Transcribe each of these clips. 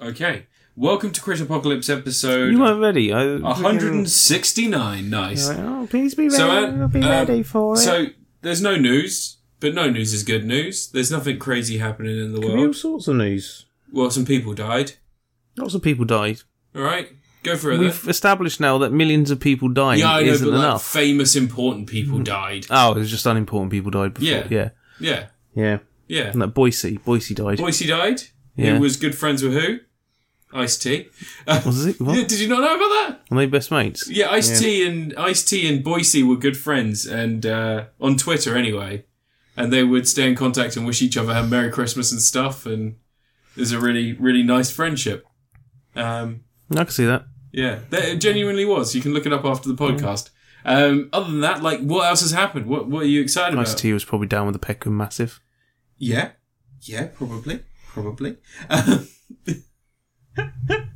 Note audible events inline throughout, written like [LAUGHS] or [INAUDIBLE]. Okay. Welcome to Crit Apocalypse episode You weren't ready. I, 169. Nice. Oh, please be ready. So, uh, I'll be um, ready for it. So there's no news, but no news is good news. There's nothing crazy happening in the Could be all world. sorts of news. Well, some people died. Lots of people died. All right, go for it. then. We've established now that millions of people dying Yeah, I know, isn't but like enough. famous important people died. oh, it was just unimportant people died before. Yeah. Yeah. Yeah. Yeah, yeah. And that Boise. Boise died. Boise died. Hmm. Yeah. Who was good friends with who? Ice T. Was it? What? Yeah, did you not know about that? Are they best mates? Yeah, Ice T and Ice T and Boise were good friends, and uh, on Twitter anyway, and they would stay in contact and wish each other a Merry Christmas and stuff, and it was a really really nice friendship. Um, I can see that. yeah, that, it genuinely was. You can look it up after the podcast. Um, other than that, like, what else has happened? What What are you excited Ice about? T was probably down with the Peckham Massive. Yeah, yeah, probably, probably. [LAUGHS]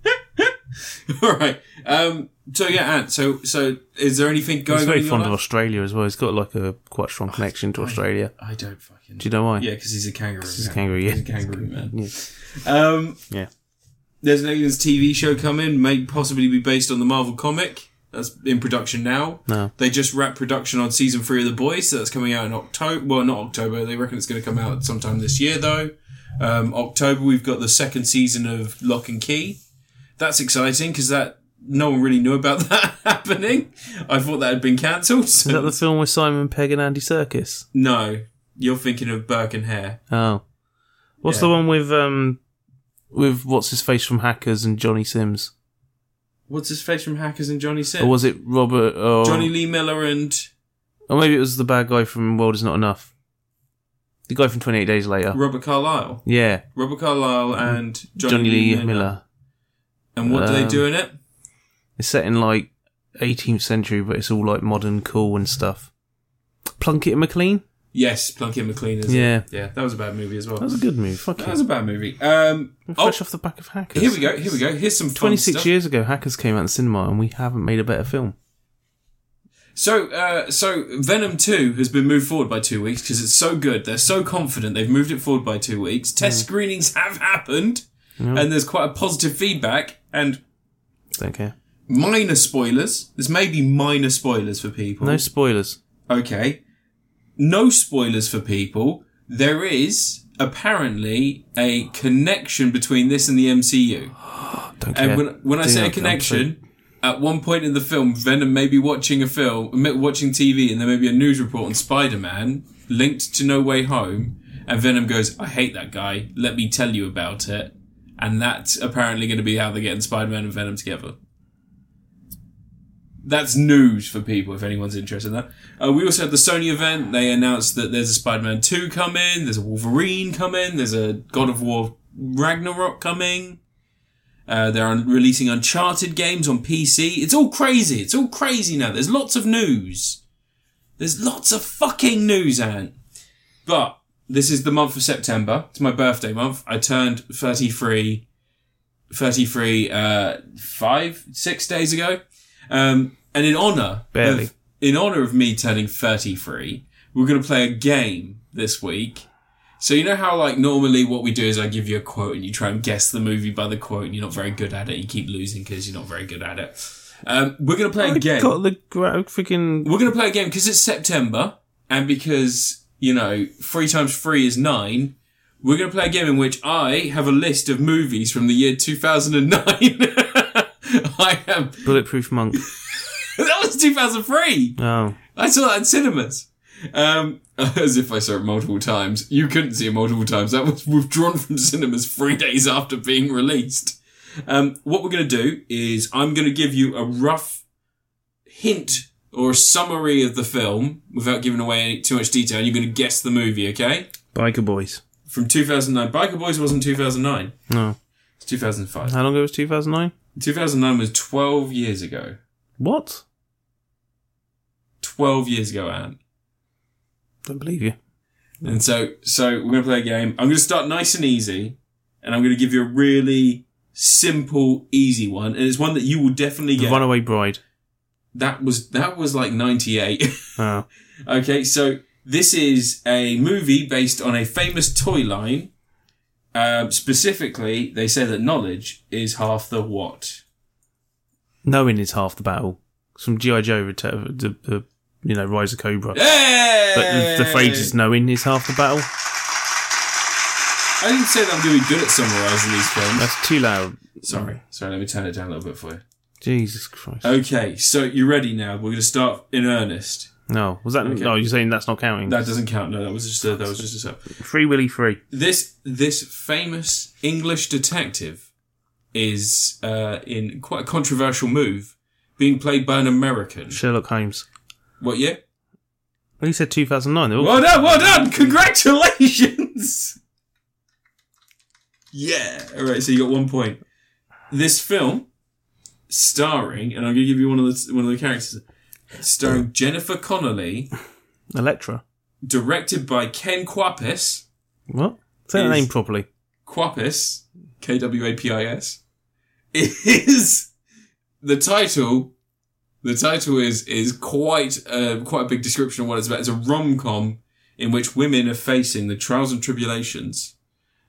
All right. Um, so yeah, Ant. So so, is Oh, there anything going He's on? very in your fond of life? Australia as well. He's got like a quite strong connection to Australia. I don't fucking. Do you know why? Yeah, because he's a kangaroo. He's a man. kangaroo. [LAUGHS] Yeah. He's a kangaroo man. Yeah. Um, Yeah. there's an aliens TV show coming, may possibly be based on the Marvel comic. That's in production now. No. They just wrapped production on season three of The Boys, so that's coming out in October. Well, not October. They reckon it's going to come out sometime this year, though. Um, October, we've got the second season of Lock and Key. That's exciting because that no one really knew about [LAUGHS] that happening. I thought that had been cancelled. Is that So. the film with Simon Pegg and Andy Serkis? no, you're thinking of Burke and Hare. Oh. What's Yeah. the one with um with what's his face from Hackers and Johnny Sims? What's his face from Hackers and Johnny Sin? Or was it Robert or Johnny Lee Miller and Or maybe it was the bad guy from World Is Not Enough. The guy from Twenty Eight Days Later. Robert Carlyle. Yeah. Robert Carlyle and Johnny, Mm-hmm. Johnny Lee Miller. And what do they Um, do in it? It's set in like eighteenth century but it's all like modern cool and stuff. Plunkett and McLean? Yes, Plunkett McLean is Yeah. It? Yeah, that was a bad movie as well. That was a good move. Fuck That it. was a bad movie. Um, oh, Fresh off the back of Hackers. here we go. Here we go. Here's some fun Twenty six stuff. years ago Hackers came out in cinema and we haven't made a better film. So, uh, so Venom Two has been moved forward by two weeks because it's so good. They're so confident they've moved it forward by two weeks. Mm. Test screenings have happened, and there's quite a positive feedback. And Don't care. minor spoilers. There's maybe minor spoilers for people. No spoilers. Okay. No spoilers for people. There is apparently a connection between this and the MCU. Don't care. And when, when I Do say not a jump to- connection, at one point in the film, Venom may be watching a film, watching TV, and there may be a news report on Spider Man linked to No Way Home. And Venom goes, I hate that guy. Let me tell you about it. And that's apparently going to be how they're getting Spider Man and Venom together. That's news for people if anyone's interested in that. Uh, we also had the Sony event. They announced that there's a Spider Man 2 coming, there's a Wolverine coming, there's a God of War Ragnarok coming. Uh, they're un- releasing Uncharted games on PC. It's all crazy. It's all crazy now. There's lots of news. There's lots of fucking news, Ant. But this is the month of September. It's my birthday month. I turned 33, 33, uh, five, six days ago. Um, and in honor, Barely. of, in honor of me turning 33, we're going to play a game this week. So you know how like normally what we do is I give you a quote and you try and guess the movie by the quote and you're not very good at it. You keep losing because you're not very good at it. Um, we're gonna Oh play a game. Got the gra- freaking We're gonna play a game because it's September and because you know three times three is nine. We're gonna play a game in which I have a list of movies from the year 2009. [LAUGHS] I am. [LAUGHS] bulletproof monk. That was 2003. Oh, I saw that in cinemas. Um, [LAUGHS] as if I saw it multiple times. You couldn't see it multiple times. That was withdrawn from cinemas three [LAUGHS] days after being released. Um, what we're going to do is I'm going to give you a rough hint or a summary of the film without giving away any, too much detail. You're going to guess the movie, okay? biker boys. From 2009. Biker Boys wasn't 2009. No, It's 2005. how long ago was two thousand nine? 2009 was 12 years ago. What? 12 years ago, Anne. Don't believe you. And so, so we're gonna play a game. I'm gonna start nice and easy, and I'm gonna give you a really simple, easy one, and it's one that you will definitely The get. Runaway Bride. that was that was like [LAUGHS] '98. Oh, okay, so this is a movie based on a famous toy line Um, specifically, they say that knowledge is half the what. Knowing is half the battle. Some GI Joe return the, the you know Rise of Cobra, Hey! but the, the phrase is knowing is half the battle. I didn't say that I'm going to be good at summarising these films. That's too loud. Sorry, Oh. sorry. Let me turn it down a little bit for you. Jesus Christ. Okay, so you're ready now. We're going to start in earnest. No, was that? No, you're saying that's not counting. That doesn't count. No, that was just a, that was just a sub. Free Willy Free. This this famous English detective is uh, in quite a controversial move, being played by an American. Sherlock Holmes. What year? Well, you said 2009. They're all- Well done, well done. Congratulations. Yeah. All right. So you got one point. This film, starring, and I'm gonna give you one of the one of the characters, starring Jennifer Connelly, Electra. directed by Ken Quapis. What? Say the Is- name properly. Quapis, K W A P I S, is the title. The title is is quite a, quite a big description of what it's about. It's a rom com in which women are facing the trials and tribulations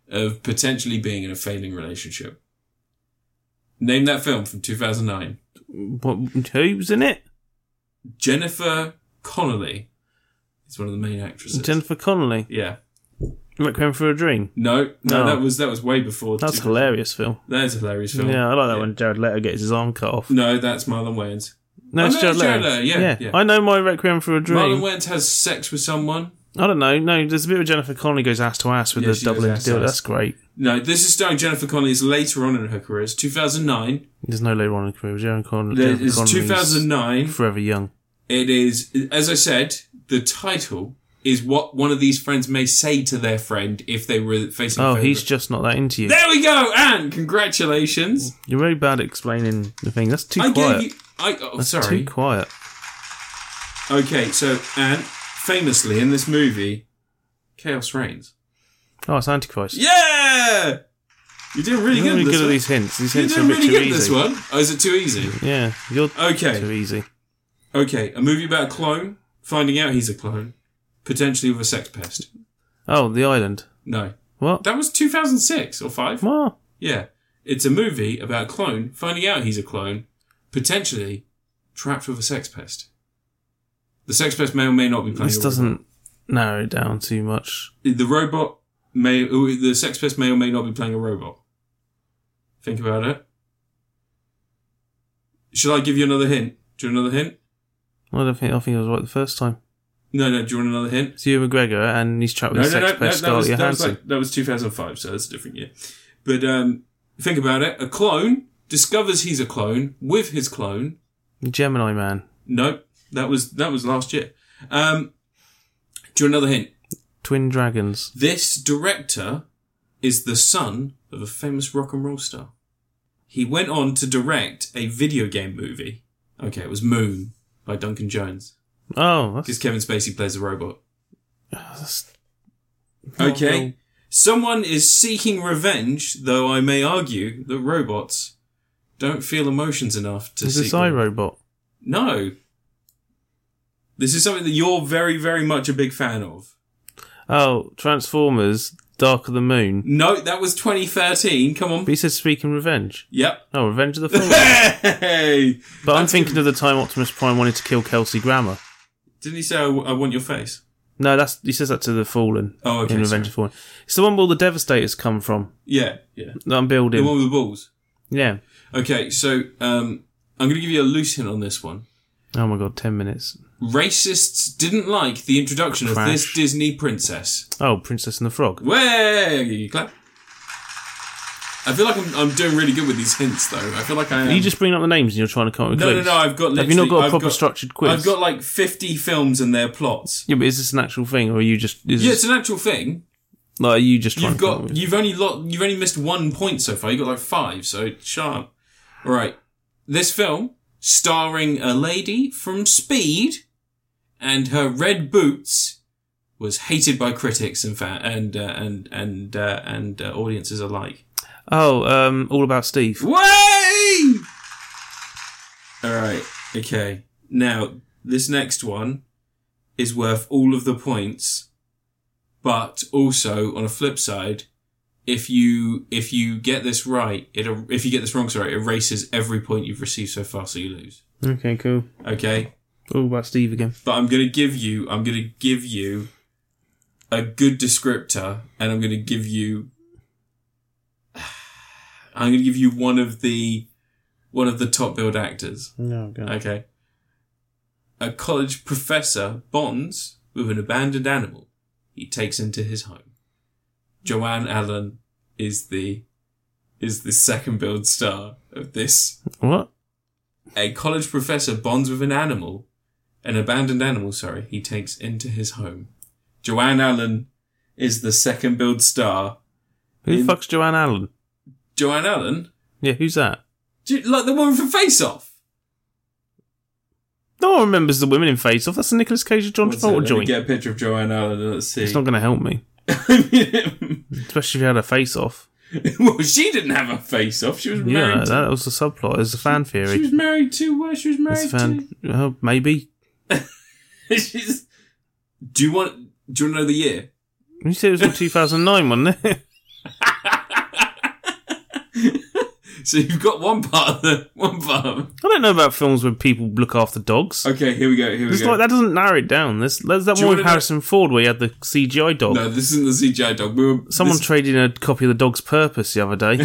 of potentially being in a failing relationship. Name that film from 2009. What? Who's in it? Jennifer Connelly is one of the main actresses. Jennifer Connelly. yeah. Requiem for a Dream. No, no, No. that was that was way before. That's 2000. hilarious, Phil. That is a hilarious film. Yeah, I like that when Jared Leto gets his arm cut off. No, that's Marlon Wayans. No, I it's know Jared it's Leto. Jared Leto, yeah, yeah. I know my Requiem for a Marlon Dream. Wayans has sex with someone. I don't know. No, there's a bit where Jennifer Connelly goes ass to ass with Yeah, the she goes doubling ass to deal. ass. That's great. No, this is starring Jennifer Connelly. It's later on in her career. It's 2009. There's no later on in the career. Jennifer Connelly. Jennifer It's Connelly's 2009. Forever young. It is, as I said, the title is what one of these friends may say to their friend if they were facing. Oh, failure. he's just not that into you. There we go, and congratulations. You're very bad at explaining the thing. That's too I quiet. gave you. I oh, That's sorry. too quiet. okay, so and famously in this movie, chaos reigns. Oh, it's Antichrist. Yeah, you're doing really You're good. really with good this at one. these hints. These You're hints are a doing bit really too good at easy. this one. Oh, is it too easy? Yeah, you're Okay. too e- easy. Okay, a movie about a clone, finding out he's a clone, potentially with a sex pest. Oh, the island. No. What? That was 2006 or 5? What? Yeah. It's a movie about a clone, finding out he's a clone, potentially trapped with a sex pest. The sex pest may or may not be playing. This a doesn't narrow it down too much. robot. The robot may. oh, The sex pest may or may not be playing a robot. Think about it. Shall I give you another hint? Do you want another hint? I don't think I think I was right the first time. No, no. Do you want another hint? It's Ewan McGregor and he's trapped with Oh, sex pest that was, Scarlett that was Johansson. like that was 2005, so that's a different year. But um, think about it: a clone discovers he's a clone with his clone. Gemini Man. Nope, that was that was last year. Um, do you want another hint? Twin Dragons. This director is the son of a famous rock and roll star. He went on to direct a video game movie. Okay, it was Moon by Duncan Jones Oh, that's, oh, because Kevin Spacey plays a robot. that's not Okay. real. Someone is seeking revenge, though I may argue that robots don't feel emotions enough to Is seek. this iRobot? No. This is something that you're very, very much a big fan of. Oh, Transformers, Dark of the Moon. No, that was 2013. Come on. But he said Speaking Revenge. [LAUGHS] Yep. Oh, [LAUGHS] Revenge of the Fallen. Hey! But I'm That's thinking of the time Optimus Prime wanted to kill Kelsey Grammer. Didn't he say, I, w- I want your face? No, that's he says that to the Fallen. Oh, okay, In Revenge of the Fallen. It's the one where all the Devastators come from Yeah, yeah. that I'm The building. one with the balls. yeah. Okay, so um, I'm going to give you a loose hint on this one. Oh my god, 10 minutes. Racists didn't like the introduction of this Crash. Disney princess. Oh, Princess and the Frog. Way! You clap. I feel like I'm, I'm doing really good with these hints, though. I feel like I am. You just bring up the names and you're trying to come up with Um, no, no, clues. no. I've got. Have you not literally- got a I've proper got- structured quiz? I've got like 50 films and their plots. yeah, but is this an actual thing or are you just. Is Yeah, this, it's an actual thing. like, are you just trying You've to come up got. with- You've only lot. You've only missed one point so far. You have got like five. So sharp. All right. This film starring a lady from Speed, and her red boots was hated by critics and fa- and uh, and and uh, and uh, audiences alike. Oh, um, All About Steve. Way! All right. Okay. Now this next one is worth all of the points, but also on a flip side, if you if you get this right, it er- if you get this wrong, sorry, it erases every point you've received so far, so you lose. Okay, cool. Okay, Oh, about Steve again. but I'm gonna give you I'm gonna give you a good descriptor, and I'm gonna give you [SIGHS] I'm gonna give you one of the one of the top build actors. No, God. Okay, a college professor bonds with an abandoned animal he takes into his home. Joanne Allen is the is the second build star of this What? a college professor bonds with an animal, an abandoned animal, sorry, he takes into his home. Joanne Allen is the second build star. Who In- the fuck's Joanne Allen? Joanne Allen? Yeah, who's that? Do you- like the woman from Face Off? No one remembers the women in Face Off. That's the Nicolas Cage and John One second, Travolta let me joint. Get a picture of Joanne Allen and let's see. It's not going to help me, especially if you had a Face Off. [LAUGHS] well, she didn't have a face off. She was Yeah, married. no, that was the subplot. It was a fan to, she theory. was married to. Uh, she was It's married a fan. Oh, maybe. to. [LAUGHS] She's, do you want? Do you want to know the year? You said [LAUGHS] it was in 2009, wasn't it? So you've got one part of the [LAUGHS] one part. Of, I don't know about films where people look after dogs. okay, here we go. Here we It's go. like that doesn't narrow it down. There's, there's that Do you one with wanna know- Harrison Ford where he had the CGI dog. No, this isn't the CGI dog. We were Someone this- traded in a copy of The Dog's Purpose the [LAUGHS] other day.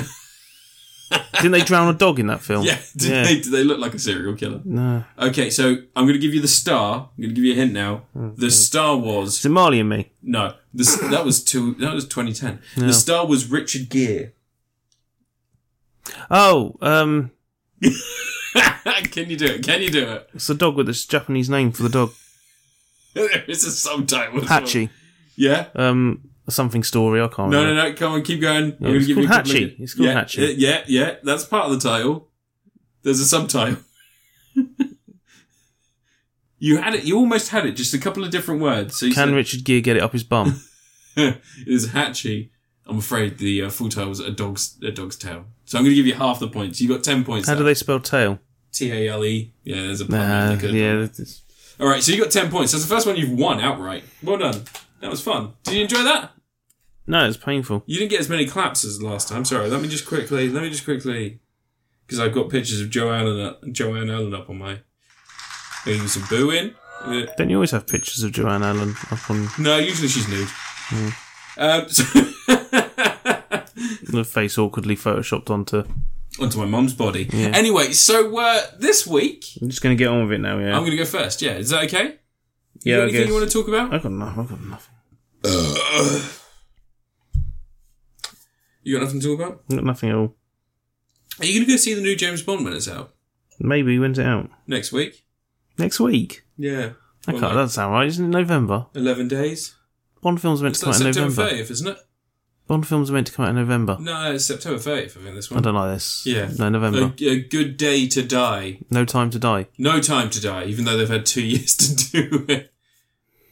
Didn't they drown a dog in that film? yeah, did Yeah. they? Did they look like a serial killer? No. Okay, so I'm going to give you the star. I'm going to give you a hint now. Mm, The star was It's Marley and me. no. This that was two. That was 2010. The star was Richard Gere. [LAUGHS] Oh, um, Can you do it? Can you do it? [LAUGHS] it's the dog with this Japanese name for the dog. there is a subtitle. as well. Hachi. Yeah. Um, something story, I can't No, no, remember. no. Come on, keep going. I'm Yeah, going it's to give you a called couple of Hachi. hints. It's called yeah, Hachi. uh, Yeah, yeah. That's part of the title. There's a subtitle. [LAUGHS] you had it. You almost had it. Just a couple of different words. So you Can said- Richard Gere get it up [LAUGHS] his bum? it is Hatchy. I'm afraid the uh, full title was a dog's a dog's tail. So I'm going to give you half the points. You got ten points. How do they spell tail? T A L E. Yeah, there's a pun there. Uh, They could- yeah, it's- All right, so you got ten points. That's the first one you've won outright. Well done. That was fun. Did you enjoy that? no, it's painful. You didn't get as many claps as last time. Sorry. Let me just quickly. Let me just quickly. Because I've got pictures of Joanne Allen up, Joanne Allen up on my. Maybe some booing. Yeah. Don't you always have pictures of Joanne Allen up on No, usually she's nude. Hmm. Um, so- [LAUGHS] the face awkwardly photoshopped onto? onto my mum's body. Anyway, so uh, this week I'm just going to get on with it now, yeah. I'm going to go first. Yeah, is that okay? you yeah, got I anything guess. you want to talk about? I've got nothing. I've got nothing. You got nothing to talk about? I've got nothing at all. Are you going to go see the new James Bond when it's out Maybe when's it out? next week? Next week. Yeah, I Well, can't. like That sound right. Isn't it November? eleven days. Bond films are meant It's to come like out in September November. thirtieth, isn't it? Bond films are meant to come out in November. No, it's September thirtieth. I think this I one. don't like this. Yeah. No, November. A, a good day to die. No time to die. No time to die, even though they've had two [LAUGHS] years to do it.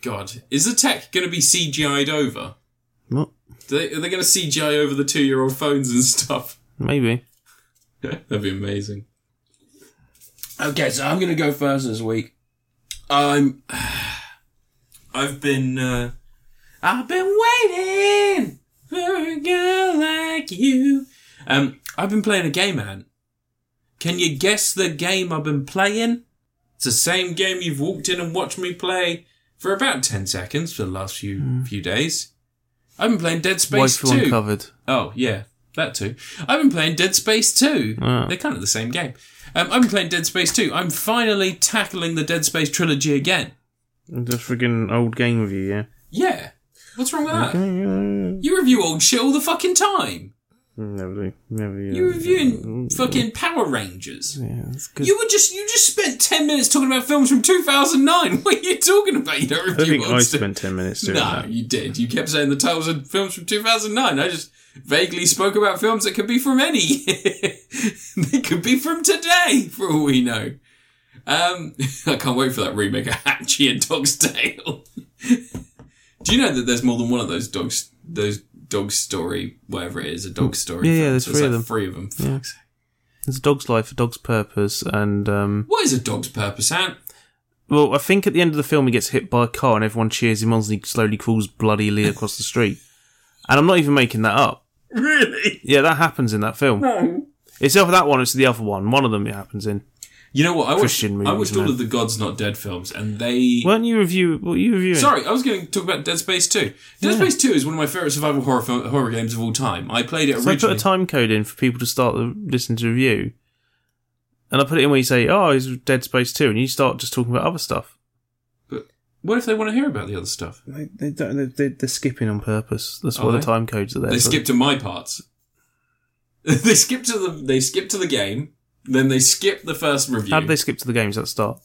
God, is the tech going to be CGI'd over? What? Do they, are they going to CGI over the two-year-old phones and stuff? Maybe. [LAUGHS] That'd be amazing. Okay, so I'm gonna go first this week. I'm. [SIGHS] I've been. Uh, I've been waiting for a girl like you. Um, I've been playing a game, Ant. Can you guess the game I've been playing? It's the same game you've walked in and watched me play for about ten seconds for the last few few days. I've been playing Dead Space Waifu Two. uncovered. Oh yeah, that too. I've been playing Dead Space Two. Ah. They're kind of the same game. Um, I've been playing Dead Space Two. I'm finally tackling the Dead Space trilogy again. The friggin' old game review, yeah. Yeah. What's wrong with that? Never You review old shit all the fucking time. do. Never do. You're reviewing fucking Power Rangers. Yeah, that's good. You were just you just spent ten minutes talking about films from 2009. [LAUGHS] What are you talking about? You don't I don't review think old I stuff. spent 10 minutes doing No, that. you did. You kept saying the titles of films from 2009. I just vaguely spoke about films that could be from any [LAUGHS] year. they could be from today, for all we know. Um, [LAUGHS] I can't wait for that remake of Hatchie and Dog's Tale. [LAUGHS] Do you know that there's more than one of those dogs? Those dog story, whatever it is, a dog story. Mm. Yeah, yeah, film. there's So three like of them. Three of them. For fuck's sake. It's a dog's life, a dog's purpose, and, um, What is a dog's purpose, Ant? well, I think at the end of the film he gets hit by [LAUGHS] a car and everyone cheers him on as he slowly crawls bloodily across the street. And I'm not even making that up. Really? Yeah, that happens in that film. No. It's either that one, or it's the other one. One of them it happens in. You know what? I watched, Christian I movies, watched man. all of the God's Not Dead films, and they. Weren't you review? What were you reviewing? [LAUGHS] Sorry, I was going to talk about Dead Space 2. Dead Space 2 is one of my favourite survival horror, film, horror games of all time. I played it So I put originally. a time code in for people to start the, listening to review, and I put it in where you say, "Oh, it's Dead Space 2, and you start just talking about other stuff. what if they want to hear about the other stuff? They, they don't. They, they- they're skipping on purpose. That's Are why the they? time codes are there. Oh, They So- skip to my parts. [LAUGHS] they skip to the they skip to the game, then they skip the first review. How do they skip to the games at the start?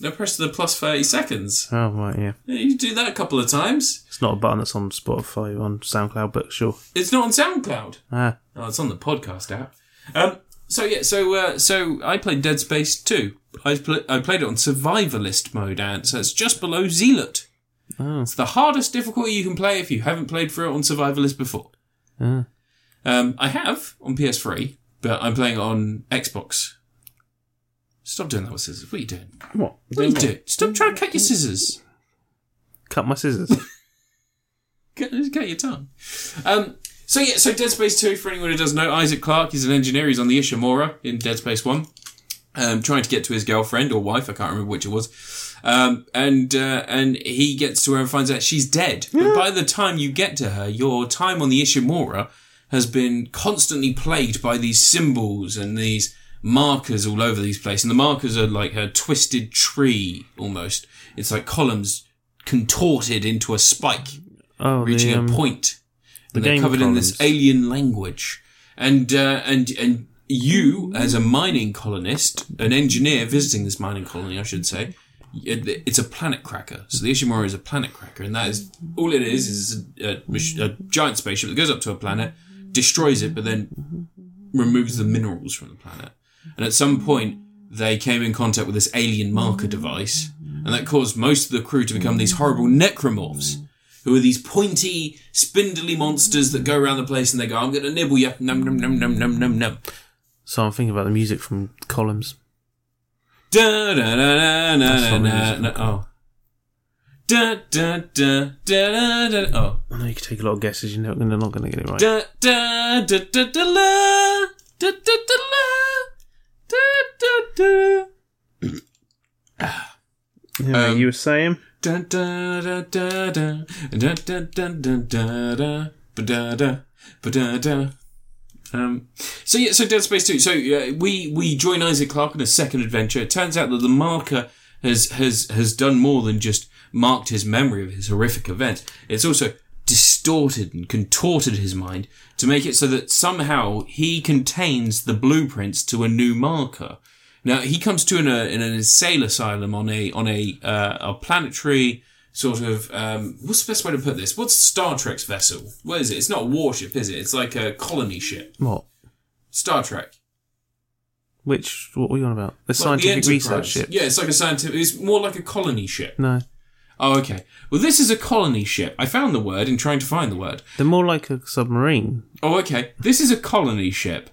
They press the plus thirty seconds. Oh right, yeah. Yeah, You do that a couple of times. It's not a button that's on Spotify on SoundCloud, but sure. It's not on SoundCloud. Ah, Oh, it's on the podcast app. Um, so yeah, so uh, so I played Dead Space two. I pl- I played it on survivalist mode, and so it's just below Zealot. oh, It's the hardest difficulty you can play if you haven't played through it on survivalist before. ah. Um, I have on PS3, but I'm playing it on Xbox. Stop doing that with scissors. What are you doing? What? What are you doing? Stop trying to cut your scissors. Cut my [LAUGHS] scissors. Cut, just cut your tongue. Um, so yeah, so Dead Space 2, for anyone who doesn't know, Isaac Clarke, he's an engineer, he's on the Ishimura in Dead Space 1. Um, trying to get to his girlfriend or wife, I can't remember which it was. Um, and, uh, and he gets to her and finds out she's dead. But by the time you get to her, your time on the Ishimura has been constantly plagued by these symbols and these markers all over these place. And the markers are like a twisted tree almost. It's like columns contorted into a spike Oh, reaching the, um, a point. and game they're covered in this columns. alien language, and uh, and and you, as a mining colonist, an engineer visiting this mining colony, I should say, it- it's a planet cracker. So the Ishimura is a planet cracker, and that is all it is is a, a, a giant spaceship that goes up to a planet, destroys it, but then removes the minerals from the planet. And at some point, they came in contact with this alien marker device, and that caused most of the crew to become these horrible necromorphs who are these pointy, spindly monsters that go around the place and they go, I'm going to nibble you. Num, num, num, num, num, num, num. so I'm thinking about the music from Columns. Da, da, da, da, da, da, That's da, not da, oh. Da, da, da, da, da, da, oh. I know you can take a lot of guesses. You're not, they're not going to get it right. Da, da, da, da, da, la. Da, da, da, la. Da, da, da. Anyway, um, you were saying? Da, da, da, da, da. Da, da, da, da, da, da. Ba, da, da. Ba, da, da. Um, so yeah, so Dead Space Two. So uh, we we join Isaac Clarke on a second adventure. It turns out that the marker has has has done more than just marked his memory of his horrific event. It's also distorted and contorted his mind to make it so that somehow he contains the blueprints to a new marker. Now he comes to in a in an insane asylum on a on a uh, a planetary sort of um, what's the best way to put this? What's Star Trek's vessel? What is it? It's not a warship, is it? It's like a colony ship. What? Star Trek. Which? What were you on about? The Like the scientific research Enterprise. ship. Yeah, it's like a scientific. It's more like a colony ship. No, Oh, okay. Well, this is a colony ship. I found the word in trying to find the word. they're more like a submarine. Oh, okay. This is a colony ship.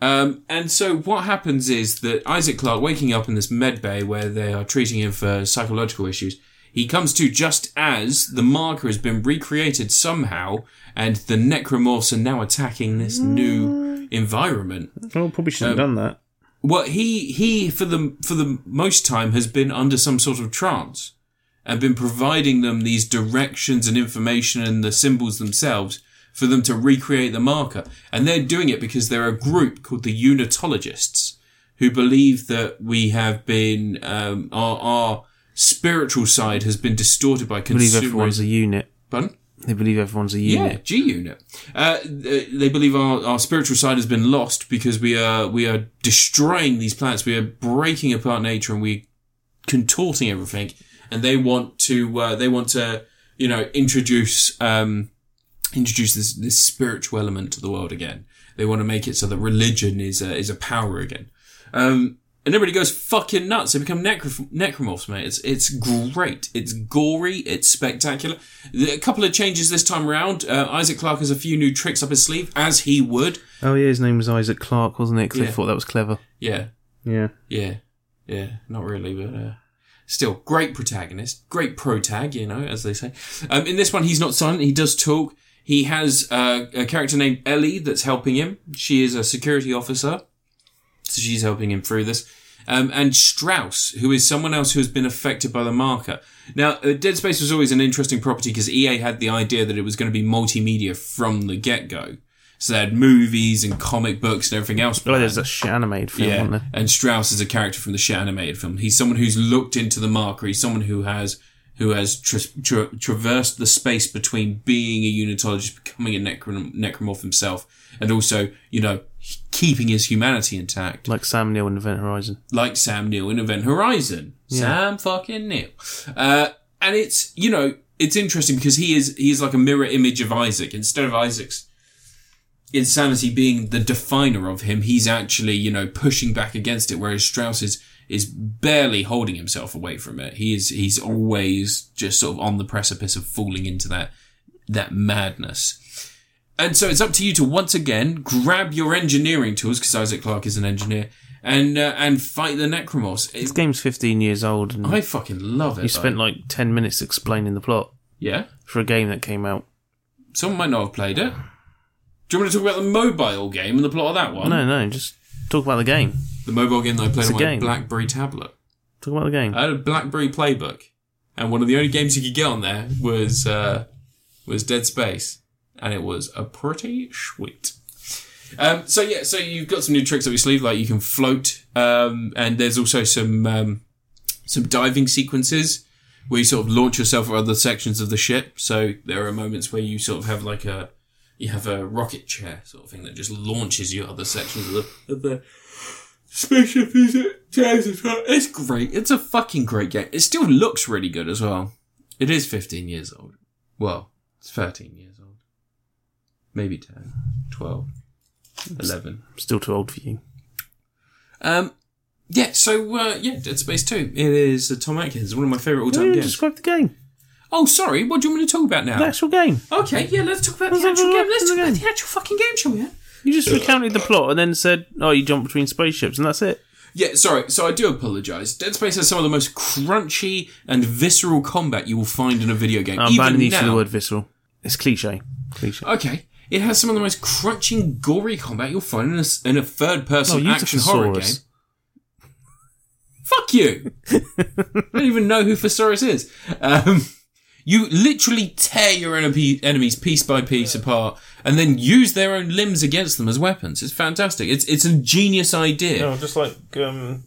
Um, and so what happens is that Isaac Clarke, waking up in this med bay where they are treating him for psychological issues, he comes to just as the marker has been recreated somehow, and the necromorphs are now attacking this Mm. new environment. Well, probably Um, shouldn't have done that. Well, he he for the for the most time has been under some sort of trance and been providing them these directions and information and the symbols themselves for them to recreate the marker. And they're doing it because they're a group called the Unitologists who believe that we have been um, our our spiritual side has been distorted by Believe everyone's consumerism. a unit. Pardon? They believe everyone's a Yeah, unit. G Unit. Uh, th- they believe our, our spiritual side has been lost because we are we are destroying these planets. We are breaking apart nature and we contorting everything. And they want to uh, they want to you know introduce um, introduce this this spiritual element to the world again. They want to make it so that religion is a, is a power again. Um, and everybody goes fucking nuts. They become necro- necromorphs, mate. It's it's great. It's gory. It's spectacular. The- A couple of changes this time around. Uh, Isaac Clarke has a few new tricks up his sleeve, as he would. Oh yeah, his name was Isaac Clarke, wasn't it? 'Cause Yeah. I thought that was clever. Yeah, Yeah. yeah, yeah. Not really, but uh, still great protagonist, great protag. You know, as they say. Um, in this one, he's not silent. He does talk. He has uh, a character named Ellie that's helping him. She is a security officer, so she's helping him through this. Um, and Strauss, who is someone else who has been affected by the marker. Now, uh, Dead Space was always an interesting property because EA had the idea that it was going to be multimedia from the get go. So they had movies and comic books and everything else. Oh, there's that shit animated film, Yeah, wasn't there? and Strauss is a character from the shit animated film. He's someone who's looked into the marker. He's someone who has who has tra- tra- traversed the space between being a unitologist, becoming a necrom- necromorph himself, and also you know h- keeping his humanity intact, Like Sam Neill in Event Horizon. like Sam Neill in Event Horizon. Sam fucking Neill, uh, and it's you know it's interesting because he is he is like a mirror image of Isaac. Instead of Isaac's insanity being the definer of him, he's actually, you know, pushing back against it, whereas Strauss is, is barely holding himself away from it. He is, he's always just sort of on the precipice of falling into that, that madness. And so it's up to you to once again grab your engineering tools, because Isaac Clarke is an engineer, and, uh, and fight the Necromorphs. This It, game's 15 years old and I fucking love it. you though. spent like 10 minutes explaining the plot yeah. for a game that came out. Someone might not have played it. Do you want me to talk about the mobile game and the plot of that one? No, no, just talk about the game. The mobile game that I played It's on a my game. BlackBerry tablet. Talk about the game. I had a BlackBerry playbook, and one of the only games you could get on there was uh, was Dead Space, and it was a pretty sweet. Um, so yeah, so you've got some new tricks up your sleeve, like you can float, um, and there's also some um, some diving sequences where you sort of launch yourself at other sections of the ship. So there are moments where you sort of have like a you have a rocket chair sort of thing that just launches you at other sections of the, of the Special visit. It's great. It's a fucking great game. It still looks really good as well. It is 15 years old. Well, it's 13 years old. Maybe 10, 12, 11. I'm still too old for you. Um, yeah, so, uh, yeah, Dead Space 2. It is uh, Tom Atkins, one of my favourite all Don't time even games. describe the game. Oh, sorry, what do you want me to talk about now? The actual game. Okay, yeah, let's talk about Let's the actual talk game. about Let's talk the about game. the actual fucking game, shall we? eh? You just recounted the plot and then said, "Oh, you jump between spaceships," and that's it. Yeah, sorry. So I do apologise. Dead Space has some of the most crunchy and visceral combat you will find in a video game. I'm Even banning you for the now- Uh, word visceral. It's cliche. Cliche. Okay. It has some of the most crunching, gory combat you'll find in a, in a Oh, third-person use a action horror game. thesaurus. Fuck you! I don't even know who Thesaurus is. Um, you literally tear your enemy, enemies piece by piece apart, and then use their own limbs against them as weapons. It's fantastic. It's it's a genius idea. just like um.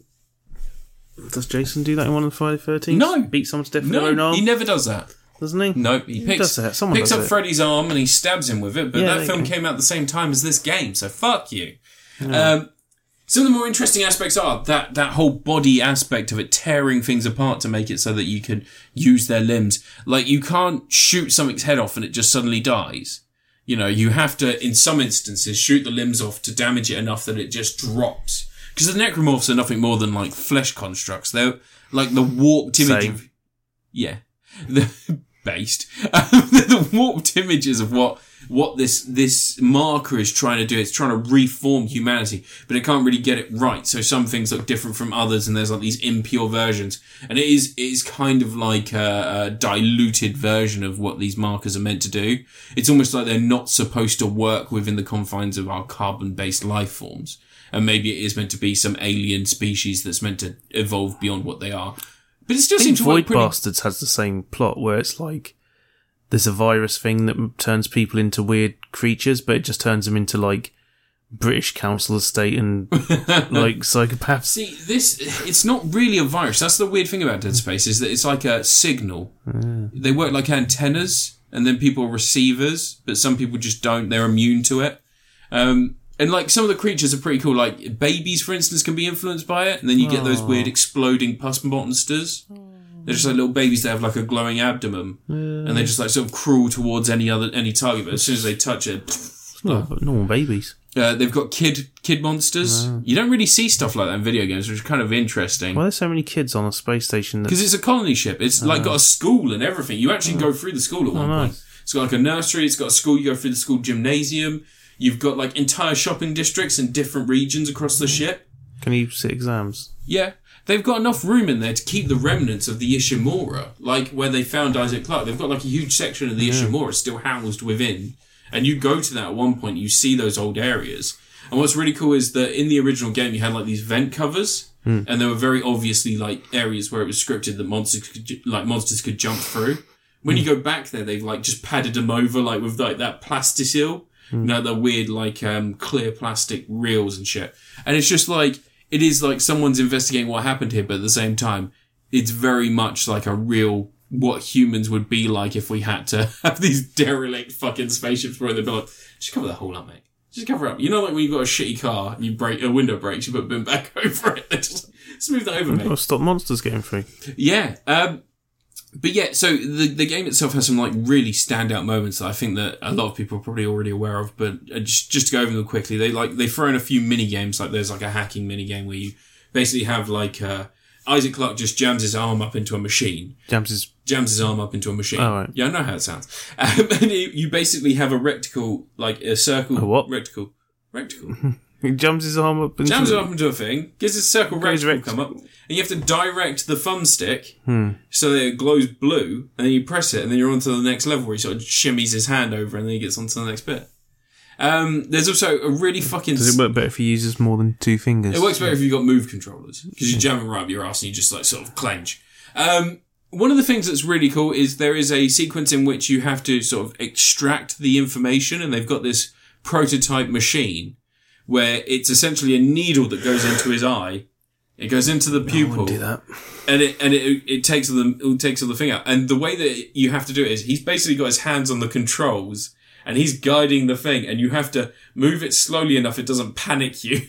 Does Jason do that in one of the Friday Thirteenth? No. beat someone to death with No, their own arm, he never does that. doesn't he? No, he Who picks does that? Someone picks does up it. Freddy's arm and he stabs him with it. But Yeah, that there film you go. came out at the same time as this game, so fuck you. Um, some of the more interesting aspects are that that whole body aspect of it, tearing things apart to make it so that you can use their limbs. Like you can't shoot something's head off and it just suddenly dies. You know, you have to, in some instances, shoot the limbs off to damage it enough that it just drops. Because the necromorphs are nothing more than like flesh constructs. They're like the warped image Same. of yeah, the [LAUGHS] based the warped images of what what this this marker is trying to do. It's trying to reform humanity, but it can't really get it right. So some things look different from others, and there's like these impure versions, and it is it is kind of like a, a diluted version of what these markers are meant to do. It's almost like they're not supposed to work within the confines of our carbon based life forms. And maybe it is meant to be some alien species that's meant to evolve beyond what they are. But it still I think seems to Void work pretty Bastards has the same plot where it's like there's a virus thing that m- turns people into weird creatures, but it just turns them into like British council estate [LAUGHS] and like psychopaths. See, this it's not really a virus. That's the weird thing about Dead Space is that it's like a signal. They work like antennas, and then people are receivers, but some people just don't. They're immune to it. Um, and like some of the creatures are pretty cool. Like babies, for instance, can be influenced by it, and then you get those weird exploding pus monsters. They're just like little babies that have like a glowing abdomen, and they just like sort of crawl towards any other any target. But as soon as they touch it, Oh, but normal babies. uh, they've got kid kid monsters. You don't really see stuff like that in video games, which is kind of interesting. Why are there so many kids on a space station that Because it's a colony ship. It's like got a school and everything. You actually go through the school at one Ah, nice. point. It's got like a nursery. It's got a school. You go through the school gymnasium. You've got like entire shopping districts in different regions across the ship. Can you sit exams? Yeah. They've got enough room in there to keep the remnants of the Ishimura, like where they found Isaac Clarke. They've got like a huge section of the Ishimura still housed within. And you go to that at one point, you see those old areas. And what's really cool is that in the original game, you had like these vent covers, and there were very obviously like areas where it was scripted that monsters could, ju- like monsters could jump through. When you go back there, they've like just padded them over like with like that plasticil, you know, the weird like um, clear plastic reels and shit. And it's just like it is like someone's investigating what happened here, but at the same time, it's very much like a real what humans would be like if we had to [LAUGHS] have these derelict fucking spaceships where they'd be like, just cover the hole up, mate. Just cover up. You know, like when you've got a shitty car and you break a window breaks, you put bin back [LAUGHS] over it. They're Just, like, just move that over, mate. Or Oh, stop monsters getting through. Yeah. Um, but yeah, so the, the game itself has some like really standout moments that I think that a lot of people are probably already aware of, but uh, just, just to go over them quickly, they like, they throw in a few mini games, like there's like a hacking mini game where you basically have like, uh, Isaac Clarke just jams his arm up into a machine Jams is jams his arm up into a machine. Oh, right. Yeah, I know how it sounds. [LAUGHS] Um, and you, you basically have a rectangle, like a circle. A what? Rectangle. Rectangle. he jams his arm up and jams it up into a thing, gives it a circle Goes rectangle rect- come up, and you have to direct the thumbstick Hmm. so that it glows blue, and then you press it, and then you're onto the next level where he sort of shimmies his hand over, and then he gets onto the next bit. Um, there's also a really fucking. Does s- it work better if he uses more than two fingers? it works better if you've got move controllers because you jam them right up your ass and you just like sort of clench. Um, one of the things that's really cool is there is a sequence in which you have to sort of extract the information, and they've got this prototype machine where it's essentially a needle that goes into his eye. It goes into the pupil, Wouldn't do that. and it and it, it takes the it takes all the thing out. And the way that you have to do it is he's basically got his hands on the controls and he's guiding the thing, and you have to move it slowly enough it doesn't panic you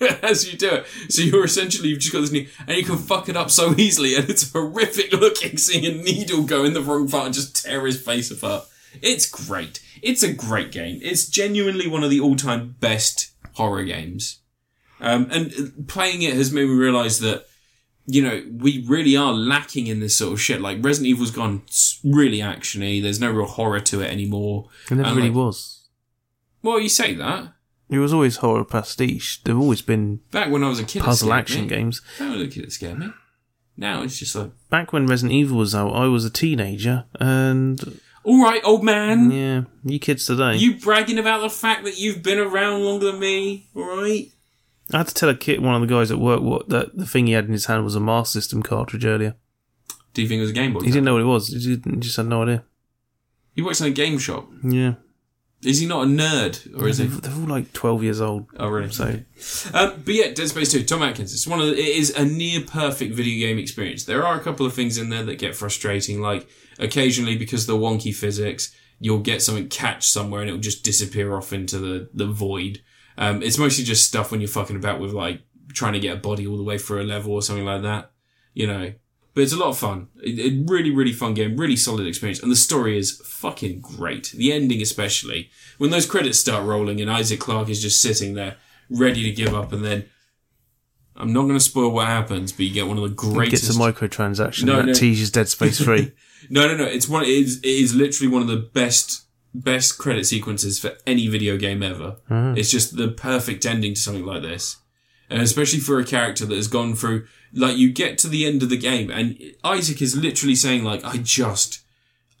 [LAUGHS] as you do it. So you're essentially you've just got this needle, and you can fuck it up so easily, and it's horrific looking seeing a needle go in the wrong part and just tear his face apart. It's great. It's a great game. It's genuinely one of the all time best horror games. Um, and uh, playing it has made me realize that you know, we really are lacking in this sort of shit. Like Resident Evil's gone s- really actiony. There's no real horror to it anymore. It never And, really like- was. Well, you say that. It was always horror pastiche. They've always been Back when I was a kid, it puzzle scared action me. games. That was a kid that scared me. Now it's just like, Back when Resident Evil was out, I was a teenager, and all right, old man, yeah, you kids today. you bragging about the fact that you've been around longer than me, all right? I had to tell a kid, one of the guys at work, what that the thing he had in his hand was a Master System cartridge earlier. Do you think it was a Game Boy? He didn't know what it was. He didn't- just had no idea. He works in a game shop. Yeah, Is he not a nerd, or is he? [LAUGHS] they're, they're all like twelve years old. Oh, really? So Um, but yeah, Dead Space Two, Tom Atkins. It's one of the, it is a near perfect video game experience. There are a couple of things in there that get frustrating, like occasionally because of the wonky physics, you'll get something catch somewhere and it'll just disappear off into the the void. Um, it's mostly just stuff when you're fucking about with like trying to get a body all the way through a level or something like that, you know. But it's a lot of fun. It, it really, really fun game. Really solid experience, and the story is fucking great. The ending, especially when those credits start rolling and Isaac Clarke is just sitting there ready to give up, and then I'm not going to spoil what happens, but you get one of the it greatest. gets a microtransaction No, and no. that teases Dead Space [LAUGHS] Three. No, no, no. It's one. It is, it is literally one of the best best credit sequences for any video game ever. It's just the perfect ending to something like this, and especially for a character that has gone through. Like you get to the end of the game, and Isaac is literally saying, "Like I just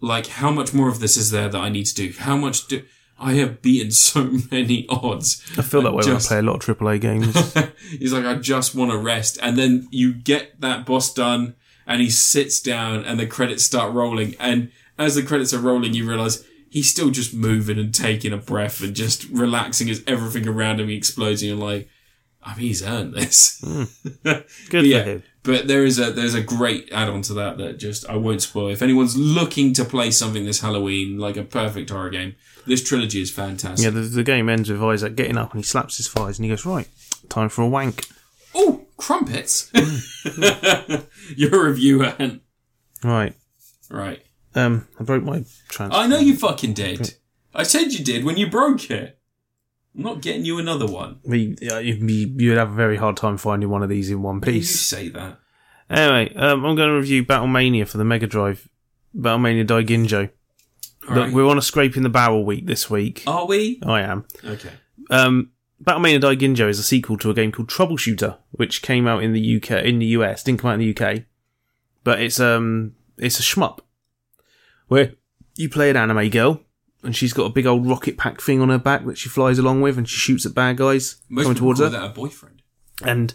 like how much more of this is there that I need to do? How much do I have beaten so [LAUGHS] many odds? I feel that way Just- when I play a lot of AAA [LAUGHS] games. he's like, I just want to rest. And then you get that boss done, and he sits down, and the credits start rolling. And as the credits are rolling, you realize he's still just moving and taking a breath and just relaxing as everything around him explodes. And you're like, I mean, he's earned [LAUGHS] this. Good yeah. for him. But there is a there's a great add on to that that just I won't spoil. If anyone's looking to play something this Halloween, like a perfect horror game, this trilogy is fantastic. Yeah, the, the game ends with Isaac getting up and he slaps his thighs and he goes, "Right, time for a wank." Oh, crumpets! [LAUGHS] Mm. You're a reviewer, and Right. [LAUGHS] right. Um, I broke my trans. I know you fucking did. I said you did when you broke it. I'm not getting you another one. Me- yeah, you- you- You'd have a very hard time finding one of these in one You piece. say that. Anyway, um, I'm going to review Battlemania for the Mega Drive. Battlemania Daiginjo. All Look, right. Oh. we're on a scraping the barrel week this week. Are we? I am. Okay. Um, Battlemania Daiginjo is a sequel to a game called Troubleshooter, which came out in the UK in the US, didn't come out in the UK, but it's um it's a shmup where you play an anime girl and she's got a big old rocket pack thing on her back that she flies along with and she shoots at bad guys Most coming people towards call her that a boyfriend. and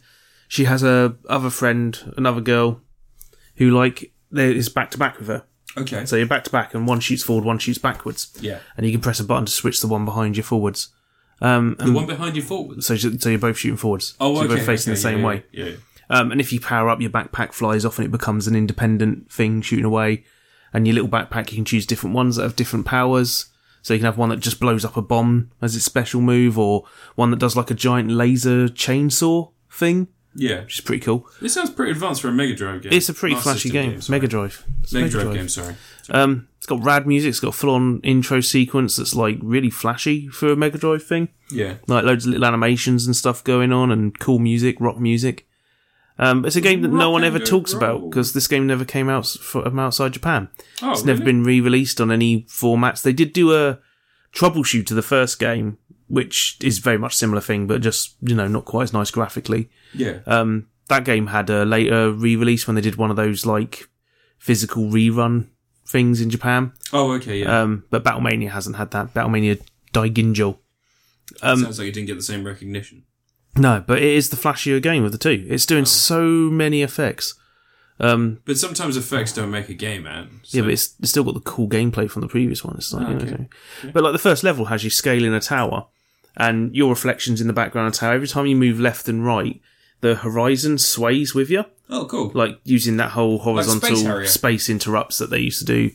she has a other friend, another girl, who like they- is back to back with her. Okay. So you're back to back, and one shoots forward, one shoots backwards, yeah. and you can press a button to switch the one behind you forwards. Um, The and one behind you forwards. so so you're both shooting forwards. Oh, so okay. you're both facing okay, the same yeah, way. Yeah. yeah. Um, and if you power up, your backpack flies off, and it becomes an independent thing shooting away. And your little backpack, you can choose different ones that have different powers. So you can have one that just blows up a bomb as its special move, or one that does like a giant laser chainsaw thing, Yeah. which is pretty cool. This sounds pretty advanced for a Mega Drive game. It's a pretty Not flashy system game. sorry. Mega Drive. It's Mega Drive game, sorry. Um, it's got rad music. It's got a full-on intro sequence that's like really flashy for a Mega Drive thing. Yeah. Like loads of little animations and stuff going on, and cool music, rock music. Um, it's a game that no Rock one and ever talks roll. about because this game never came out s- from outside Japan. Oh, It's never been re-released on any formats. They did do a troubleshoot to the first game, which is very much similar thing, but just you know not quite as nice graphically. Yeah. Um, that game had a later re-release when they did one of those like physical rerun things in Japan. oh, okay. Yeah. Um, but Battlemania hasn't had that. Battlemania Daiginjo. um, sounds like you didn't get the same recognition. No, but it is the flashier game of the two. It's doing so many effects. Um, But sometimes effects don't make a game, man. So, yeah, but it's, it's still got the cool gameplay from the previous one. It's like, you know, so- but like the first level has you scaling a tower, and your reflections in the background of the tower. Every time you move left and right, the horizon sways with you. oh, cool. like using that whole horizontal Space Harrier. space, interrupts that they used to do.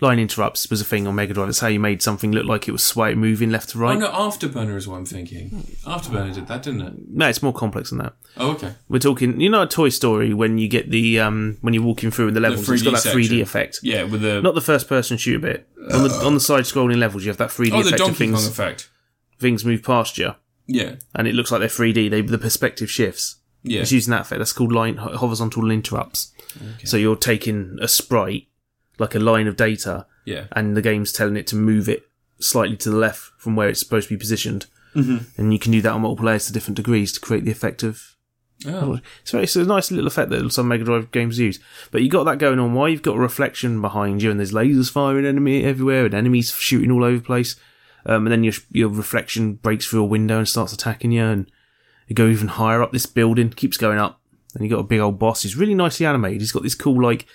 Line interrupts was a thing on Mega Drive. It's how you made something look like it was sway moving left to oh, right. no, Afterburner is what I'm thinking. Afterburner did that, didn't it? No, it's more complex than that. Oh, okay. We're talking, you know, a Toy Story when you get the um when you're walking through the levels, it's 3D got that 3D effect. Yeah, with the. Not the first person shooter bit. On the on the side scrolling levels, you have that 3D oh, the effect of Donkey things Kong effect. things move past you, Yeah. and it looks like they're 3D. They the perspective shifts. Yeah. It's using that effect. That's called line ho- horizontal interrupts. So you're taking a sprite, like a line of data, Yeah. and the game's telling it to move it slightly to the left from where it's supposed to be positioned. Mm-hmm. And you can do that on multiple layers to different degrees to create the effect of. Oh, So it's a nice little effect that some Mega Drive games use. But you got that going on while you've got a reflection behind you, and there's lasers firing enemy everywhere, and enemies shooting all over the place. Um, and then your your reflection breaks through a window and starts attacking you, and you go even higher up this building, keeps going up, and you got a big old boss. He's really nicely animated. He's got this cool like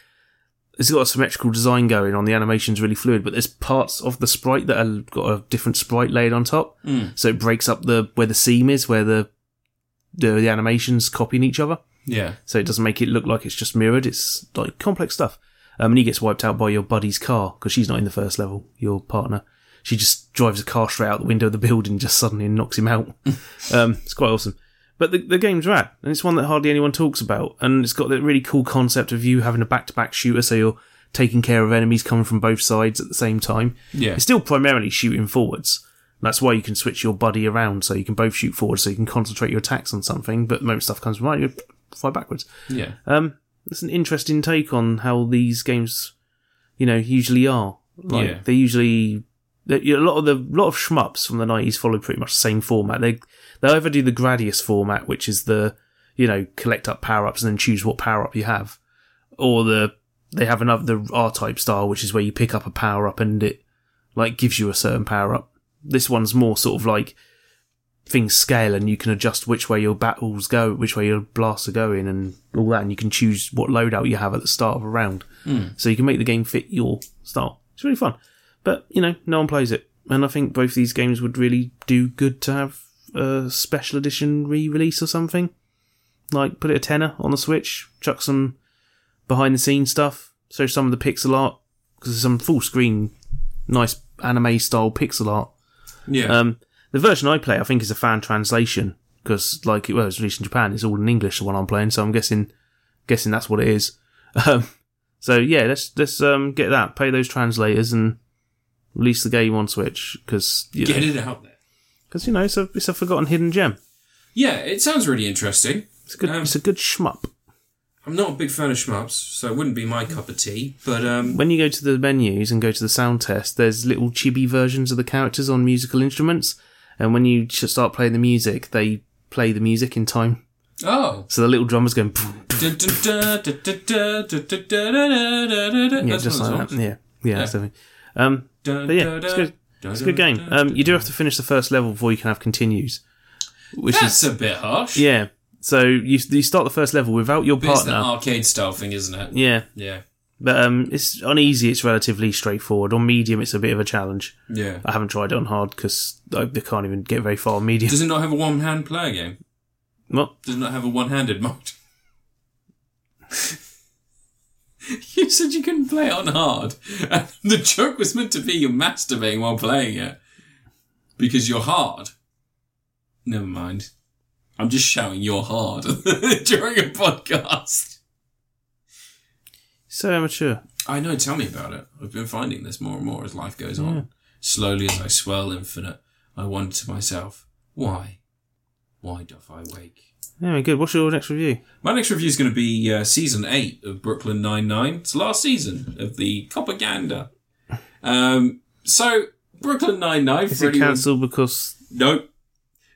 it's got a symmetrical design going on. The animation's really fluid, but there's parts of the sprite that have got a different sprite laid on top, so it breaks up the where the seam is, where the the, the animations copying each other, yeah. so it doesn't make it look like it's just mirrored. It's like complex stuff. Um, and he gets wiped out by your buddy's car because she's not in the first level. Your partner, she just drives a car straight out the window of the building, just suddenly and knocks him out. um, it's quite awesome. But the, the game's rad, and it's one that hardly anyone talks about. And it's got that really cool concept of you having a back to back shooter, so you're taking care of enemies coming from both sides at the same time. Yeah. It's still primarily shooting forwards. That's why you can switch your buddy around, so you can both shoot forwards, so you can concentrate your attacks on something. But the moment stuff comes from right, you fly backwards. Yeah. Um, it's an interesting take on how these games, you know, usually are. Like, Yeah. They usually they- you know, a lot of the lot of shmups from the nineties follow pretty much the same format. They they either do the Gradius format, which is the you know collect up power ups and then choose what power up you have, or the they have another the R type style, which is where you pick up a power up and it like gives you a certain power up. This one's more sort of like things scale and you can adjust which way your battles go, which way your blasts are going, and all that. And you can choose what loadout you have at the start of a round, so you can make the game fit your style. It's really fun, but you know, no one plays it, and I think both these games would really do good to have a special edition re-release or something. Like put it a tenner on the Switch, chuck some behind the scenes stuff, show some of the pixel art because there's some full screen, nice anime style pixel art Yeah. um, the version I play, I think, is a fan translation because, like, it well, it's released in Japan. It's all in English. The one I'm playing, so I'm guessing, guessing that's what it is. [LAUGHS] Um, so yeah, let's let's um, get that, pay those translators, and release the game on Switch because you, Get know, it out there. 'cause, you know it's a it's a forgotten hidden gem. Yeah, it sounds really interesting. It's a good Um, it's a good shmup. I'm not a big fan of shmups, so it wouldn't be my cup of tea. But um, When you go to the menus and go to the sound test, there's little chibi versions of the characters on musical instruments, And when you just start playing the music, they play the music in time. Oh. So the little drummer's going. [LAUGHS] yeah, just like [LAUGHS] Yeah, just like that. Yeah, yeah, Yeah. that's definitely. Um, but yeah, it's good. It's a good game. Um, you do have to finish the first level before you can have continues, which is That's a bit harsh. yeah. So you you start the first level without your But it's the partner. arcade style thing, isn't it? Yeah, Yeah. but um, it's on easy. It's relatively straightforward. On medium, it's a bit of a challenge. Yeah. I haven't tried it on hard because I they can't even get very far on medium. Does it not have a one hand player game? What? Does it not have a one handed mode? [LAUGHS] you said you couldn't play it on hard. And the joke was meant to be you're masturbating while playing it. Because you're hard. Never mind. I'm just shouting you're hard [LAUGHS] during a podcast. So amateur. I know. Tell me about it. I've been finding this more and more as life goes on. Slowly as I swell infinite, I wonder to myself, why? Why doth I wake? Anyway, good. What's your next review? My next review is going to be uh, season eight of Brooklyn Nine Nine. It's the last season of the propaganda. Um, so Brooklyn Nine Nine. Is it cancelled because Nope.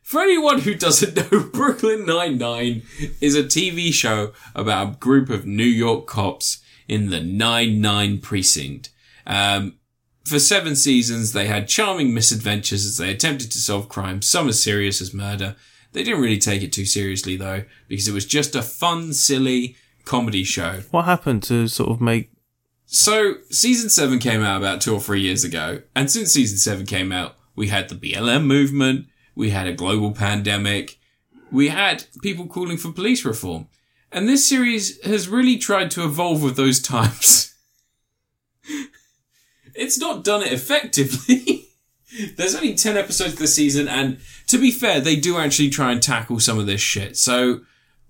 For anyone who doesn't know, [LAUGHS] Brooklyn Nine-Nine is a TV show about a group of New York cops in the Nine-Nine precinct. Um, for seven seasons, they had charming misadventures as they attempted to solve crimes, some as serious as murder. They didn't really take it too seriously, though, because it was just a fun, silly comedy show. what happened to sort of make So season seven came out about two or three years ago, and since season seven came out, we had the BLM movement, we had a global pandemic, we had people calling for police reform, and this series has really tried to evolve with those [LAUGHS] times. it's not done it effectively. [LAUGHS] There's only ten episodes this season, and to be fair, they do actually try and tackle some of this shit. So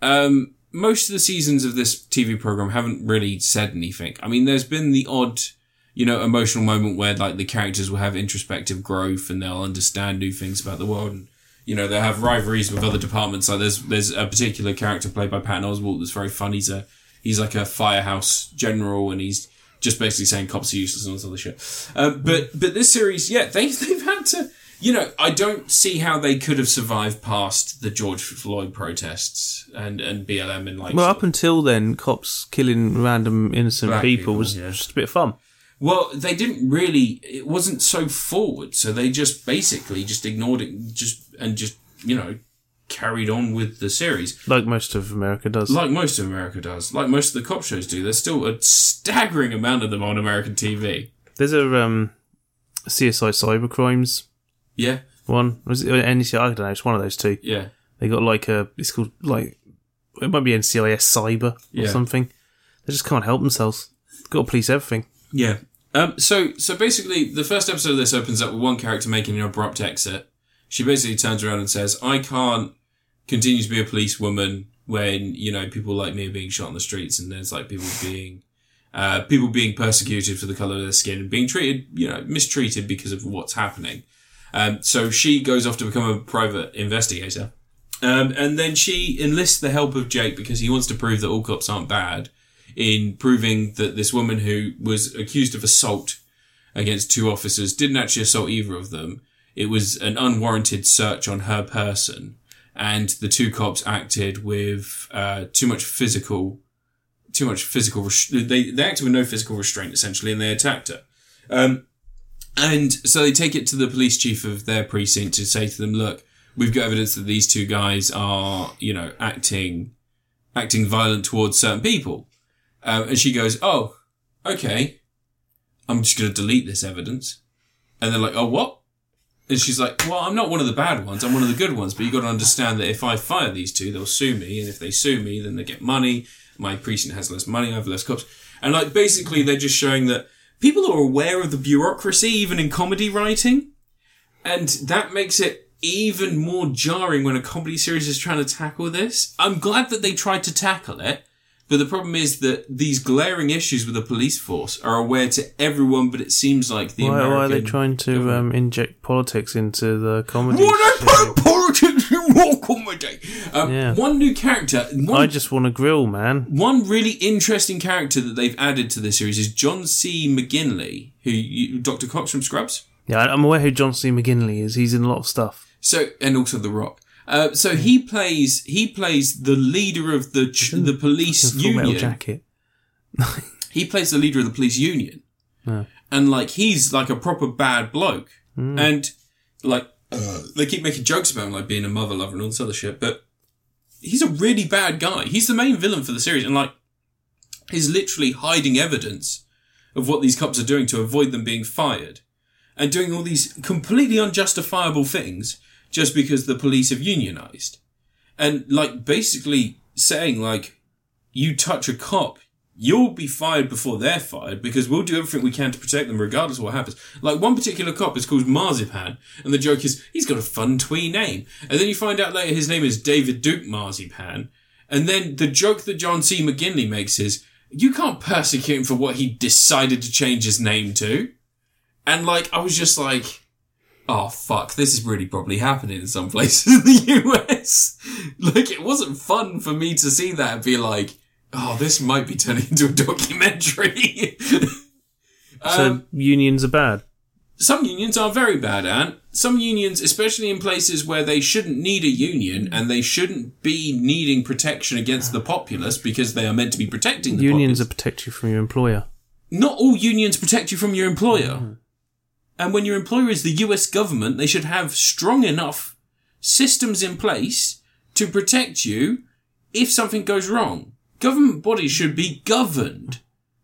um, most of the seasons of this TV program haven't really said anything. I mean, there's been the odd, you know, emotional moment where like the characters will have introspective growth and they'll understand new things about the world. And, you know, they'll have rivalries with other departments. Like there's there's a particular character played by Patton Oswalt that's very fun. He's a he's like a firehouse general and he's just basically saying cops are useless and all this other shit. Uh, but but this series, yeah, [LAUGHS] they they've had to. You know, I don't see how they could have survived past the George Floyd protests and and BLM and like. well sort up until then cops killing random innocent Black people, people, was yeah. just a bit of fun. Well, they didn't really. It wasn't so forward, so they just basically just ignored it, just and just you know carried on with the series, Like most of America does. like most of America does, like most of the cop shows do. There's still a staggering amount of them on American TV. There's a um, CSI Cybercrimes Yeah, one. Was it NCI? I don't know. It's one of those two. yeah, They got like a. It's called like. It might be NCIS Cyber or Yeah. something. They just can't help themselves. Got to police everything. yeah. Um, so so basically, the first episode of this opens up with one character making an abrupt exit. She basically turns around and says, "I can't continue to be a policewoman when you know people like me are being shot on the streets, and there's like people being." uh, people being persecuted for the color of their skin and being treated, you know, mistreated because of what's happening. Um, so she goes off to become a private investigator. Um, and then she enlists the help of Jake because he wants to prove that all cops aren't bad in proving that this woman who was accused of assault against two officers didn't actually assault either of them. It was an unwarranted search on her person. And the two cops acted with uh, too much physical too much physical. Res- they they acted with no physical restraint essentially, and they attacked her. Um, and so they take it to the police chief of their precinct to say to them, "Look, we've got evidence that these two guys are, you know, acting acting violent towards certain people." Um, and she goes, "Oh, okay, I'm just going to delete this evidence." And they're like, "Oh, what?" And she's like, "Well, I'm not one of the bad ones. I'm one of the good ones. But you got to understand that if I fire these two, they'll sue me, and if they sue me, then they get money. My precinct has less money. I have less cops. And like, basically, they're just showing that people are aware of the bureaucracy, even in comedy writing, and that makes it." Even more jarring when a comedy series is trying to tackle this. I'm glad that they tried to tackle it, but the problem is that these glaring issues with the police force are aware to everyone, but it seems like the Why, American why are they trying to um, inject politics into the comedy? what show? I put [LAUGHS] politics in war comedy. Oh Um, Yeah. One new character, I one, just want to grill, man. one really interesting character that they've added to this series is John C. McGinley, who you, Dr. Cox from Scrubs. Yeah, I- I'm aware who John C. McGinley is. He's in a lot of stuff. So and also The Rock. Uh, so he Hmm. plays he plays the leader of the ch- the police Full Metal union. Jacket. He plays the leader of the police union, Yeah. and like he's like a proper bad bloke, and like uh, they keep making jokes about him like being a mother lover and all this other shit, but he's a really bad guy. He's the main villain for the series, and like he's literally hiding evidence of what these cops are doing to avoid them being fired, and doing all these completely unjustifiable things just because the police have unionized, and like basically saying like you touch a cop. You'll be fired before they're fired because we'll do everything we can to protect them regardless of what happens. Like one particular cop is called Marzipan and the joke is he's got a fun twee name. And then you find out later his name is David Duke Marzipan. And then the joke that John C. McGinley makes is you can't persecute him for what he decided to change his name to. And like, I was just like, oh fuck, this is really probably happening in some [LAUGHS] places in the US. [LAUGHS] Like, it wasn't fun for me to see that and be like, oh, this might be turning [LAUGHS] into a documentary. [LAUGHS] Um, so unions are bad. some unions are very bad, Anne. Some unions, especially in places where they shouldn't need a union and they shouldn't be needing protection against the populace because they are meant to be protecting the Unions populace. are protect you from your employer. Not all unions protect you from your employer. Mm-hmm. And when your employer is the US government, they should have strong enough systems in place to protect you if something goes wrong. Government bodies should be governed.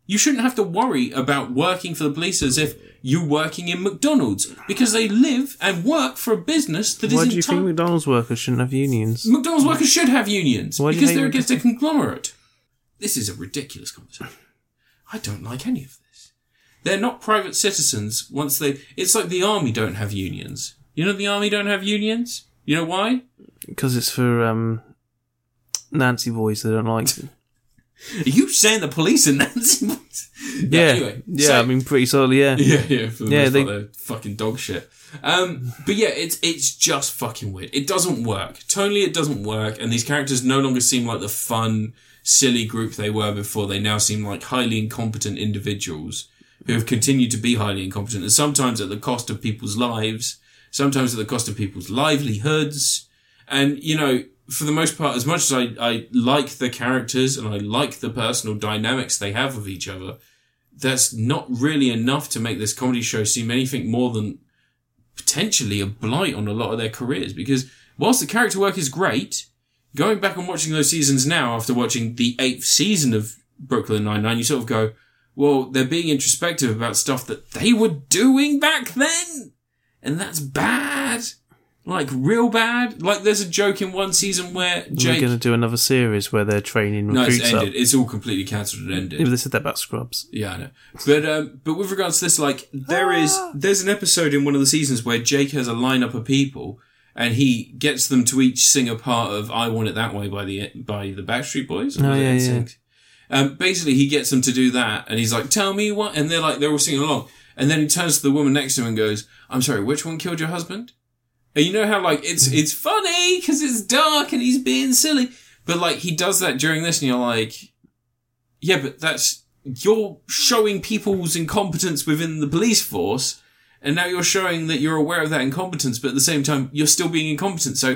You shouldn't have to worry about working for the police as if you're working in McDonald's because they live and work for a business that is Why do you enti- think McDonald's workers shouldn't have unions? McDonald's workers should have unions Why do you because hate they're against a conglomerate. This is a ridiculous conversation. I don't like any of this. They're not private citizens once they. It's like the army don't have unions. You know the army don't have unions. You know why? Because it's for um, Nancy boys they don't like. Are you saying the police and [LAUGHS] Nancy? yeah, yeah. I mean, pretty solidly. Yeah, [LAUGHS] Yeah, yeah, for the Yeah, most they- part, they're fucking dog shit. Um, but yeah, it's it's just fucking weird. It doesn't work. Totally, it doesn't work. And these characters no longer seem like the fun, silly group they were before. They now seem like highly incompetent individuals who have continued to be highly incompetent, and sometimes at the cost of people's lives, sometimes at the cost of people's livelihoods. And you know, for the most part, as much as I, I like the characters and I like the personal dynamics they have with each other, that's not really enough to make this comedy show seem anything more than potentially a blight on a lot of their careers because whilst the character work is great, going back and watching those seasons now after watching the eighth season of Brooklyn Nine-Nine, you sort of go, well, they're being introspective about stuff that they were doing back then. And that's bad. Like real bad. Like there's a joke in one season where we're Jake. going to do another series where they're training No, recruits it's ended. up. It's all completely cancelled and ended. Yeah, but they said that about Scrubs. Yeah, I know. But um, but with regards to this, like there is there's an episode in one of the seasons where Jake has a lineup of people and he gets them to each sing a part of "I Want It That Way" by the by the Backstreet Boys. Oh, Was it yeah, yeah. NSYNC? Um, basically, he gets them to do that, and he's like, "Tell me what," and they're like, they're all singing along, and then he turns to the woman next to him and goes, "I'm sorry, which one killed your husband?" And you know how like it's Mm-hmm. it's funny because it's dark and he's being silly, but like he does that during this, and you're like, yeah, but that's you're showing people's incompetence within the police force, and now you're showing that you're aware of that incompetence, but at the same time you're still being incompetent. So,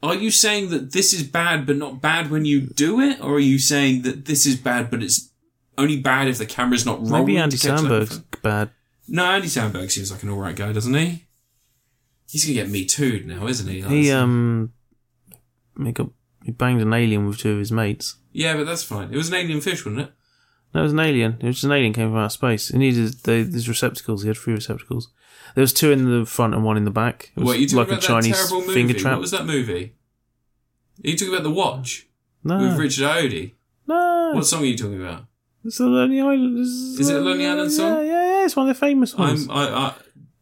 are you saying that this is bad but not bad when you do it, or are you saying that this is bad but it's only bad if the camera's not rolling? Maybe to Andy catch that Sandberg's info? bad. No, Andy Sandberg seems like an all right guy, doesn't he? He's gonna get me too now, isn't he? Like, He um, he got he banged an alien with two of his mates. yeah, but that's fine. It was an alien fish, wasn't it? No, it was an alien. It was just an alien came from outer space. He needed they, these receptacles. He had three receptacles. There was two in the front and one in the back. It was What you talking like about a Chinese that terrible finger movie? trap. What was that movie? Are you talking about The Watch with no, Richard Iody? no. What song are you talking about? It's the Lonely Island. uh, Is it a Lonely Island Yeah, song? yeah, yeah. It's one of the famous ones. I'm, I, I,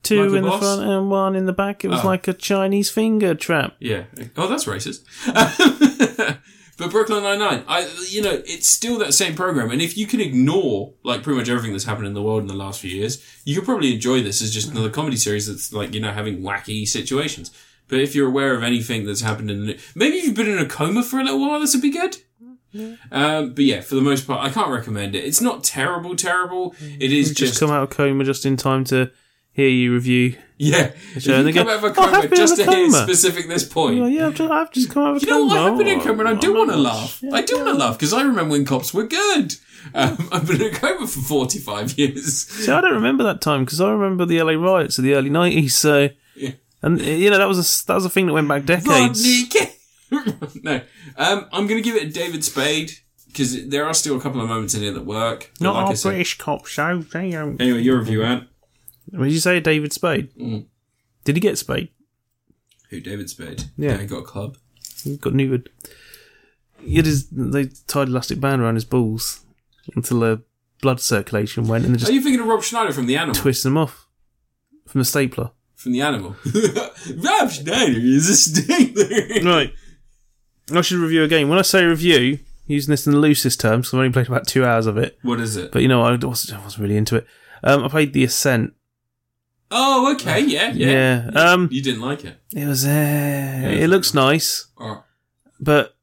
Two Michael in the Boss? front and one in the back. It was Oh. like a Chinese finger trap. yeah. Oh, that's racist. [LAUGHS] but Brooklyn Nine Nine, I, you know, it's still that same program. And if you can ignore like pretty much everything that's happened in the world in the last few years, you could probably enjoy this as just another comedy series that's like you know having wacky situations. But if you're aware of anything that's happened in the, maybe if you've been in a coma for a little while, this would be good. Mm-hmm. Um, but yeah, for the most part, I can't recommend it. It's not terrible, terrible. It is Just, just come out of coma just in time to hear you review. [LAUGHS] Yeah, if Sure, you and they come go, out of a [LAUGHS] "Oh, I've coma been just in to a hear coma." specific this point. Well, yeah, I've just, I've just come out [LAUGHS] of a You know coma. what? I've been in Oh, a coma and I do I'm want to not- laugh. yeah, I do want to yeah. laugh because I remember when cops were good. Um, [LAUGHS] I've been in a coma for 45 years. See, I don't remember that time because I remember the LA riots of the early '90s. So, Yeah. and you know that was a s- that was a thing that went back decades. Rodney King. [LAUGHS] no, um, I'm going to give it a David Spade because there are still a couple of moments in here that work. But Not like I our said- British cop show. They um, don't- Anyway, your review, Ant. What did you say, David Spade? Mm. Did he get Spade? Who, David Spade? Yeah. he got a club. He got Newwood. It is they tied elastic band around his balls until the blood circulation went, and they Are just you thinking of Rob Schneider from The Animal? twisted him off from the stapler. from The Animal. [LAUGHS] Rob Schneider is a stapler. Right. I should review a game. When I say review, using this in the loosest terms, 'cause I've only played about two hours of it. What is it? But you know, I wasn't, I wasn't really into it. Um, I played The Ascent. Oh, okay, yeah, yeah. Yeah. Um, You didn't like it. it was. Uh, it looks nice, Or, but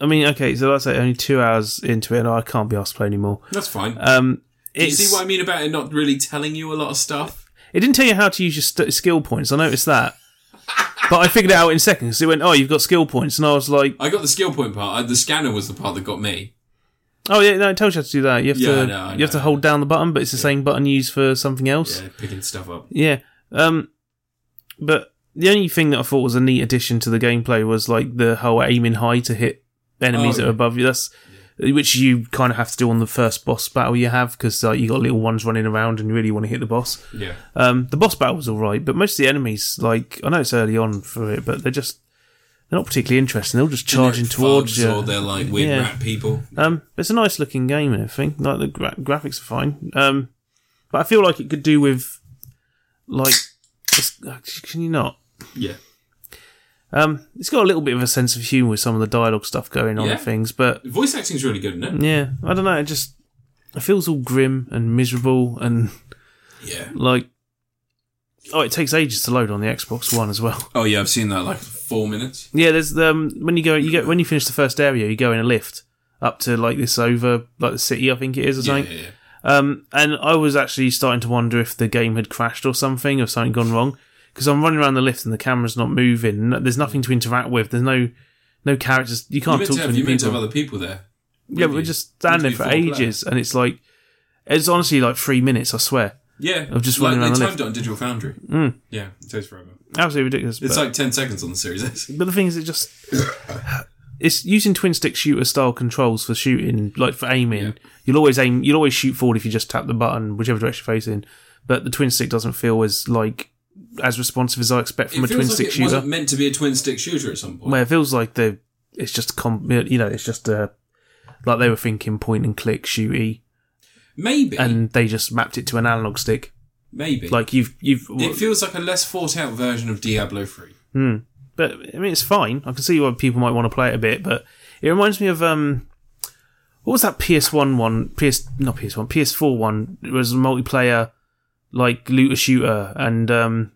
I mean, okay. So that's like only two hours into it, and I can't be asked to play anymore. that's fine. Um, Do you it's- see what I mean about it not really telling you a lot of stuff? It didn't tell you how to use your st- skill points. I noticed that. But I figured it out in seconds. It went, oh, you've got skill points. And I was like, I got the skill point part. Uh, The scanner was the part that got me. oh, yeah, no, it tells you how to do that. You have, Yeah, I to, know, I you have know. to hold down the button, but it's the same button used for something else. Yeah, picking stuff up. Yeah. Um, but the only thing that I thought was a neat addition to the gameplay was like the whole aiming high to hit enemies Oh, that yeah. are above you. That's which you kind of have to do on the first boss battle you have because like, you got little ones running around and you really want to hit the boss. Yeah. Um, the boss battle was all right, but most of the enemies, like I know it's early on for it, but they're just they're not particularly interesting. They're all just charging They're towards thugs Or you. they're like weird Yeah. rat people. Um, but it's a nice looking game and everything. Like the gra- graphics are fine. Um, but I feel like it could do with like it's- uh, can you not? Yeah. Um, it's got a little bit of a sense of humour with some of the dialogue stuff going on Yeah. and things, but The voice acting's really good, isn't it? yeah, I don't know. It just it feels all grim and miserable and Yeah. like oh, it takes ages to load on the Xbox One as well. Oh, yeah, I've seen that like four minutes. Yeah, there's um when you go you get when you finish the first area, you go in a lift up to like this over like the city I think it is or Yeah, something. yeah, yeah. Um, and I was actually starting to wonder if the game had crashed or something or something gone wrong because I'm running around the lift and the camera's not moving. and There's nothing to interact with. There's no no characters. You You can't meant talk to to have, any you meant to people. have other people there. yeah, with we're you. just standing there Meant to for be four player. ages, and it's like it's honestly like three minutes. I swear, Yeah. Of just like, running around they the timed it on Digital Foundry. Yeah, it takes forever. absolutely ridiculous. It's but- like 10 seconds on the Series [LAUGHS] X. But the thing is, it just it's using twin stick shooter style controls for shooting, like for aiming. Yeah. You'll always aim. You'll always shoot forward if you just tap the button, whichever direction you're facing. But the twin stick doesn't feel as like as responsive as I expect from it a twin feels like stick it shooter. wasn't meant to be a twin stick shooter at some point. Where it feels like the it's just com- you know it's just uh like they were thinking point and click shooty, Maybe. and they just mapped it to an analog stick. maybe. Like you've you've it feels like a less thought out version of Diablo 3. Hmm. But I mean, it's fine. I can see why people might want to play it a bit, but it reminds me of um, what was that PS1 one? PS not PS1, PS4 one. It was a multiplayer, like looter shooter, and um,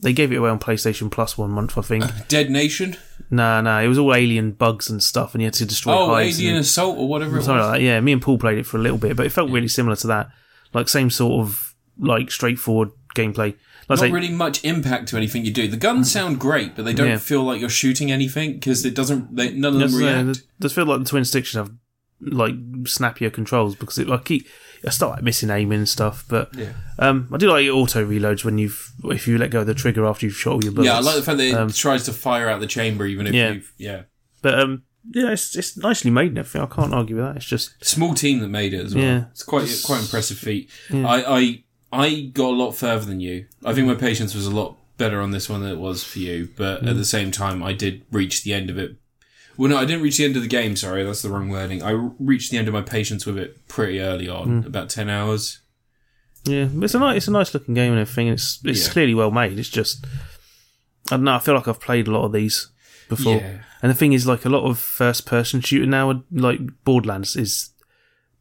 they gave it away on PlayStation Plus one month, [LAUGHS] I think. Dead Nation? nah, nah, it was all alien bugs and stuff, and you had to destroy Oh, hives. Alien and, Assault or whatever it was. something like that. Yeah, me and Paul played it for a little bit, but it felt really similar to that, like same sort of like straightforward gameplay. Like I Not say, really much impact to anything you do. The guns sound great, but they don't Yeah. feel like you're shooting anything because it doesn't. They, none of them Yes, yeah, react. th- does feel like the twin sticks should have like snappier controls because it, I keep I start like, missing aiming and stuff. But Yeah. um, I do like auto reloads when you've if you let go of the trigger after you've shot all your bullets. yeah, I like the fact that it Um, tries to fire out the chamber even if Yeah. you. Yeah, but um, yeah, it's it's nicely made and everything. I can't argue with that. It's just small team that made it as well. Yeah. It's quite quite impressive feat. I, I I got a lot further than you. I think my patience was a lot better on this one than it was for you. But Mm. at the same time, I did reach the end of it. Well, no, I didn't reach the end of the game. Sorry, that's the wrong wording. I reached the end of my patience with it pretty early Mm. on, about ten hours. yeah, but it's a nice it's a nice looking game and everything. And it's it's Yeah. clearly well made. It's just I don't know. I feel like I've played a lot of these before. Yeah. And the thing is, like a lot of first person shooter now, are- like Borderlands is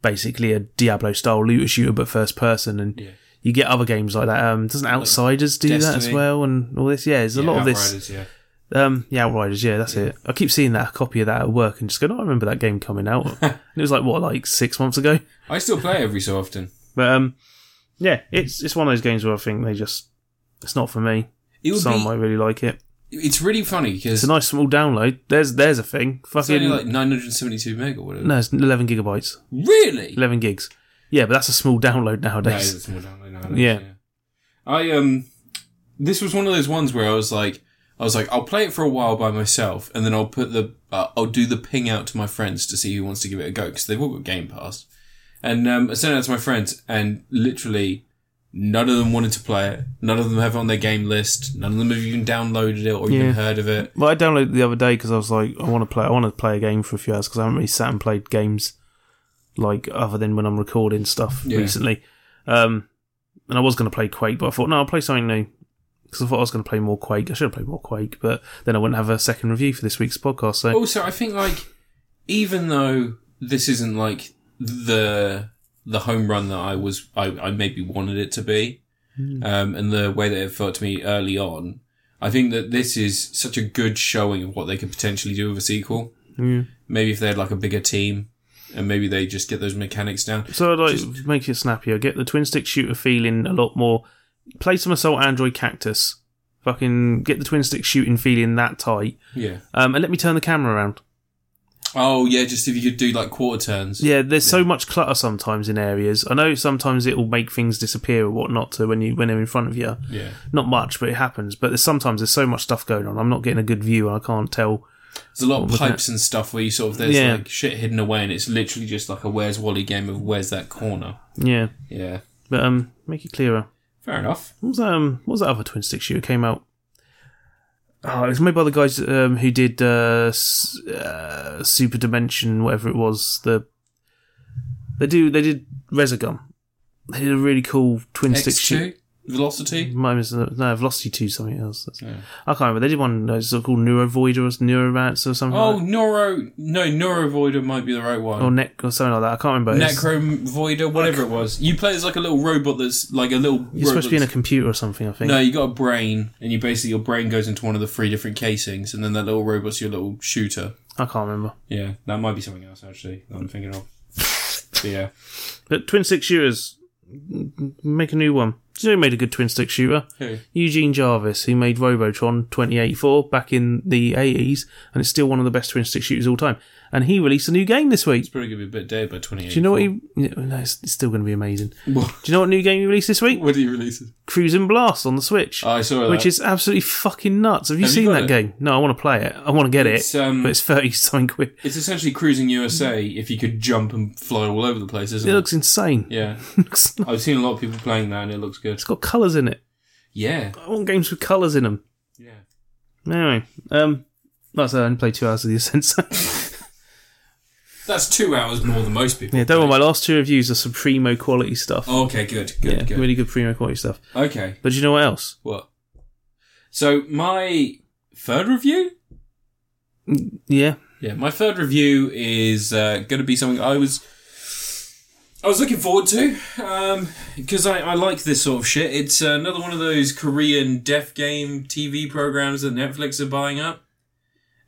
basically a Diablo style looter shooter, but first person. And Yeah. you get other games like that. Um, doesn't Outsiders do that as Destiny. well? And all this, yeah, there's a lot of this. Outriders, yeah. Um, yeah, Outriders, yeah, that's it. I keep seeing that a copy of that at work and just going, oh, I remember that [LAUGHS] game coming out. and it was like what, like six months ago. I still play every so often. But um, Yeah, it's it's one of those games where I think they just it's not for me. It would Some be. might really like it. It's really funny because It's a nice small download. There's there's a thing. it's only like Fucking 972 meg or whatever. no, it's eleven gigabytes, Really? eleven gigs. Yeah, but that's a small [LAUGHS] download No, nowadays. it's more download nowadays, Yeah. I um, this was one of those ones where I was like, I was like, I'll play it for a while by myself, and then I'll put the, uh, I'll do the ping out to my friends to see who wants to give it a go because they've all got Game Pass, and um, I sent it out to my friends, and literally. None of them wanted to play it. None of them have it on their game list. None of them have even downloaded it or even Yeah. heard of it. Well, I downloaded it the other day because I was like, I want to play. I want to play a game for a few hours because I haven't really sat and played games like other than when I'm recording stuff Yeah. recently. Um, and I was going to play Quake, but I thought no, I'll play something new because I thought I was going to play more Quake. I should have played more Quake, but then I wouldn't have a second review for this week's podcast. So Also, I think like even though this isn't like the the home run that I was I, I maybe wanted it to be, Hmm. um, and the way that it felt to me early on, I think that this is such a good showing of what they could potentially do with a sequel. Mm. Maybe if they had like a bigger team, and maybe they just get those mechanics down. So I'd like make it snappier. Get the twin stick shooter feeling a lot more. Play some assault android cactus. Fucking get the twin stick shooting feeling that tight. Yeah. Um, and let me turn the camera around. Oh yeah, just if you could do like quarter turns. Yeah, there's so much clutter sometimes in areas. I know sometimes it will make things disappear or whatnot to when you when they're in front of you. Yeah. Not much, but it happens. But there's sometimes there's so much stuff going on. I'm not getting a good view, and I can't tell. There's a lot of was that? pipes and stuff where you sort of there's Yeah. like shit hidden away, and it's literally just like a Where's Wally game of Where's that corner. Yeah, Yeah. but um, make it clearer. Fair enough. What was that, um, what was that other twin stick shooter came out? Oh, it was made by the guys um, who did uh, S- uh, Super Dimension, whatever it was. The they do they did Resogun. They did a really cool twin stick shooter. X2? Velocity? Might miss the- no Velocity Two something else. That's- Yeah. I can't remember. They did one. Uh, it's called Neurovoider or Neuromance or something. Oh, like Neuro. No, Neurovoider might be the right that. or one. Neck or something like that. I can't remember. It's- Necrovoider, whatever it was. You play as like a little robot that's like a little. You're supposed to be in a computer or something. I think. No, you got a brain, and you basically your brain goes into one of the three different casings, and then that little robot's your little shooter. I can't remember. Yeah, that might be something else actually. That I'm thinking of. [LAUGHS] But yeah, But twin stick shooters, m- m- make a new one. Do you know who made a good twin stick shooter? Who? Eugene Jarvis, who made Robotron 2084 back in the 80s, and it's still one of the best twin stick shooters of all time. And he released a new game this week. it's probably gonna be a bit dead by 28. Do you know what he? No, it's it's still going to be amazing. [LAUGHS] Do What, you know what new game he released this week? what did he release? it? Cruising Blast on the Switch, Oh, I saw that. which is absolutely fucking nuts. Have you Have you seen got that it? game? No, I want to play it. I want to get It's, it, um, but it's thirty something quid. it's essentially cruising USA if you could jump and fly all over the place, isn't It it? looks insane. yeah, [LAUGHS] It looks- I've seen a lot of people playing that, and it looks good. it's got colours in it. Yeah, I want games with colours in them. yeah. Anyway, um, that's I only played two hours of the Ascent. [LAUGHS] so- That's two hours more than most people. yeah, don't worry. My last two reviews are some primo quality stuff. Okay, good, good, yeah, good. really good primo quality stuff. Okay, But do you know what else? what? So my third review. Yeah, Yeah, my third review is uh, going to be something I was I was looking forward to because I, I like this sort of shit. It's uh, another one of those Korean deaf game TV programs that Netflix are buying up.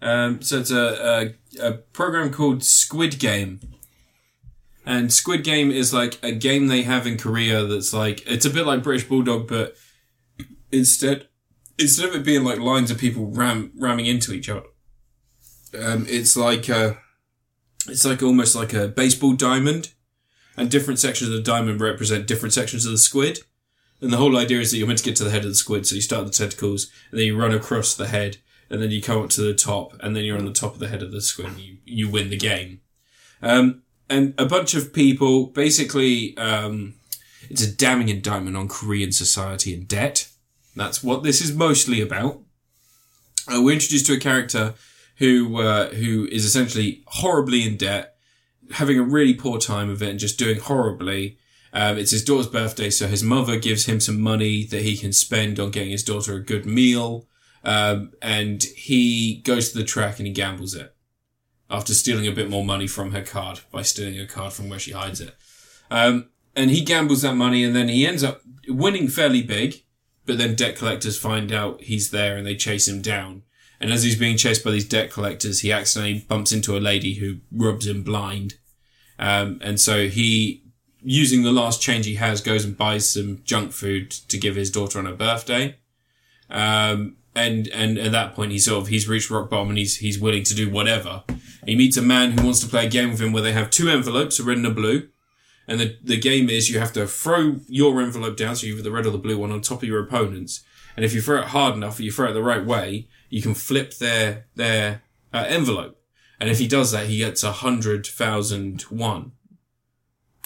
Um, so it's a, a a program called Squid Game, and Squid Game is like a game they have in Korea that's like it's a bit like British Bulldog, but instead instead of it being like lines of people ram ramming into each other um, it's like a, it's like almost like a baseball diamond, and different sections of the diamond represent different sections of the squid. And the whole idea is that you're meant to get to the head of the squid, so you start at the tentacles, and then you run across the head, and then you come up to the top, and then you're on the top of the head of the squid, and you, you win the game. Um, and a bunch of people, basically, um, it's a damning indictment on Korean society and debt. That's what this is mostly about. Uh, we're introduced to a character who uh, who is essentially horribly in debt, having a really poor time of it, and just doing horribly. Um, it's his daughter's birthday, so his mother gives him some money that he can spend on getting his daughter a good meal. Um, and he goes to the track and he gambles it after stealing a bit more money from her card by stealing her card from where she hides it. Um, and he gambles that money and then he ends up winning fairly big, but then debt collectors find out he's there and they chase him down. And as he's being chased by these debt collectors, he accidentally bumps into a lady who rubs him blind. Um, and so he using the last change he has, goes and buys some junk food to give his daughter on her birthday. Um, and, and at that point, he's sort of, he's reached rock bottom and he's, he's willing to do whatever. He meets a man who wants to play a game with him where they have two envelopes, a red and a blue. And the, the game is you have to throw your envelope down, so you've the red or the blue one on top of your opponent's. And if you throw it hard enough, or you throw it the right way, you can flip their, their uh, envelope. And if he does that, he gets a hundred thousand one.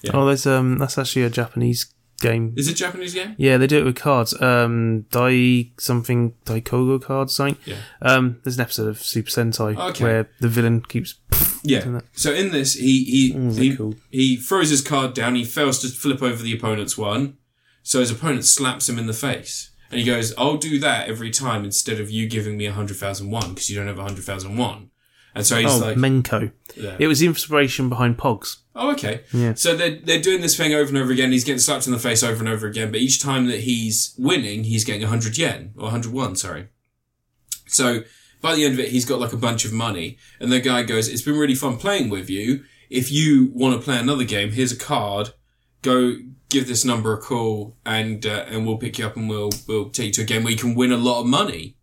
Yeah. Oh, there's um, that's actually a Japanese game. Is it Japanese game? Yeah, they do it with cards. Um, Dai something Daikogo cards, something. Yeah. Um, there's an episode of Super Sentai Okay. where the villain keeps. Yeah. Isn't it? So in this, he he Mm, he, cool. he throws his card down. He fails to flip over the opponent's one, so his opponent slaps him in the face, and he goes, "I'll do that every time instead of you giving me a hundred thousand one because you don't have a hundred thousand one." And so he's oh, like, Menko. Yeah. It was the inspiration behind Pogs. "Oh, okay." Yeah. So they're they're doing this thing over and over again. He's getting slapped in the face over and over again, but each time that he's winning, he's getting hundred yen or hundred one. Sorry. So by the end of it, he's got like a bunch of money, and the guy goes, "It's been really fun playing with you. If you want to play another game, here's a card. Go give this number a call, and uh, and we'll pick you up, and we'll we'll take you to a game where you can win a lot of money."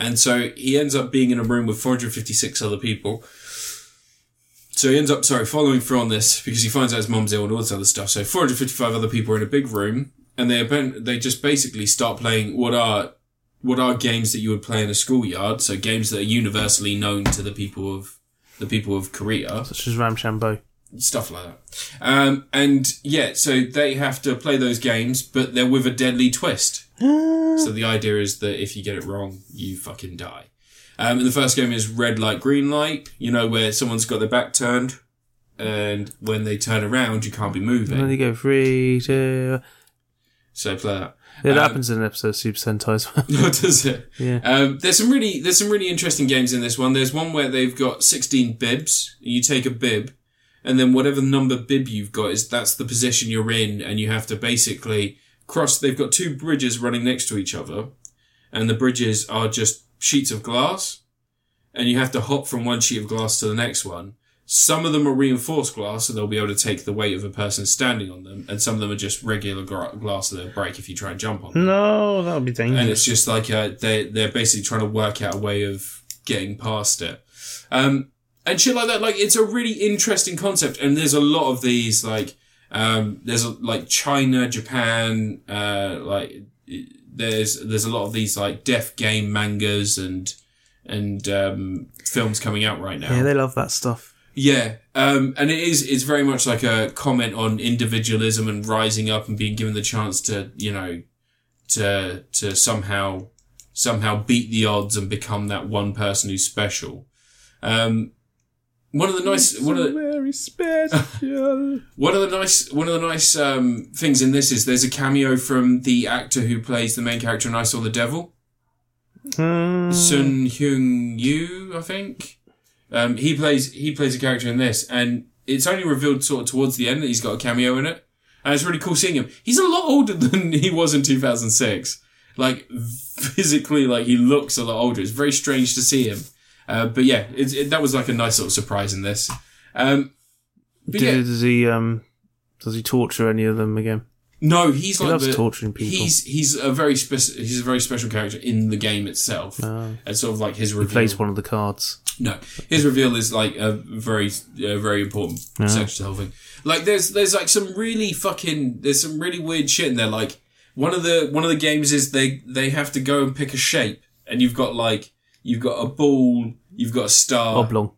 And so he ends up being in a room with 456 other people. So he ends up, sorry, following through on this because he finds out his mum's ill and all this other stuff. So 455 other people are in a big room, and they appen- they just basically start playing what are what are games that you would play in a schoolyard? So games that are universally known to the people of the people of Korea, such as Ramshambo. stuff like that. Um, and yeah, so they have to play those games, but they're with a deadly twist. so the idea is that if you get it wrong, you fucking die. Um, and the first game is red light, green light. You know where someone's got their back turned, and when they turn around, you can't be And then moving. you go three, two. So play that. It Um, happens in an episode of Super Sentai as well. [LAUGHS] [LAUGHS] What does it? Yeah. Um, there's some really there's some really interesting games in this one. There's one where they've got 16 bibs. You take a bib, and then whatever number bib you've got is that's the position you're in, and you have to basically cross. They've got two bridges running next to each other, and the bridges are just sheets of glass, and you have to hop from one sheet of glass to the next one. Some of them are reinforced glass, so they'll be able to take the weight of a person standing on them, and some of them are just regular gra- glass that they'll break if you try and jump on them No, that would be Um, and dangerous. it's just like uh, they they're basically trying to work out a way of getting past it, um, and shit like that. Like it's a really interesting concept, and there's a lot of these like um, there's a, like China, Japan, uh, like there's there's a lot of these like deaf game mangas and and um, films coming out right now. Yeah, they love that stuff. Yeah, um, and it is it's very much like a comment on individualism and rising up and being given the chance to you know to to somehow somehow beat the odds and become that one person who's special. Um, one of the nice one of the, [LAUGHS] very special. one of the nice one of the nice um, things in this is there's a cameo from the actor who plays the main character in I Saw the Devil. Um, Mm. Sun Hyung Yu, I think. Um, he plays he plays a character in this, and it's only revealed sort of towards the end that he's got a cameo in it, and it's really cool seeing him. He's a lot older [LAUGHS] than he was in 2006. Like physically, like he looks a lot older. It's very strange to see him, uh, but yeah, it's it, that was like a nice little surprise in this. Um, but yeah, Did- Does he um? Does he torture any of them again? no, he's He like loves the, torturing people. He's he's a very speci- he's a very special character in the game itself. Ah. and sort of like his He reveal. plays one of the cards. No, his reveal is like a very, a very important section of the whole thing. Like, there's, there's like some really fucking, there's some really weird shit in there. Like, one of the, one of the games is they, they have to go and pick a shape, and you've got like, you've got a ball, you've got a star, Oblong.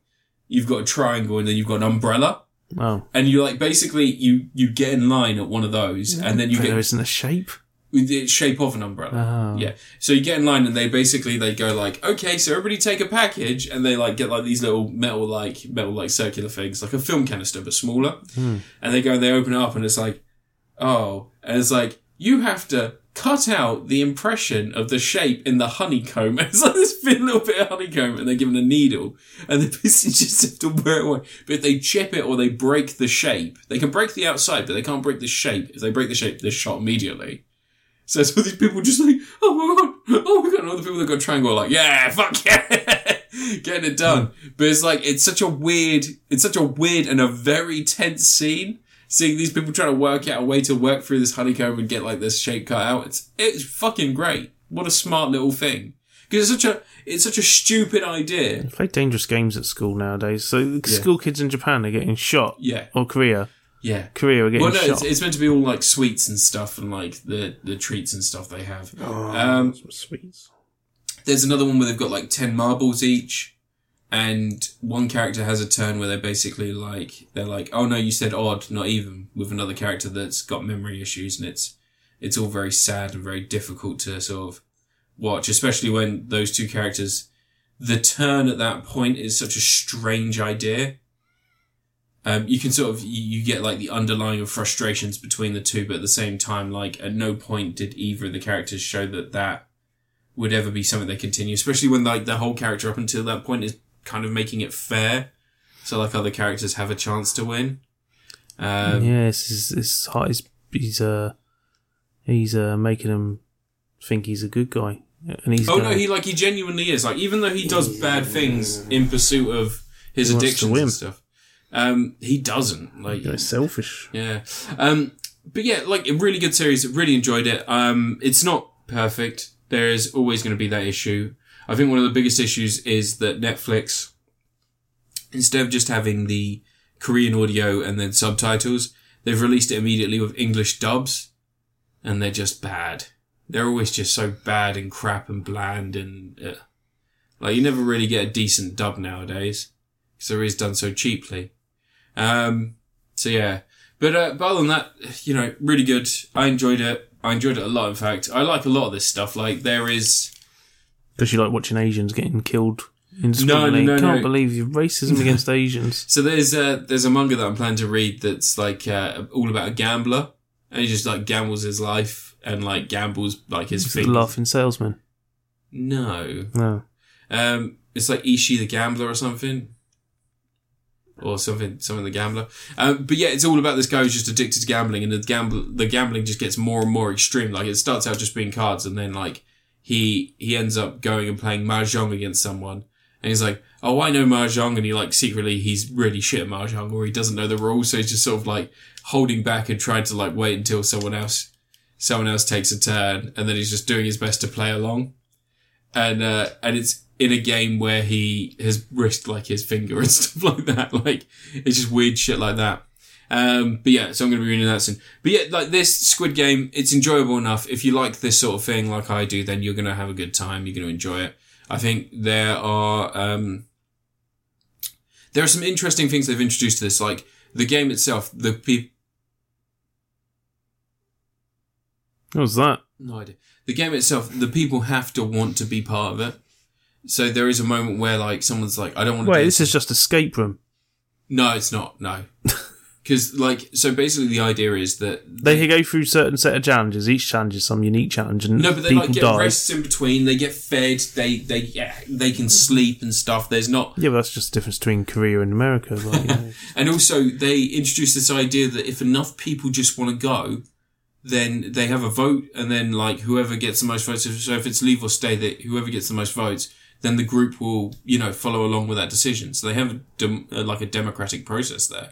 you've got a triangle, and then you've got an umbrella, Oh, and you like basically you, you get in line at one of those, and then you but get there isn't a shape. with the shape of an umbrella. Ah. Yeah. So you get in line and they basically they go like, okay, so everybody take a package, and they like get like these little metal like metal like circular things, like a film canister but smaller. And they go and they open it up and it's like, oh, and it's like you have to cut out the impression of the shape in the honeycomb. [LAUGHS] it's like this thin little bit of honeycomb, and they're given a needle, and the [LAUGHS] pieces just have to wear it away. But if they chip it or they break the shape, they can break the outside, but they can't break the shape. If they break the shape, they're shot immediately. So it's all these people just like, oh my god, oh my god, and all the people that got triangle are like, yeah, fuck yeah, [LAUGHS] getting it Hmm. done. But it's like, it's such a weird, it's such a weird and a very tense scene. seeing these people trying to work out a way to work through this honeycomb and get like this shape cut out. It's it's fucking great. What a smart little thing. Because it's such a it's such a stupid idea. They play dangerous games at school nowadays. So school kids in Japan are getting shot. Yeah. Or Korea. Yeah. Korea are getting Well, no, shot. it's, it's meant to be all like sweets and stuff, and like the the treats and stuff they have. Um, Oh, Some sweets. there's another one where they've got like 10 marbles each and one character has a turn where they're basically like they're like oh no you said odd not even with another character that's got memory issues and it's it's all very sad and very difficult to sort of watch especially when those two characters the turn at that point is such a strange idea um, you can sort of you, you get like the underlying of frustrations between the two but at the same time like at no point did either of the characters show that that would ever be something they continue, especially when like the whole character up until that point is kind of making it fair, so like other characters have a chance to win. Um, yeah, it's, it's, it's hot. He's, he's, uh, he's uh, making them think he's a good guy. And he's Oh gonna, no, he like he genuinely is like even though he does bad things in pursuit of his He wants to addictions win. and stuff, um, he doesn't like he's selfish. Yeah. Um, but yeah, like a really good series. Really enjoyed it. Um, it's not perfect. There is always going to be that issue. I think one of the biggest issues is that Netflix, instead of just having the Korean audio and then subtitles, they've released it immediately with English dubs, and they're just bad. They're always just so bad and crap and bland and uh, like you never really get a decent dub nowadays because they're always done so cheaply. Um, so yeah, but, uh, but other than that, you know, really good. I enjoyed it. I enjoyed it a lot. In fact, I like a lot of this stuff. Like there is, Does she like watching Asians getting killed indiscriminately? no, Can't no. believe [LAUGHS] your racism against Asians. so there's a there's a manga that I'm planning to read that's like uh, all about a gambler, and he just like gambles his life and like gambles like his It's the feet. laughing salesman. No, No. um, it's like Ishi the gambler or something. Or something, something the gambler. Um, but yeah, it's all about this guy who's just addicted to gambling, and the gamble, the gambling just gets more and more extreme. Like it starts out just being cards, and then like he he ends up going and playing mahjong against someone, and he's like, "Oh, I know mahjong," and he like secretly he's really shit at mahjong, or he doesn't know the rules, so he's just sort of like holding back and trying to like wait until someone else someone else takes a turn, and then he's just doing his best to play along, and uh, and it's in a game where he has risked like his finger [LAUGHS] and stuff like that, like it's just weird shit like that. Um, but yeah, so I'm going to be reading that soon. But yeah, like this Squid Game, it's enjoyable enough. If you like this sort of thing, like I do, then you're going to have a good time. You're going to enjoy it. I think there are, um, there are some interesting things they've introduced to this, like the game itself, the people, What was that? no idea. The game itself, the people have to want to be part of it. So there is a moment where like someone's like, I don't want to Wait, do this is just escape room. No, it's not. [LAUGHS] No. Cause like, so basically the idea is that They go through certain set of challenges. Each challenge is some unique challenge, and No, but they people like get die. rests in between. They get fed. They they yeah, they can sleep and stuff. There's not, Yeah, but that's just the difference between Korea and America. Like, you [LAUGHS] know. and also they introduce this idea that if enough people just want to go, then they have a vote, and then like whoever gets the most votes. if- So if it's leave or stay, that whoever gets the most votes, then the group will you know follow along with that decision. So they have a dem- uh, like a democratic process there.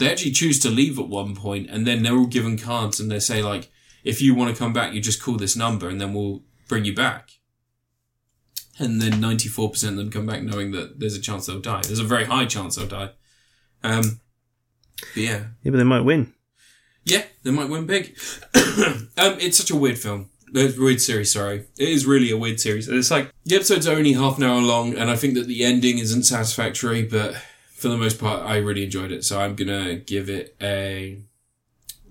they actually choose to leave at one point and then they're all given cards and they say like if you want to come back you just call this number and then we'll bring you back and then 94% of them come back knowing that there's a chance they'll die there's a very high chance they'll die um but yeah Yeah, but they might win. yeah, they might win big. [COUGHS] um, it's such a weird film. It's a weird series, sorry. It is really a weird series. And It's like the episodes are only half an hour long, and I think that the ending isn't satisfactory, but for the most part, I really enjoyed it. So I'm gonna give it a.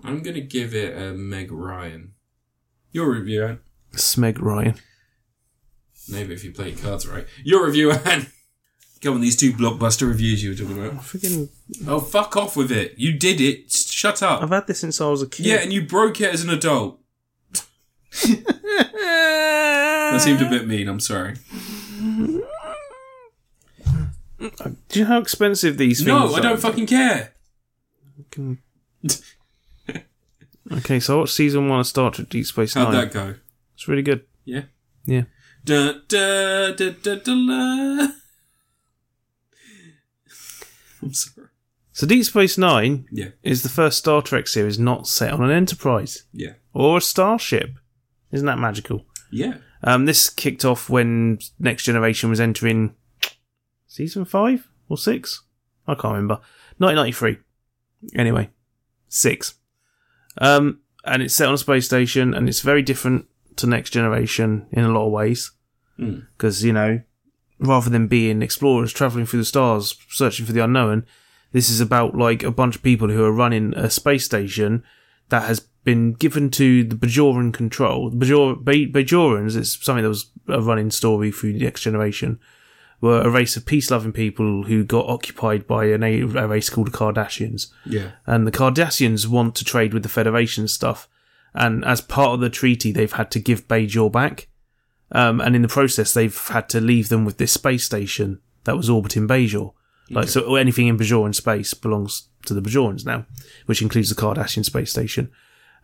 I'm gonna give it a Meg Ryan. Your review, Anne. Smeg Ryan. Maybe if you play your cards right. Your review, [LAUGHS] Anne. Come on, these two blockbuster reviews you were talking about. Freaking, Oh, fuck off with it. You did it. Shut up. I've had this since I was a kid. [LAUGHS] Yeah, and you broke it as an adult. That that seemed a bit mean. I'm sorry. Do you know how expensive these things? No, I are? don't fucking care. Fucking- [LAUGHS] okay, so I watched season one of Star Trek: Deep Space How'd Nine. that go? It's really good. Yeah. Yeah. Da, da, da, da, da, la. [LAUGHS] I'm sorry. So Deep Space Nine Yeah, is the first Star Trek series not set on an Enterprise yeah, or a starship. Isn't that magical? yeah. Um, this kicked off when Next Generation was entering season five or six. I can't remember. 1993. Anyway, six. Um, and it's set on a space station, and it's very different to Next Generation in a lot of ways. Mm. Because you know, rather than being explorers traveling through the stars searching for the unknown, this is about like a bunch of people who are running a space station that has been given to the Bajoran control. The Bajor- Ba- Bajorans, it's something that was a running story through the Next Generation, were a race of peace-loving people who got occupied by an, a a race called the Kardashians Yeah. and the Cardassians want to trade with the Federation stuff. And as part of the treaty, they've had to give Bajor back. Um, and in the process, they've had to leave them with this space station that was orbiting Bajor. Like, so anything in Bajoran space belongs to the Bajorans now, which includes the Cardassian space station.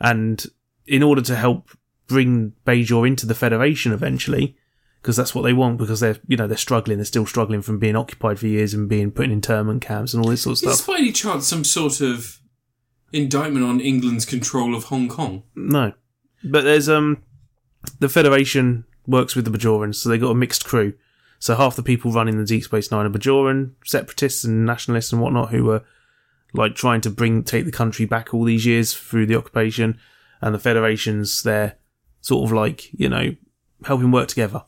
And in order to help bring Bajor into the Federation eventually, because that's what they want, because they're, you know, they're struggling, they're still struggling from being occupied for years and being put in internment camps and all this sort of stuff. Is by any chance some sort of indictment on England's control of Hong Kong? No, but there's um, the Federation works with the Bajorans, so they got a mixed crew. So half the people running the Deep Space Nine are Bajoran separatists and nationalists and whatnot who were like trying to bring take the country back all these years through the occupation, and the Federation's there, sort of like you know helping work together.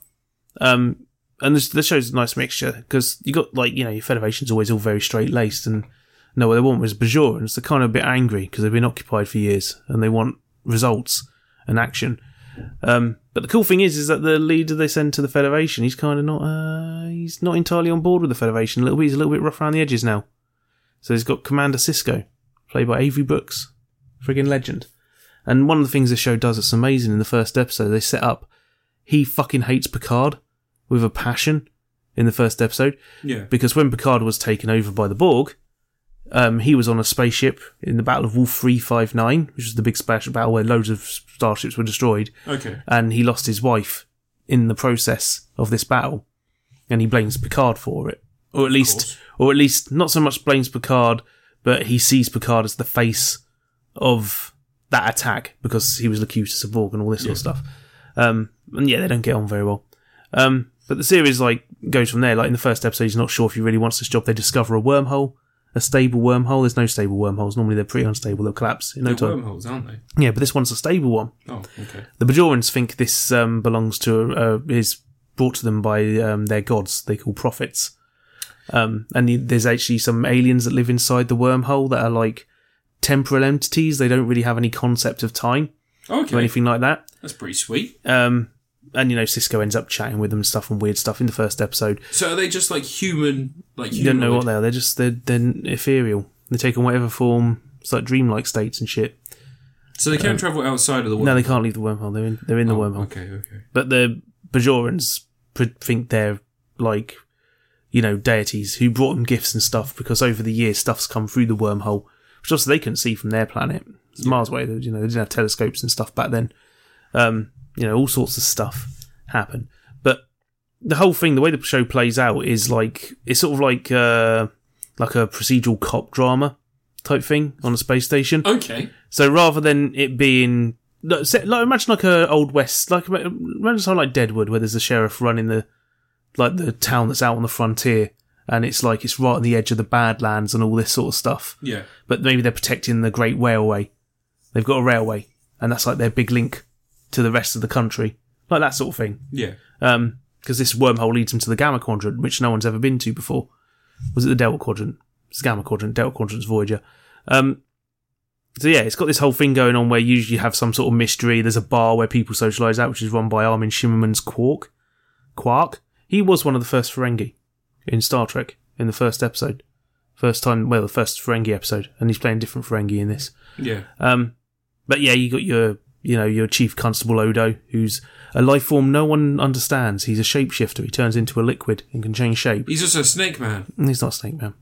Um, and this, this shows a nice mixture because you got like you know your Federation's always all very straight laced and no, what they want was Bajorans. They're kind of a bit angry because they've been occupied for years and they want results and action. Um, but the cool thing is, is that the leader they send to the Federation, he's kind of not, uh, he's not entirely on board with the Federation. A little bit, he's a little bit rough around the edges now. So he's got Commander Cisco, played by Avery Brooks, friggin' legend. And one of the things the show does that's amazing in the first episode, they set up he fucking hates Picard with a passion in the first episode Yeah. because when Picard was taken over by the Borg, um, he was on a spaceship in the Battle of Wolf 359, which was the big spaceship battle where loads of starships were destroyed, Okay. and he lost his wife in the process of this battle. And he blames Picard for it. Or at least, course. or at least not so much blames Picard, but he sees Picard as the face of that attack because he was Locutus of Borg and all this sort of stuff. Um, and yeah, they don't get on very well. Um, but the series like goes from there. Like in the first episode, he's not sure if he really wants this job. They discover a wormhole, a stable wormhole. There's no stable wormholes. Normally they're pretty unstable. They'll collapse in no They're time. wormholes, aren't they? Yeah, but this one's a stable one. Oh, okay. The Bajorans think this um, belongs to uh, is brought to them by um, their gods. They call prophets. Um, and you- there's actually some aliens that live inside the wormhole that are like temporal entities. They don't really have any concept of time or Okay. anything like that. That's pretty sweet. Um, and you know, Cisco ends up chatting with them and stuff and weird stuff in the first episode. So are they just like human? Like You don't know what humanoid? they are. They're just they're, they're ethereal. They take on whatever form. It's like dreamlike states and shit. So they can travel outside of the wormhole. No, they can't leave the wormhole. They're in, they're in the Oh, wormhole. Okay. Okay. But the Bajorans pr- think they're like, you know, deities who brought them gifts and stuff because over the years stuff's come through the wormhole, which also they couldn't see from their planet. It's miles away. They, you know, they didn't have telescopes and stuff back then. Um, you know, all sorts of stuff happened. But the whole thing, the way the show plays out, is like it's sort of like uh, like a procedural cop drama type thing on a space station. Okay. So rather than it being no, se- like imagine like a old west, like ima- imagine something like Deadwood, where there's a sheriff running the like the town that's out on the frontier, and it's like it's right on the edge of the Badlands and all this sort of stuff. Yeah. But maybe they're protecting the Great Railway. They've got a railway, and that's like their big link to the rest of the country, like that sort of thing. Yeah. Because Um, this wormhole leads them to the Gamma Quadrant, which no one's ever been to before. Was it the Delta Quadrant? It's Gamma Quadrant. Delta Quadrant's Voyager. Um, so yeah, it's got this whole thing going on where you usually you have some sort of mystery. There's a bar where people socialise at, which is run by Armin Shimmerman's Quark. Quark. He was one of the first Ferengi in Star Trek in the first episode. First time, well, the first Ferengi episode, and he's playing different Ferengi in this. Yeah. Um, but yeah, you got your you know your chief constable Odo, who's a life form no one understands. He's a shapeshifter. He turns into a liquid and can change shape. He's also a snake man. And He's not a snake man,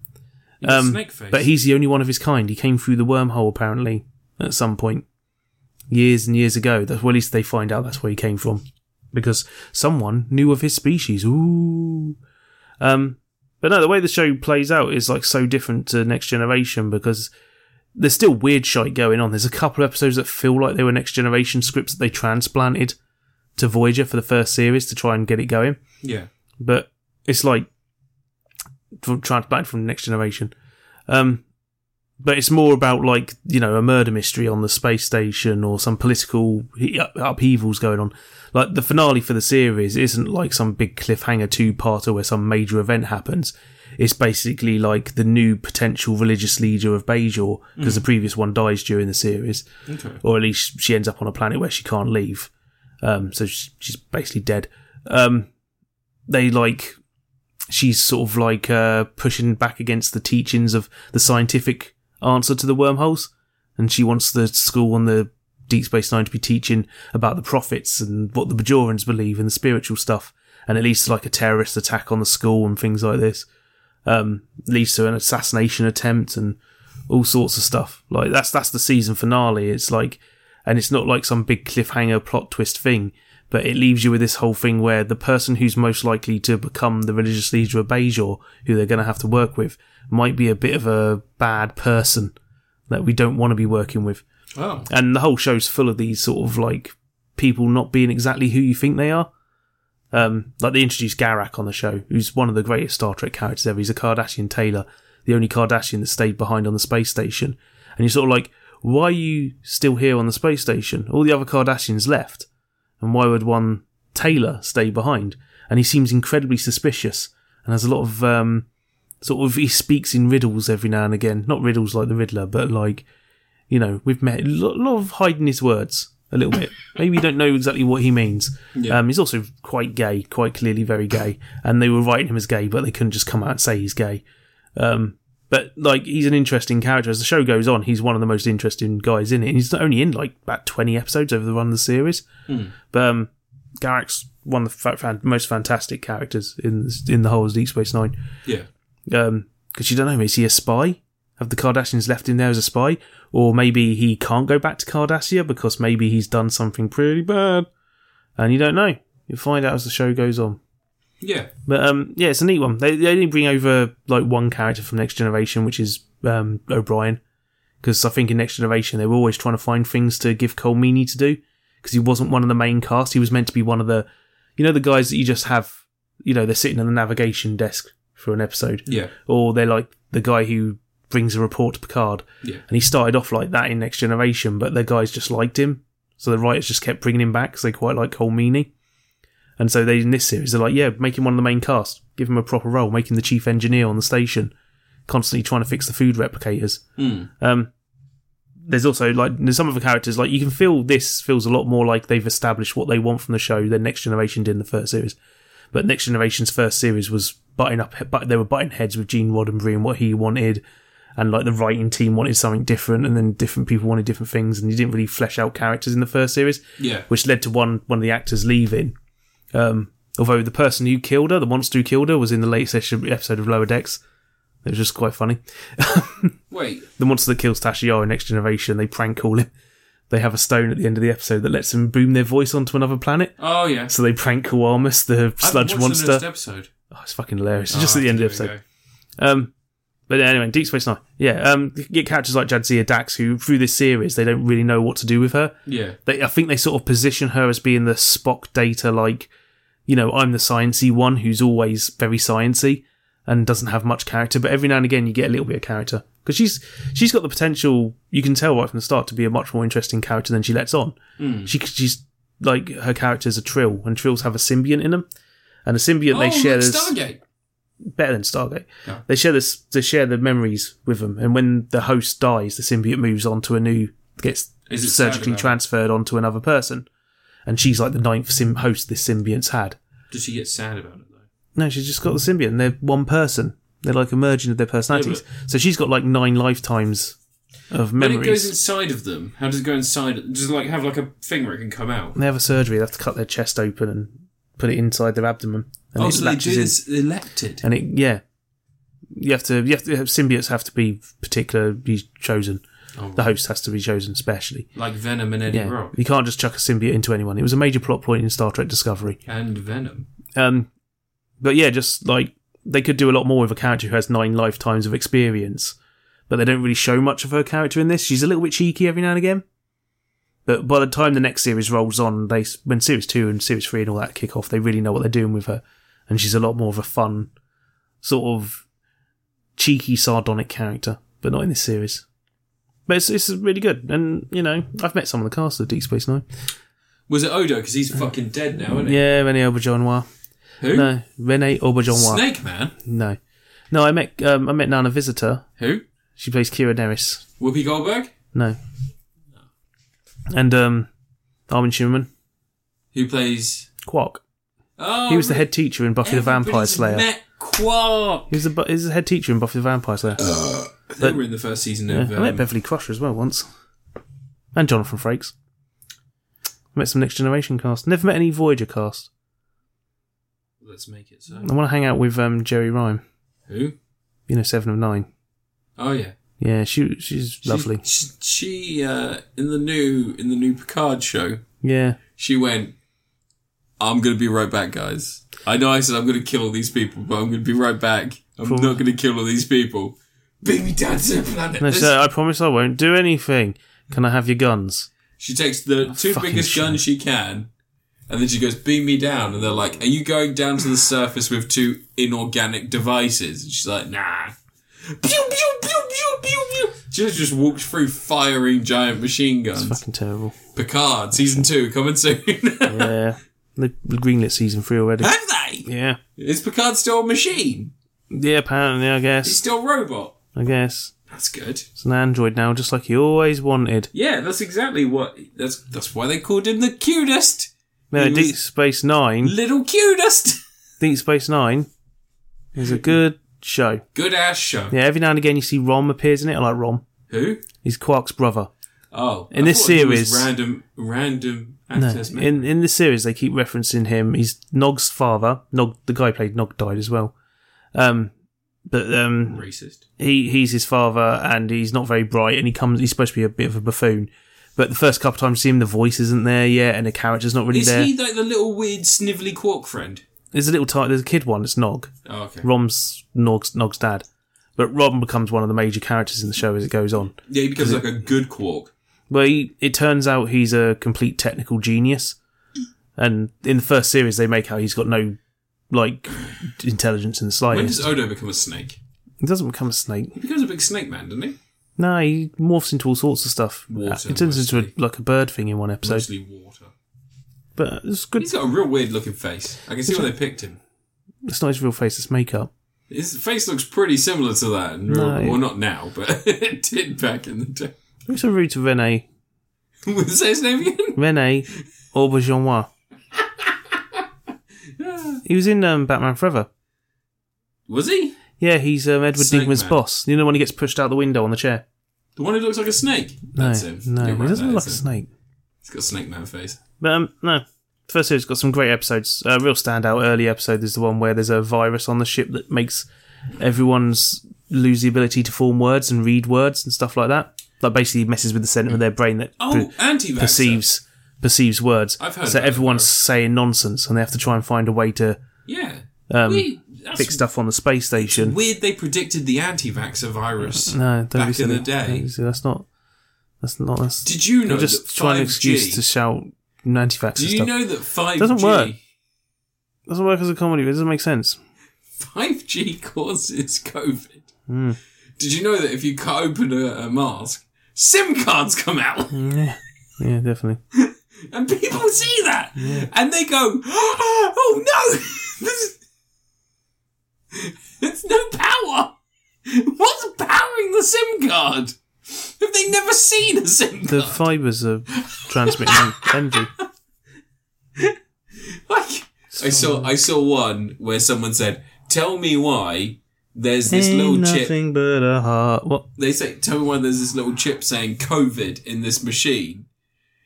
He's a snake face. Um, but he's the only one of his kind. He came through the wormhole apparently at some point years and years ago. That's well, at least they find out that's where he came from because someone knew of his species. Ooh. Um, but But no, the way the show plays out is like so different to Next Generation because there's still weird shite going on. There's a couple of episodes that feel like they were Next Generation scripts that they transplanted to Voyager for the first series to try and get it going. Yeah. But it's like from transplanted from Next Generation. Um, but it's more about like you know a murder mystery on the space station or some political he- up- upheavals going on. Like the finale for the series isn't like some big cliffhanger two-parter where some major event happens. It's basically like the new potential religious leader of Bajor because the previous one dies during the series, Okay. or at least she ends up on a planet where she can't leave. Um, so sh- she's basically dead. Um, they like she's sort of like uh, pushing back against the teachings of the scientific answer to the wormholes, and she wants the school on the Deep Space Nine to be teaching about the prophets and what the Bajorans believe and the spiritual stuff, and it leads to like a terrorist attack on the school and things like this. Um, leads to an assassination attempt and all sorts of stuff. Like that's that's the season finale. It's like, and it's not like some big cliffhanger plot twist thing, but it leaves you with this whole thing where the person who's most likely to become the religious leader of Bajor, who they're going to have to work with, might be a bit of a bad person that we don't want to be working with. Oh. And the whole show's full of these sort of like people not being exactly who you think they are. Um, like they introduced Garak on the show, who's one of the greatest Star Trek characters ever. He's a Kardashian Taylor, the only Kardashian that stayed behind on the space station. And you're sort of like, why are you still here on the space station? All the other Kardashians left. And why would one Taylor stay behind? And he seems incredibly suspicious and has a lot of um, sort of he speaks in riddles every now and again. Not riddles like the Riddler, but like you know, we've met a lo- lot of hiding his words a little bit. Maybe you don't know exactly what he means. Yeah. Um, he's also quite gay, quite clearly very gay, and they were writing him as gay, but they couldn't just come out and say he's gay. Um, but like, he's an interesting character. As the show goes on, he's one of the most interesting guys in it, and he's not only in like about twenty episodes over the run of the series, but um, Garrick's one of the fa- fan- most fantastic characters in this- in the whole of Deep Space Nine Yeah. because um, you don't know is he a spy? Have the Kardashians left him there as a spy, or maybe he can't go back to Cardassia because maybe he's done something pretty bad, and you don't know. You'll find out as the show goes on. Yeah. But um, yeah, it's a neat one. They they only bring over like one character from Next Generation, which is um, O'Brien, because I think in Next Generation they were always trying to find things to give Cole Meany to do because he wasn't one of the main cast. He was meant to be one of the, you know, the guys that you just have, you know, they're sitting at the navigation desk for an episode Yeah. or they're like the guy who brings a report to Picard. Yeah. And he started off like that in Next Generation, but the guys just liked him, so the writers just kept bringing him back because they quite like Cole Meany. And so they in this series they're like, yeah, make him one of the main cast, give him a proper role, make him the chief engineer on the station, constantly trying to fix the food replicators. Mm. Um, there's also like there's some of the characters like you can feel this feels a lot more like they've established what they want from the show than Next Generation did in the first series. But Next Generation's first series was butting up, but they were butting heads with Gene Roddenberry and what he wanted, and like the writing team wanted something different, and then different people wanted different things, and you didn't really flesh out characters in the first series Yeah. which led to one one of the actors leaving. Um, although the person who killed her, the monster who killed her, was in the latest issue- episode of Lower Decks. It was just quite funny. Wait. The monster that kills Tashiaro in Next Generation, they prank call him. They have a stone at the end of the episode that lets them boom their voice onto another planet. Oh yeah. So they prank Kawamas, the sludge monster. Next episode. oh, it's fucking hilarious. It's Oh, just at the end of the there we episode. Um, but anyway, Deep Space Nine. Yeah, um, you get characters like Jadzia Dax, who through this series they don't really know what to do with her go. Yeah. they I think they sort of position her as being the Spock data like you know I'm the sciency one who's always very sciency and doesn't have much character but every now and again you get a little bit of character because she's she's got the potential you can tell right from the start to be a much more interesting character than she lets on Hmm. she she's like her character's a Trill and Trills have a symbiont in them and the symbiont Oh, they share like this Stargate. better than Stargate. Yeah. They share this, they share the memories with them, and when the host dies, the symbiote moves on to a new, gets Is it sad surgically about it? transferred onto another person, and she's like the ninth sym- host this symbiote's had. Does she get sad about it though? No, she's just got the symbiote. and They're one person. They're like a merging of their personalities. so she's got like nine lifetimes of When it goes memories. inside of them, how does it go inside? Does it like have like a thing where it can come out? When they have a surgery. They have to cut their chest open and put it inside their abdomen. And oh, it so they latches do in. this elected. and it yeah you have to you have to symbiotes have to be particularly chosen Oh. the host has to be chosen specially Like Venom and Eddie yeah Brock. you can't just chuck a symbiote into anyone it was a major plot point in star trek discovery And Venom. um but yeah just like they could do a lot more with a character who has nine lifetimes of experience, but they don't really show much of her character in this. She's a little bit cheeky every now and again. But by the time the next series rolls on, they when series two and series three and all that kick off, they really know what they're doing with her, and she's a lot more of a fun, sort of cheeky, sardonic character, but not in this series. But it's, it's really good, and you know I've met some of the cast of Deep Space Nine. Was it Odo? Because he's fucking dead now, isn't he? Yeah, Rene Auberjonois. Who? No, Rene Auberjonois. Snake Man. No, no. I met um, I met Nana Visitor. Who? She plays Kira Nerys. Whoopi Goldberg. No. And um, Armin Schumann. Who plays? Quark. Oh, He was the head teacher in Buffy the Vampire everybody's Slayer. Met Quark. He was the, bu- he was the head teacher in Buffy the Vampire Slayer. Uh, They were in the first season Yeah, of. I met um, Beverly Crusher as well once. And Jonathan Frakes. I met some Next Generation cast. Never met any Voyager cast. Let's make it so. I want to hang out with um, Jerry Rhyme. Who? You know, Seven of Nine. Oh yeah. Yeah, she she's She- lovely. She, she uh, in the new in the new Picard show, Yeah. she went. I'm gonna be right back, guys. I know I said I'm gonna kill all these people, but I'm gonna be right back. I'm From- not gonna kill all these people. Baby dad's a planet. No, This- she said, I promise I won't do anything. Can I have your guns? She takes the two Oh, fucking biggest shit. guns she can, and then she goes, "Beam me down." And they're like, "Are you going down to the surface with two inorganic devices?" And she's like, "Nah." Pew pew pew pew pew pew. She just walks through firing giant machine guns. Fucking terrible. Picard season two coming soon. [LAUGHS] Have [LAUGHS] Yeah. The the greenlit season three already. they? Yeah. Is Picard still a machine? Yeah, apparently, I He's guess. still a robot. I guess. That's good. It's an android now, just like he always wanted. Yeah, that's exactly what. That's that's why they called him the cutest No, He was- Deep Space Nine. little cutest. Deep Space Nine is a good show. Good ass show. Yeah, every now and again you see Rom appears in it. I like Rom. Who? He's Quark's brother. Oh, I In this thought he was series- random, random No, access. man. in in the series they keep referencing him. He's Nog's father. Nog, the guy who played Nog, died as well. Um, but um, Racist. he he's his father, and he's not very bright, and he comes. He's supposed to be a bit of a buffoon. But the first couple times you see him, the voice isn't there yet, and the character's not really Is there. he like the little weird snivelly quark friend? There's a little tight. There's a kid one. It's Nog. Oh, okay. Rom's Nog's, Nog's dad. But Rom becomes one of the major characters in the show as it goes on. Yeah, he becomes like a good quark. Well, he, it turns out he's a complete technical genius. And in the first series, they make out he's got no, like, intelligence in the When slightest. does Odo become a snake? He doesn't become a snake. He becomes a big snake man, doesn't he? No, he morphs into all sorts of stuff. Water, he turns into, mostly. a, like, a bird thing in one episode. Mostly water. But it's good. He's got a real weird looking face. I can see why they picked him. It's not his real face, it's makeup. His face looks pretty similar to that. In real, No. Well, not now, but [LAUGHS] it did back in the day. [LAUGHS] It's a rude to Rene. Was that his name again? [LAUGHS] Rene Auberjonois. He was in um, Batman Forever. Was he? Yeah, he's um, Edward Snake Digman's Man. boss. You know when he gets pushed out the window on the chair? The one who looks like a snake? No, That's him. no, You're he right, doesn't that look like is a him. snake. He's got a snake man face. But um, no, first series got some great episodes. A real standout early episode is the one where there's a virus on the ship that makes everyone's lose the ability to form words and read words and stuff like that. That basically messes with the center of their brain that Oh, per- anti vaxxer. perceives perceives words. I've heard about so that, everyone's saying nonsense, and they have to try and find a way to Yeah. Um, we, that's fix stuff on the space station. weird they predicted the anti-vaxxer virus No, don't be back in silly. the day. Don't- That's not. That's not. That's, Did you know You're just that 5G, trying an excuse to shout anti-vax do and you stuff. know that 5G, Doesn't work. doesn't work as a comedy. It doesn't make sense. 5G causes COVID? Hmm. Did you know that if you cut open a, a mask, SIM cards come out? Yeah, yeah, definitely. And people see that! And they go, oh no! [LAUGHS] There's, there's no power! What's powering the SIM card? Have they never seen a SIM [LAUGHS] The card? fibers are transmitting [LAUGHS] energy. Like, I saw I saw one where someone said, "Tell me why there's this Ain't little chip." nothing but a heart. What? They say, "Tell me why there's this little chip saying COVID in this machine,"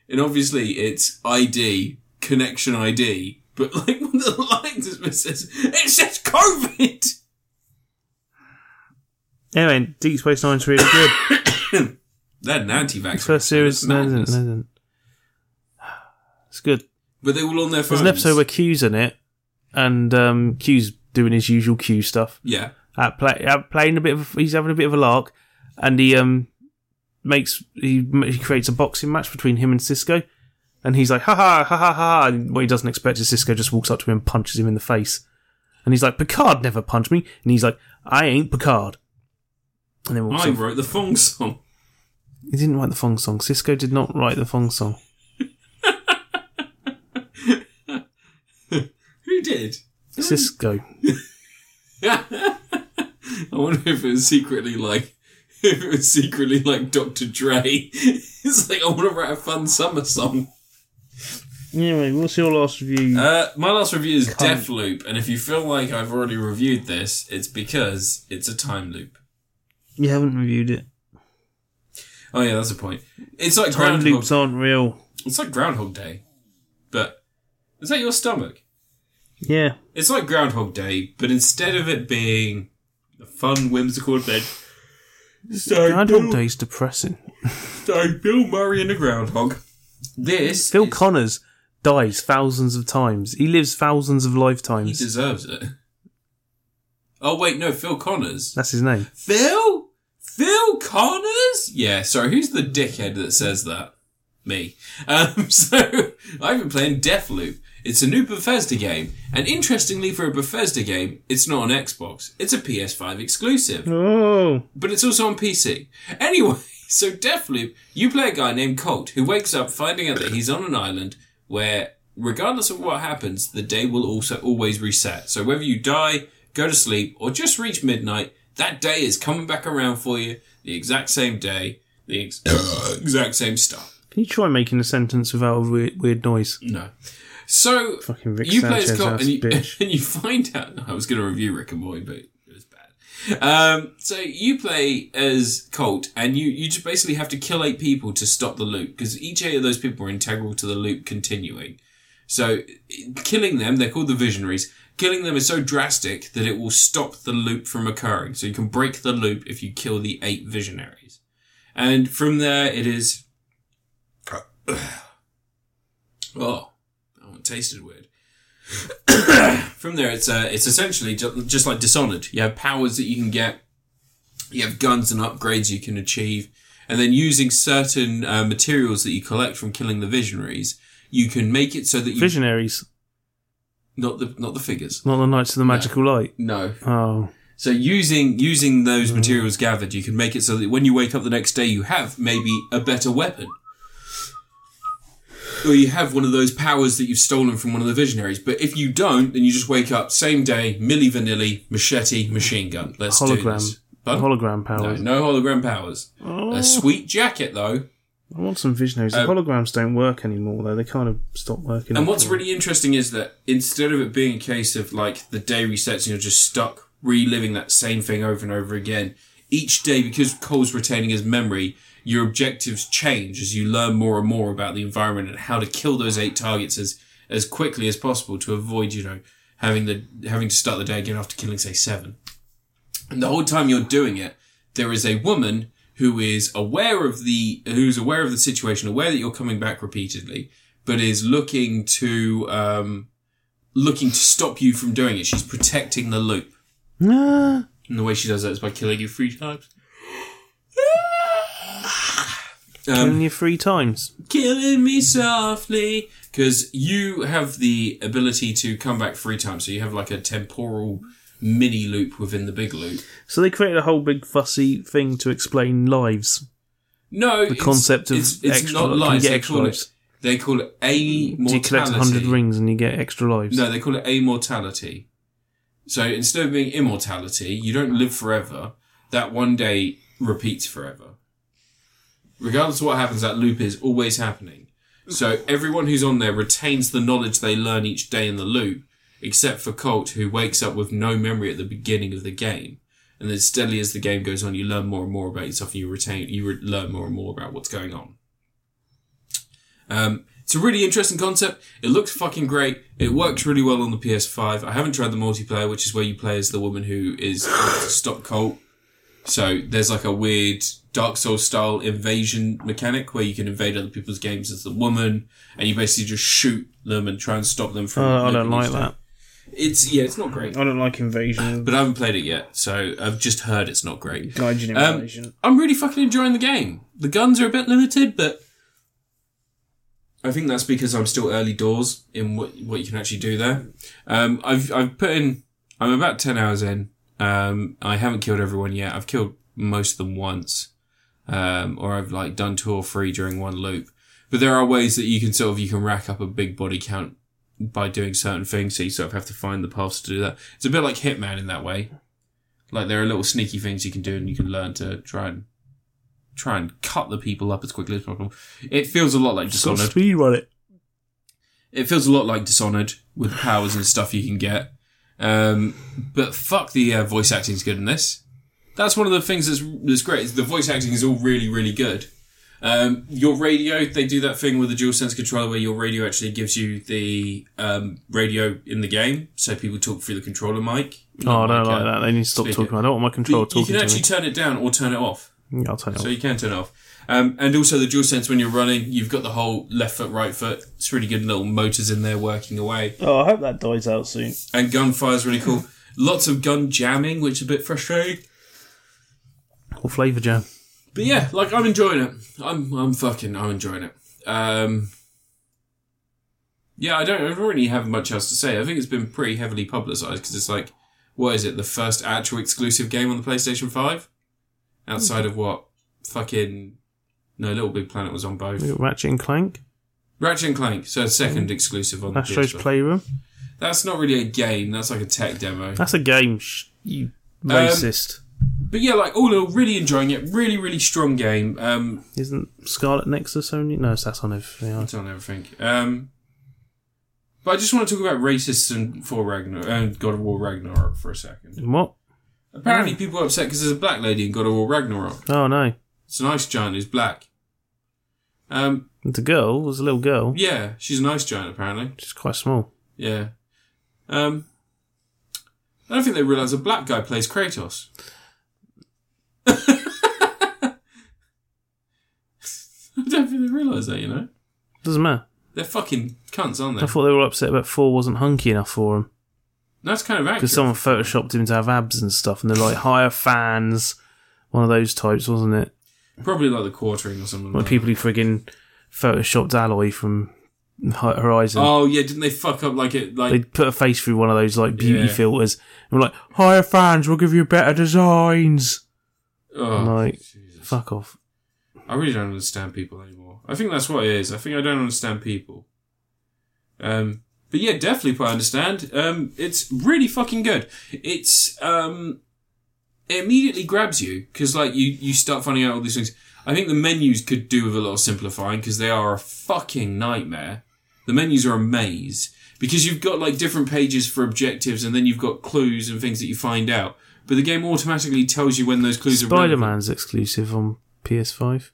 and obviously it's ID connection ID, but [LAUGHS] like one of the lines is it says, "It says COVID." Anyway, Deep Space Nine's really good. They're an anti-vax. First series, no, it isn't, madness. no, it isn't. It's good. but they are all on their phones. There's an episode where Q's in it, and um, Q's doing his usual Q stuff, Yeah. at play, at playing a bit of. He's having a bit of a lark, and he um makes he, he creates a boxing match between him and Cisco, and he's like ha ha ha ha ha. And what he doesn't expect is Cisco just walks up to him and punches him in the face, and he's like Picard never punched me, and he's like I ain't Picard, and then walks I off. wrote the Fong song. [LAUGHS] He didn't write the Fong song. Cisco did not write the Fong song. Who did? Cisco. I wonder if it was secretly like [LAUGHS] if it was secretly like Dr. Dre. [LAUGHS] It's like I want to write a fun summer song. Anyway, what's your last review? Uh, my last review is Deathloop, and if you feel like I've already reviewed this, it's because it's a time loop. you haven't reviewed it. Oh yeah, that's a point. It's like Time Groundhog. loops aren't real. It's like Groundhog Day, but is that your stomach? Yeah. It's like Groundhog Day, but instead of it being a fun, whimsical adventure, it's like Groundhog Bill- Day's depressing. So Bill Murray and a groundhog. This Phil is- Connors dies thousands of times. He lives thousands of he lifetimes. deserves it. Oh wait, no, Phil Connors. That's his name. Phil? Phil Connors? Yeah, sorry, who's the dickhead that says that? Me. Um, [LAUGHS] so, I've been playing Deathloop. It's a new Bethesda game, and interestingly for a Bethesda game, it's not on Xbox. It's a PS5 exclusive. Oh. but it's also on PC. Anyway, [LAUGHS] so Deathloop, you play a guy named Colt who wakes up finding out that he's on an island where, regardless of what happens, the day will also always reset. So whether you die, go to sleep, or just reach midnight, that day is coming back around for you the exact same day, the ex- [COUGHS] exact same stuff. Can you try making a sentence without a weird, weird noise? No. So Fucking Rick you play Sanchez as Colt ass and you, [LAUGHS] bitch. and you find out. I was going to review Rick and Morty, but it was bad. Um, so you play as Colt, and you you just basically have to kill eight people to stop the loop because each eight of those people are integral to the loop continuing. So killing them, they're called the visionaries. Killing them is so drastic that it will stop the loop from occurring. So you can break the loop if you kill the eight visionaries. And from there, it is. Oh, that one tasted weird. [COUGHS] from there, it's uh, it's essentially ju- just like Dishonored. You have powers that you can get, you have guns and upgrades you can achieve, and then using certain uh, materials that you collect from killing the visionaries, you can make it so that you Visionaries, not the not the figures. not the Knights of the Magical Light. No. Oh. So using using Hmm. those materials gathered, you can make it so that when you wake up the next day, you have maybe a better weapon, or you have one of those powers that you've stolen from one of the visionaries. But if you don't, then you just wake up same day, milli vanilli, machete, machine gun. Let's do Hologram. this. Pardon? Hologram no, powers. no hologram powers. Oh. A sweet jacket though. I want some visionaries. Uh, the holograms don't work anymore, though. They kind of stopped working. And what's after a really interesting is that instead of it being a case of like the day resets and you're just stuck reliving that same thing over and over again, each day, because Cole's retaining his memory, your objectives change as you learn more and more about the environment and how to kill those eight targets as, as quickly as possible to avoid, you know, having the having to start the day again after killing, say, seven. And the whole time you're doing it, there is a woman who is aware of the who's aware of the situation, aware that you're coming back repeatedly, but is looking to um, looking to stop you from doing it. She's protecting the loop, while. Ah. and the way she does that is by killing you three times. [SIGHS] Um, Killing you three times. killing me softly because you have the ability to come back three times, so you have like a temporal mini loop within the big loop. So they created a whole big fussy thing to explain lives. No, The concept of extra li- can you get They extra call lives? it they call it a Do you collect mortality. 100 rings and you get extra lives? No, they call it amortality. So instead of being immortality, you don't live forever. That one day repeats forever. Regardless of what happens, that loop is always happening. So everyone who's on there retains the knowledge they learn each day in the loop, except for Colt, who wakes up with no memory at the beginning of the game. And then steadily as the game goes on, you learn more and more about yourself, and you retain, you re- learn more and more about what's going on. Um, it's a really interesting concept. It looks fucking great. It works really well on the PS5. I haven't tried the multiplayer, which is where you play as the woman who is out to stop Colt. So there's like a weird Dark Souls style invasion mechanic where you can invade other people's games as the woman, and you basically just Um, shoot them and try and stop them from. Uh, I living don't like each day. that. It's yeah, it's not great. I don't like Invasion. But I haven't played it yet, so I've just heard it's not great. Gaijin Um, Invasion. I'm really fucking enjoying the game. The guns are a bit limited, but I think that's because I'm still early doors in what what you can actually do there. Um, I've I've put in. I'm about ten hours in. Um, I haven't killed everyone yet. I've killed most of them once, um, or I've like done two or three during one loop. But there are ways that you can sort of you can rack up a big body count by doing certain things. So you sort of have to find the paths to do that. It's a bit like Hitman in that way. Like there are little sneaky things you can do, and you can learn to try and try and cut the people up as quickly as possible. It feels a lot like Just got Dishonored. speed run it. It feels a lot like Dishonored with powers and stuff you can get. Um, but fuck, the uh, voice acting's good in this. That's one of the things that's, that's great. Is the voice acting is all really, really good. Um, your radio, they do that thing with the DualSense controller where your radio actually gives you the um, radio in the game, so people talk through the controller mic. Oh, I don't Like, like uh, that. They need to stop speak talking. it. I don't want my controller you talking can to actually me. turn it down or turn it off. Yeah, I'll tell you. So you can turn it off. Um, and also the dual sense when you're running, you've got the whole left foot, right foot. It's really good little motors in there working away. Oh, I hope that dies out soon. And gunfire's really cool. Lots of gun jamming, which is a bit frustrating. Or Flavor Jam. But yeah, like I'm enjoying it. I'm I'm fucking I'm enjoying it. Um, yeah, I don't I don't really have much else to say. I think it's been pretty heavily publicised because it's like, what is it? The first actual exclusive game on the PlayStation Five, outside of what fucking no, Little Big Planet was on both. We got Ratchet and Clank. Ratchet and Clank, so second exclusive on the Astro's PS4. Playroom. That's not really a game. That's like a tech demo. That's a game. Sh- you Um, racist. But yeah, like all in all, really enjoying it. Really, really strong game. Um, Isn't Scarlet Nexus only? No, it's that's on everything. else. it's on everything. Um, but I just want to talk about racists and for Ragnar and God of War Ragnarok for a second. What? Apparently, people are upset because there's a black lady in God of War Ragnarok. Oh no, It's an ice giant who's black. Um, it's a girl. It was a little girl. yeah, she's an ice giant apparently. She's quite small. Yeah. Um, I don't think they realise a black guy plays Kratos. [LAUGHS] I don't think they realise that, you know? Doesn't matter. They're fucking cunts, aren't I they? thought they were upset about four wasn't hunky enough for him That's kind of accurate. because someone photoshopped him to have abs and stuff, and they're like hire fans. One of those types, wasn't it? Probably like the quartering or something. Like like people who friggin' photoshopped Alloy from Hi- that. Horizon. Oh yeah, didn't they fuck up like it? Like They put a face through one of those like beauty Yeah. filters and were like, hire fans, we'll give you better designs. oh, like, Jesus. Fuck off. I really don't understand people anymore. I think that's what it is. I think I don't understand people. Um, but yeah, definitely I understand. Um, it's really fucking good. It's um, it immediately grabs you because like you you start finding out all these things. I think the menus could do with a lot of simplifying because they are a fucking nightmare. The menus are a maze because you've got like different pages for objectives and then you've got clues and things that you find out. But the game automatically tells you when those clues are. Spider relevant. Man's exclusive on PS5.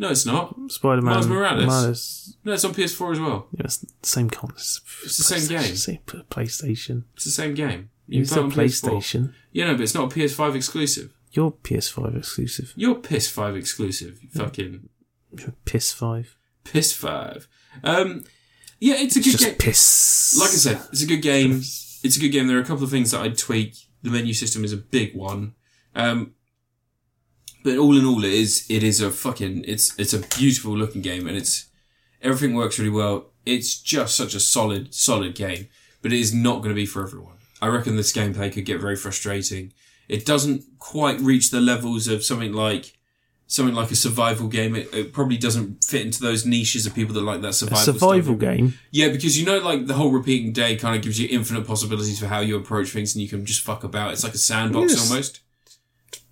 No, it's not. Spider Man. Miles Morales. No, it's on PS4 as well. Yeah, it's the same con. It's, It's the same game. Same p- PlayStation. It's the same game. You play said on PS4. PlayStation. Yeah, no, but it's not a PS5 exclusive. You're PS5 exclusive. You're PS5 exclusive. You fucking You're PS5. PS5. Um, yeah, it's a It's good just game. piss. Like I said, it's a good game. It's a good game. There are a couple of things that I'd tweak. The menu system is a big one. Um, but all in all, it is it is a fucking it's it's a beautiful looking game, and it's everything works really well. It's just such a solid solid game, but it is not going to be for everyone. I reckon this gameplay could get very frustrating. It doesn't quite reach the levels of something like something like a survival game. It, it probably doesn't fit into those niches of people that like that a survival. stuff. survival game. Yeah, because you know, like the whole repeating day kind of gives you infinite possibilities for how you approach things, and you can just fuck about. It's like a sandbox Yes. almost.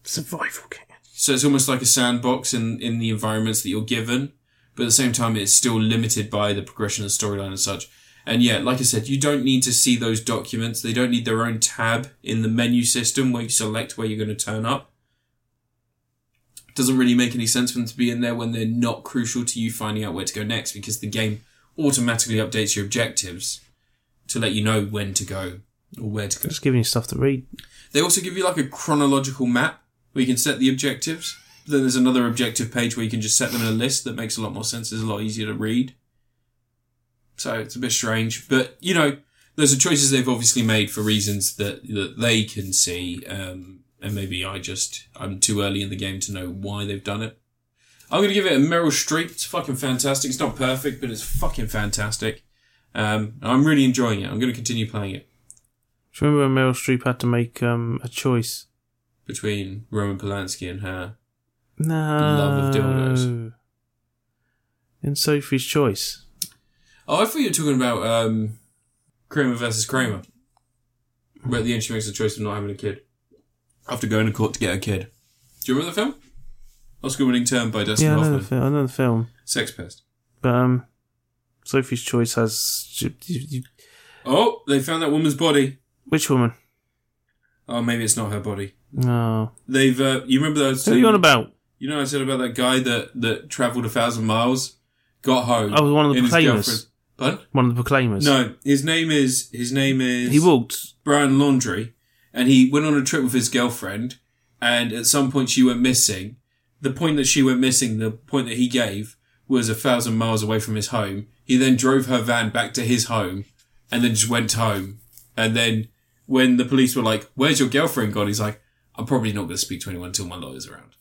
Survival game. So it's almost like a sandbox in in the environments that you're given, but at the same time, it's still limited by the progression of the storyline and such. And yeah, like I said, you don't need to see those documents. They don't need their own tab in the menu system where you select where you're going to turn up. doesn't really make any sense for them to be in there when they're not crucial to you finding out where to go next because the game automatically updates your objectives to let you know when to go or where to go. Just giving you stuff to read. They also give you like a chronological map where you can set the objectives. Then there's another objective page where you can just set them in a list that makes a lot more sense. It's a lot easier to read. So it's a bit strange, but you know, those are choices they've obviously made for reasons that that they can see, um, and maybe I just I'm too early in the game to know why they've done it. I'm gonna give it a Meryl Streep. It's fucking fantastic. It's not perfect, but it's fucking fantastic. Um, I'm really enjoying it. I'm gonna continue playing it Do you remember when Meryl Streep had to make um, a choice? between Roman Polanski and her. No. love of dildos. In Sophie's Choice. Oh, I thought you were talking about um, Kramer versus Kramer, where at the end she makes the choice of not having a kid after going to court to get a kid. Do you remember the film? Oscar-winning term by Dustin yeah, I know, Hoffman. the film, I know the film. Sex Pest. But um, Sophie's Choice has. you- you- you- Oh, they found that woman's body. which woman? Oh, maybe it's not her body. Oh. They've. Uh, you remember that? I was Who are telling you on about? You know, I said about that guy that that travelled a thousand miles, got home. Oh, one of the and his proclaimers. girlfriend- Pardon? One of the Proclaimers. No, his name is his name is He walked. Brian Laundry, and he went on a trip with his girlfriend, and at some point she went missing. The point that she went missing, the point that he gave, was a thousand miles away from his home. He then drove her van back to his home, and then just went home. And then when the police were like, "Where's your girlfriend gone?" He's like, "I'm probably not going to speak to anyone until my lawyer's around."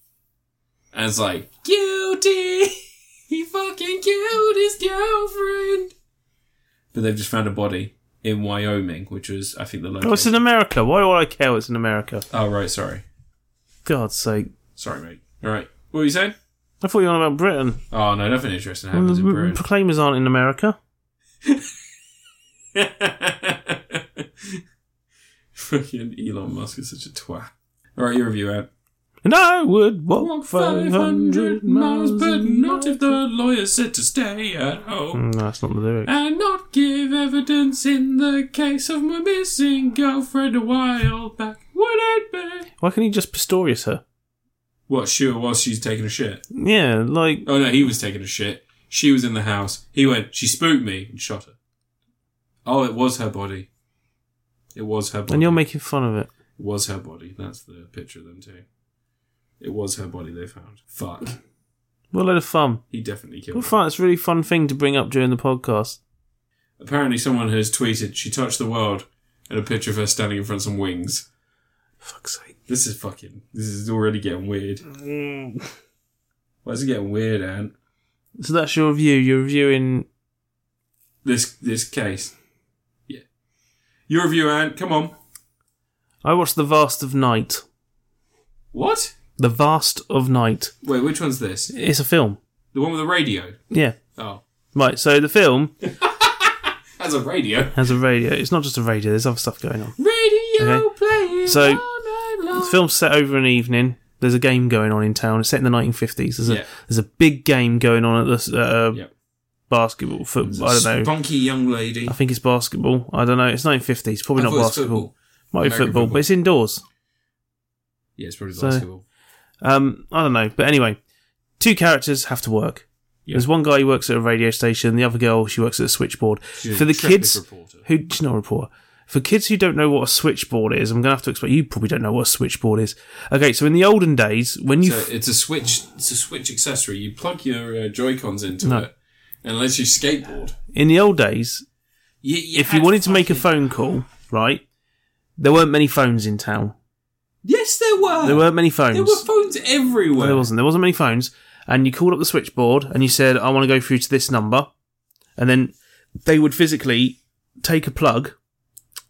And it's like, guilty. He fucking killed his girlfriend. But they've just found a body in Wyoming, which was, I think, the location. Oh, it's in America. Why do I care it's in America? Oh, right. Sorry. God's sake. Sorry, mate. All right. What were you saying? I thought you were on about Britain. Oh, no, nothing interesting Well, happens the in Britain. [LAUGHS] Proclaimers aren't in America. Fucking Elon Musk is such a twat. All right, your review, Ant. And I would walk, Walk 500 Oh, miles, but an not hour. if the lawyer said to stay at home. Mm, No, that's not the lyric. And not give evidence in the case of my missing girlfriend a while back. Would it be? Why can't he just Pistorius her? What, sure, while she's taking a shit? Yeah, like Oh no, he was taking a shit. She was in the house. He went, she spooked me and shot her. Oh, it was her body. It was her body. And you're making fun of it. It was her body. That's the picture of them too. It was her body they found. Fuck. What a load of fun. He definitely killed What her. fun. It's a really fun thing to bring up during the podcast. Apparently someone has tweeted, she touched the world and a picture of her standing in front of some wings. Fuck's sake. This is fucking, this is already getting weird. Why is it getting weird, Ant? So that's your review. You're reviewing. This, this case. Yeah. Your review, Ant. Come on. I watched The Vast of Night. What? The Vast of Night. Wait, which one's this? It's a film. The one with the radio. Yeah. Oh, Right, so the film as a radio. has a radio. It's not just a radio, there's other stuff going on. Radio Okay. playing So- all night long. The film's set over an evening. There's a game going on in town. It's set in the 1950s. There's a, Yeah. there's a big game going on at the uh, Yeah. basketball, football. I don't know. Spunky young lady. I think it's basketball. I don't know. It's 1950s. Probably I not thought it was basketball. football. Might be American football, football. but it's indoors. Yeah, it's probably So- basketball. Um, I don't know, but anyway, two characters have to work. Yeah. There's one guy who works at a radio station. The other girl, she works at a switchboard. She's For a the traffic kids reporter. who, she's not a reporter. For kids who don't know what a switchboard is, I'm gonna have to explain. You probably don't know what a switchboard is. Okay, so in the olden days, when you So f- it's a switch. It's a switch accessory. You plug your uh, Joy Cons into No. it, and it lets you skateboard. in the old days, You, if you had wanted to make a fucking- phone call, right, there weren't many phones in town. yes, there were. There weren't many phones. Oh, There were phones everywhere. There wasn't. There wasn't many phones. And you called up the switchboard and you said, I want to go through to this number. And then they would physically take a plug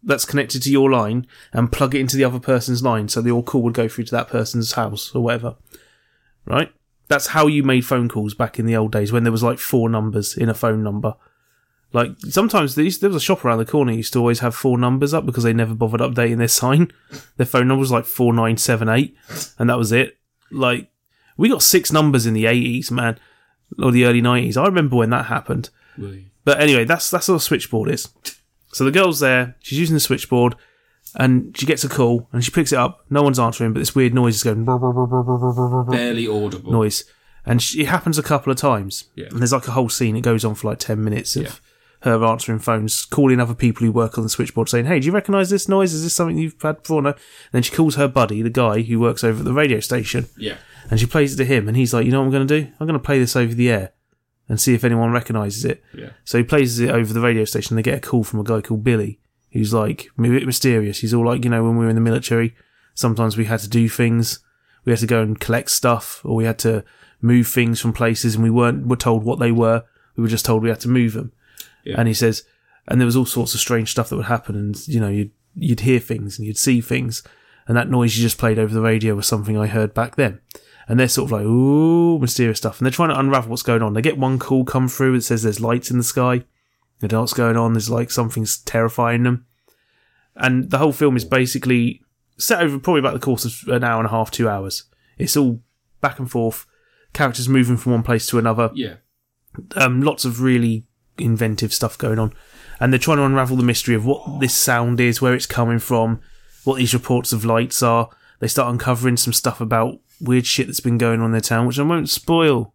that's connected to your line and plug it into the other person's line. So the all call would go through to that person's house or whatever. Right? That's how you made phone calls back in the old days when there was like four numbers in a phone number. Like sometimes these, there was a shop around the corner that used to always have four numbers up because they never bothered updating their [LAUGHS] sign. Their phone number was like four nine seven eight, and that was it. Like we got six numbers in the eighties, man, or the early nineties. I remember when that happened. Really? But anyway, that's that's what a switchboard is. So the girl's there, she's using the switchboard, and she gets a call and she picks it up. No one's answering, but this weird noise is going brr, brr, brr, brr, brr, brr, brr, brr, brr Barely audible. noise, and she, it happens a couple of times. Yeah. And there's like a whole scene. It goes on for like ten minutes of Yeah. her answering phones, calling other people who work on the switchboard, saying, "Hey, do you recognise this noise? Is this something you've had before?" No. And then she calls her buddy, the guy who works over at the radio station, Yeah. and she plays it to him, and he's like, "You know what I'm going to do? I'm going to play this over the air, and see if anyone recognises it." Yeah. So he plays it over the radio station. They get a call from a guy called Billy, who's like a bit mysterious. He's all like, you know, when we were in the military, sometimes we had to do things. We had to go and collect stuff, or we had to move things from places, and we weren't were told what they were. We were just told we had to move them. Yeah. And he says, and there was all sorts of strange stuff that would happen, and you know, you'd you'd hear things and you'd see things, and that noise you just played over the radio was something I heard back then. And they're sort of like, ooh, mysterious stuff. And they're trying to unravel what's going on. They get one call come through that says there's lights in the sky. They don't know what's going on. There's like something's terrifying them. And the whole film is basically set over probably about the course of an hour and a half, two hours. It's all back and forth, characters moving from one place to another Yeah. um, lots of really inventive stuff going on, and they're trying to unravel the mystery of what this sound is, where it's coming from, what these reports of lights are. They start uncovering some stuff about weird shit that's been going on in their town, which I won't spoil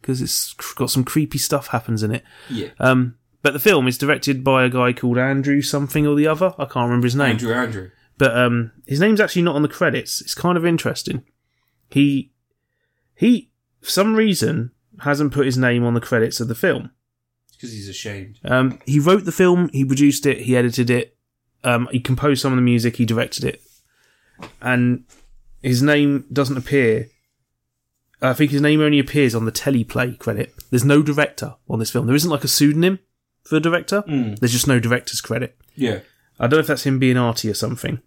because it's got some creepy stuff happens in it. Yeah. Um, but the film is directed by a guy called Andrew something or the other. I can't remember his name Andrew Andrew. but um, his name's actually not on the credits. It's kind of interesting. He he for some reason hasn't put his name on the credits of the film. Because he's ashamed. Um, he wrote the film, he produced it, he edited it, um, he composed some of the music, he directed it, and his name doesn't appear. I think his name only appears on the teleplay credit. There's no director on this film. There isn't like a pseudonym for a director. Mm. There's just no director's credit. Yeah. I don't know if that's him being arty or something.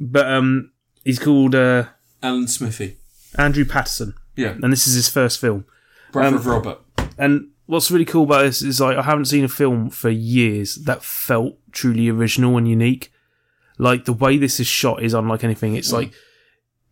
But um, he's called uh, Alan Smithy. Andrew Patterson, Yeah. and this is his first film. Brother Um, of Robert. And what's really cool about this is like I haven't seen a film for years that felt truly original and unique. Like the way this is shot is unlike anything. It's like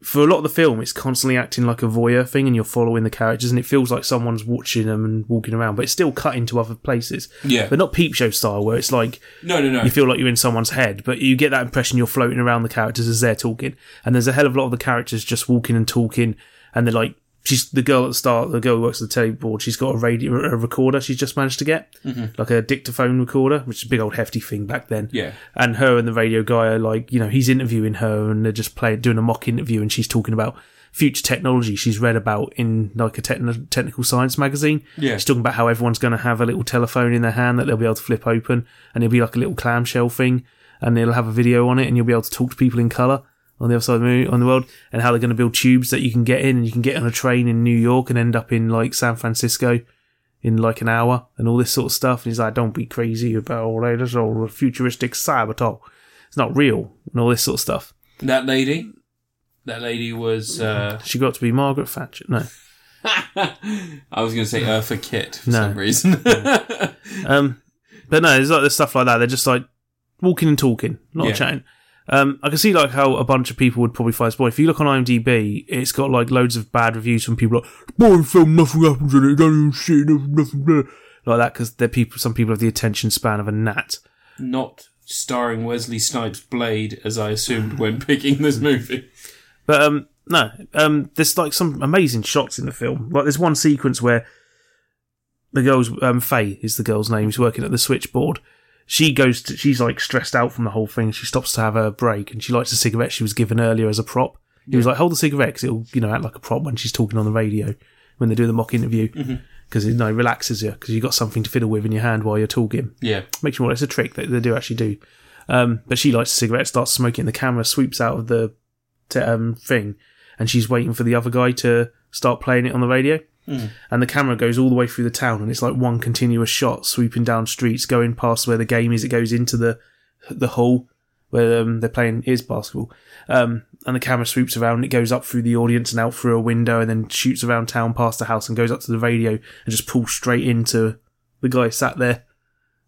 for a lot of the film, it's constantly acting like a voyeur thing, and you're following the characters, and it feels like someone's watching them and walking around, but it's still cut into other places. Yeah. But not peep show style, where it's like No, no, no. you feel like you're in someone's head, but you get that impression you're floating around the characters as they're talking. And there's a hell of a lot of the characters just walking and talking, and they're like, she's the girl at the start, the girl who works at the telly board. She's got a radio, a recorder she's just managed to get, like a dictaphone recorder, which is a big old hefty thing back then. Yeah. And her and the radio guy are like, you know, he's interviewing her, and they're just playing, doing a mock interview, and she's talking about future technology she's read about in like a techn- technical science magazine. Yeah. She's talking about how everyone's going to have a little telephone in their hand that they'll be able to flip open, and it'll be like a little clamshell thing, and it'll have a video on it, and you'll be able to talk to people in color on the other side of the moon, on the world, and how they're going to build tubes that you can get in, and you can get on a train in New York and end up in like San Francisco in like an hour, and all this sort of stuff. And he's like, "Don't be crazy about all that. That's all futuristic cyber talk. It's not real," and all this sort of stuff. That lady. That lady was. [LAUGHS] Uh, She got to be Margaret Thatcher. No. I was going to say Eartha Kitt for No. some reason. Um, but no, there's like there's stuff like that. They're just like walking and talking, not Yeah. chatting. Um, I can see like how a bunch of people would probably find it boring. If you look on IMDb, it's got like loads of bad reviews from people like boring film, nothing happens in it, don't even see it, nothing, nothing, blah," like that because they're people. Some people have the attention span of a gnat. [LAUGHS] Not starring Wesley Snipes' Blade, as I assumed when picking this movie. But um, no, um, there's like some amazing shots in the film. Like there's one sequence where the girl's um, Faye is the girl's name. who's working at the switchboard. She goes to she's like stressed out from the whole thing. She stops to have a break, and she lights a cigarette she was given earlier as a prop. He was like, "Hold the cigarette, it it'll you know act like a prop when she's talking on the radio when they do the mock interview." Because it you know, relaxes you because you've got something to fiddle with in your hand while you're talking Yeah. makes you want it's a trick that they do actually do. Um, but she lights a cigarette, starts smoking. The camera sweeps out of the t- um, thing, and she's waiting for the other guy to start playing it on the radio. And the camera goes all the way through the town, and it's like one continuous shot sweeping down streets, going past where the game is. It goes into the the hall where um, they're playing is basketball. Um, and the camera swoops around. It goes up through the audience and out through a window, and then shoots around town past the house and goes up to the radio and just pulls straight into the guy sat there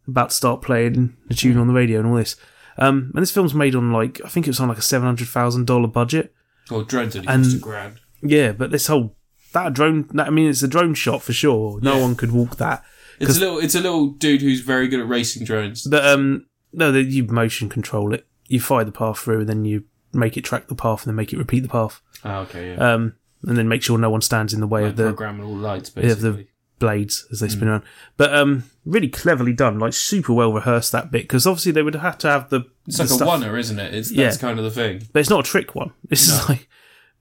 about to start playing the tune Hmm. on the radio and all this. Um, and this film's made on like I think it was on like a seven hundred thousand dollar budget. Well, Dreaded And- against a grand. Yeah, but this whole that drone. That, I mean, it's a drone shot for sure. No Yeah. one could walk that. It's a little. It's a little dude who's very good at racing drones. But um, no, that you motion control it. You fire the path through, and then you make it track the path, and then make it repeat the path, Oh, okay. Yeah. um, and then make sure no one stands in the way of the Programmable lights, yeah, of basically. Hmm. the blades as they spin around. But um, really cleverly done, like super well rehearsed that bit because obviously they would have to have the it's the like stuff- a oneer, isn't it? It's Yeah. that's kind of the thing. but it's not a trick one. This is [LAUGHS] like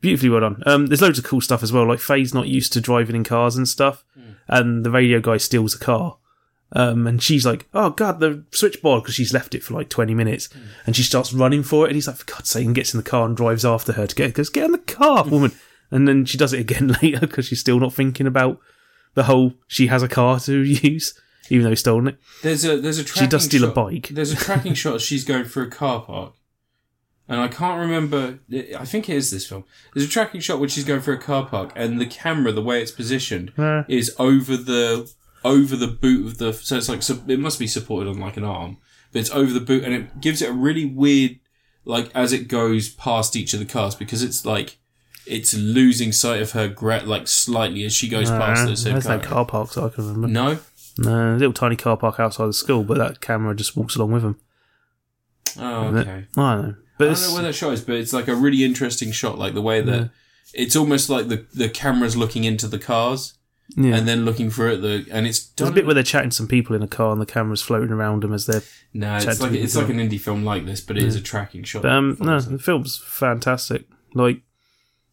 beautifully well done. Um, there's loads of cool stuff as well. Like Faye's not used to driving in cars and stuff, and the radio guy steals a car Um, and she's like, "Oh God, the switchboard!" Because she's left it for like twenty minutes, and she starts running for it. And he's like, "For God's sake!" and gets in the car and drives after her to get. Goes, "Get in the car, woman!" And then she does it again [LAUGHS] later because she's still not thinking about the whole. She has a car to [LAUGHS] use, even though he's stolen it. There's a there's a tracking does steal a shot- bike. There's a [LAUGHS] tracking shot. as She's going through a car park, and I can't remember. I think it is this film. There's a tracking shot when she's going through a car park, and the camera, the way it's [LAUGHS] positioned, Yeah. is over the over the boot of the. So it's like sup- it must be supported on like an arm, but it's over the boot, and it gives it a really weird like as it goes past each of the cars because it's like. It's losing sight of her, gra- like slightly as she goes past Uh, those. there's no car parks I can remember. No, No, a little tiny car park outside the school, but that camera just walks along with him. oh, But- okay. I don't know. But I it's- don't know where that shot is, but it's like a really interesting shot, like the way that it's almost like the the camera's looking into the cars yeah. and then looking through at the and it's There's done. a bit where they're chatting to some people in a car and the camera's floating around them as they're. no, it's chatting like to it's people. like an indie film like this, but it is a tracking shot. But, um, no, obviously. the film's fantastic. Like,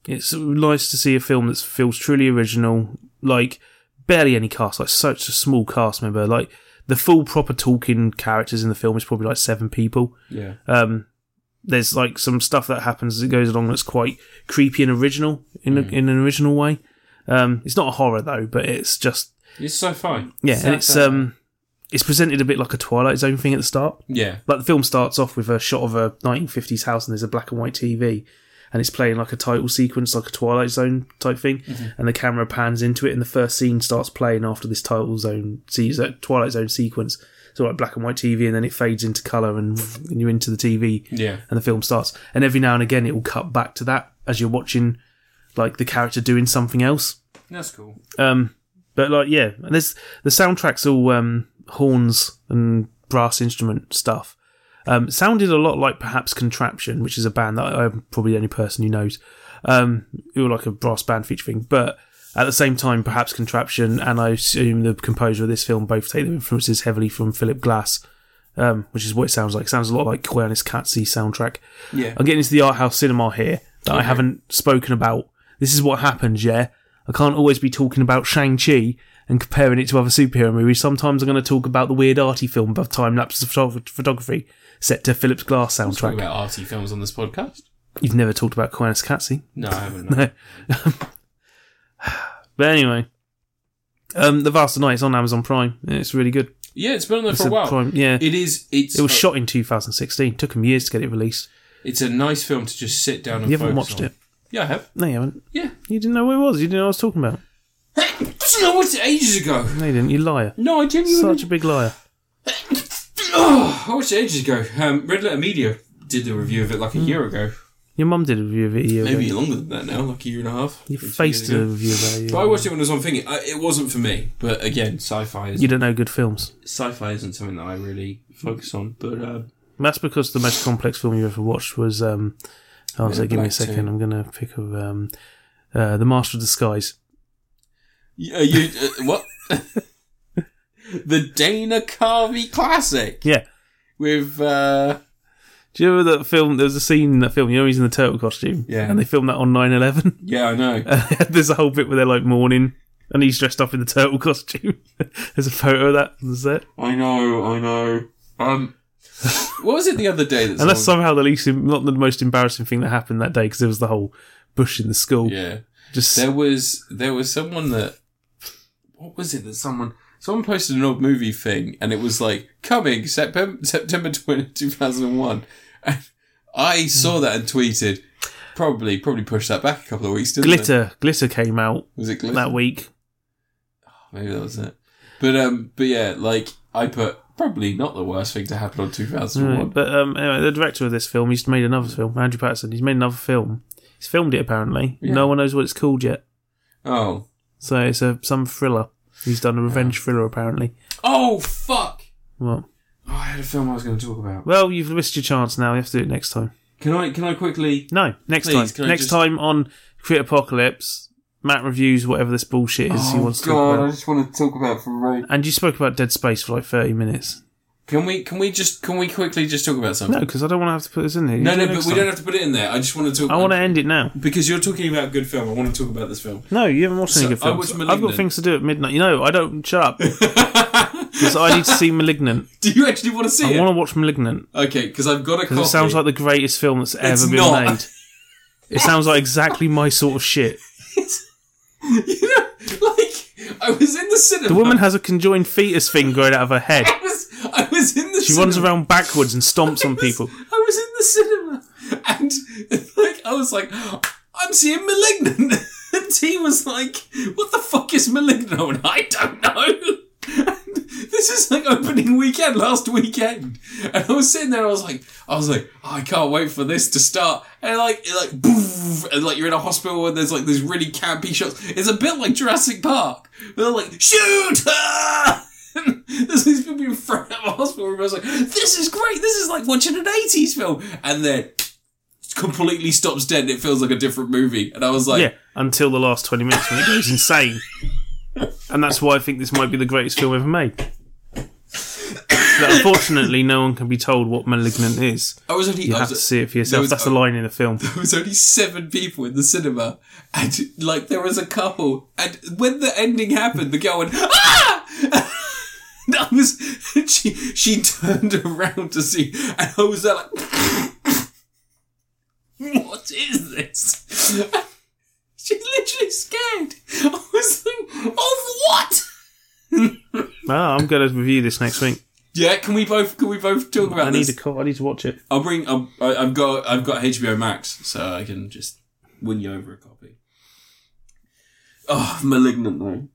it's nice to see a film that feels truly original. Like, barely any cast, like, such a small cast member. Like, the full proper talking characters in the film is probably like seven people. yeah, um, there's like some stuff that happens that goes along that's quite creepy and original in a, in an original way. Um, it's not a horror though, but it's just it's sci-fi. yeah, and it's um, it's presented a bit like a Twilight Zone thing at the start. yeah, Like the film starts off with a shot of a 1950s house and there's a black and white TV and it's playing like a title sequence, like a Twilight Zone type thing. And the camera pans into it and the first scene starts playing after this title zone, see, that Twilight Zone sequence. So like black and white TV and then it fades into color and, and you're into the TV yeah, and the film starts. And every now and again, it will cut back to that as you're watching, like the character doing something else. that's cool. Um, but like, yeah, and there's the soundtrack's all um, horns and brass instrument stuff. Um, sounded a lot like perhaps Contraption, which is a band that I'm probably the only person who knows. Um, who were like a brass band featuring, but at the same time, perhaps Contraption and I assume the composer of this film both take their influences heavily from Philip Glass, um, which is what it sounds like. sounds a lot like Koyanis Katsi soundtrack. Yeah, I'm getting into the art house cinema here that I haven't spoken about. This is what happens, yeah. I can't always be talking about Shang Chi and comparing it to other superhero movies. Sometimes I'm going to talk about the weird arty film above time lapse of photog- photography set to Phillips Glass talk soundtrack. about arty films on this podcast. You've never talked about Koyanis Katsi. No, I haven't. [LAUGHS] no. But anyway, um, The Vast of Night is on Amazon Prime. and It's really good. Yeah, it's been on there It's for a a while. prime- yeah. It is. It's It was a, shot in 2016. Took them years to get it released. It's a nice film to just sit down and You haven't focus watched on. it. Yeah, I have. No, you haven't. Yeah, You didn't know what it was. You didn't know what I was talking about. doesn't know what's ages ago. No, you didn't. You liar. No, I genuinely Such a big liar. Oh, I watched it ages ago. Um, Red Letter Media did the review of it like a Hmm. year ago. Your mum did a review of it a year ago. Maybe longer than that now, like a year and a half. Your Two years face did a ago. review of it. But I yeah. watched it when I was on thingy. I, it wasn't for me. But again, sci-fi is You don't know good films. sci-fi isn't something that I really focus on. But um, That's because the most complex film you ever watched was. Um, oh, so Men in give me a Black 2. 2nd i I'm going to pick up um, uh, The Master of Disguise. yeah, you [LAUGHS] uh, what? the Dana Carvey classic Yeah. with uh, Do you remember that film? There was a scene in that film. You know, he's in the turtle costume. Yeah. And they filmed that on 9 11. [LAUGHS] yeah, I know. Uh, There's a whole bit where they're like mourning and he's dressed up in the turtle [LAUGHS] costume. There's a photo of that on the set. I know, I know. [LAUGHS] Um, what was it the other day? That Unless someone- somehow the least, not the most embarrassing thing that happened that day because there was the whole bush in the school. yeah. Just There was there was someone that what was it that someone someone posted an old movie thing and it was like coming September September 20, 2001 and I saw that and tweeted probably probably pushed that back a couple of weeks didn't it? glitter, glitter came out was it glitter that week. maybe that was it but um but yeah like I put probably not the worst thing to happen on 2001 Right, but um, anyway, the director of this film, he's made another film. Andrew Patterson, he's made another film. He's filmed it apparently. Yeah. No one knows what it's called yet. oh So it's a some thriller. He's done a revenge thriller apparently. oh fuck oh, What? I had a film I was going to talk about Well, you've missed your chance now. You have to do it next time. can I can I quickly No, next Please, can time. I Next just- time on Crit Apocalypse, Matt reviews whatever this bullshit is he oh wants to talk god I about. just want to talk about for right And you spoke about Dead Space for like 30 minutes. Can we can we just can we quickly just talk about No, something? because I don't want to have to put this in here. You No, do no, it but next we time. don't have to put it in there. I just want to talk. I want to end it now. because you're talking about a good film. I want to talk about this film. [LAUGHS] No, you haven't watched any So, good I watched films. I've got Malignant. [LAUGHS] things to do at midnight. You know, I don't. Shut up. because I need to see Malignant. Do you actually want to see I it? want to watch Malignant Okay, because I've got a copy. because [LAUGHS] it sounds like the greatest film that's ever It's been not. made. It sounds like exactly my sort of shit. you know, like I was in the cinema. The woman has a conjoined fetus thing growing out of her head. I was, I was in the. She cinema. runs around backwards and stomps on people. I was in the cinema, and like I was like, I'm seeing Malignant. [LAUGHS] And he was like, "What the fuck is Malignant?" And I don't know. And this is like opening weekend, last weekend, and I was sitting there. And I was like, I was like, "Oh, I can't wait for this to start. And like, it like, boof, and like you're in a hospital and there's like these really campy shots. It's a bit like Jurassic Park. They're like, shoot! [LAUGHS] Ah! [LAUGHS] There's these people in front of a hospital room. I was like, this is great. This is like watching an 80s film. And then completely stops dead and it feels like a different movie. And I was like, Yeah, until the last 20 minutes when it goes insane. And that's why I think this might be the greatest film ever made. But unfortunately, no one can be told what Malignant is. I was only, You I have was, to see it for there yourself. was- that's the line in the film. there was only seven people in the cinema. And like, there was a couple. And when the ending happened, the girl went, ah! And I was, [LAUGHS] she, she turned around to see, and I was there like, [LAUGHS] what is this? [LAUGHS] She's literally scared. I was like, of what? Ah, I'm going to review this next week. Yeah, can we both can we both talk about I need this? to. co- I need to watch it. I'll bring. I'll, I- I've got. I've got HBO Max, so I can just win you over a copy. Oh, malignant though.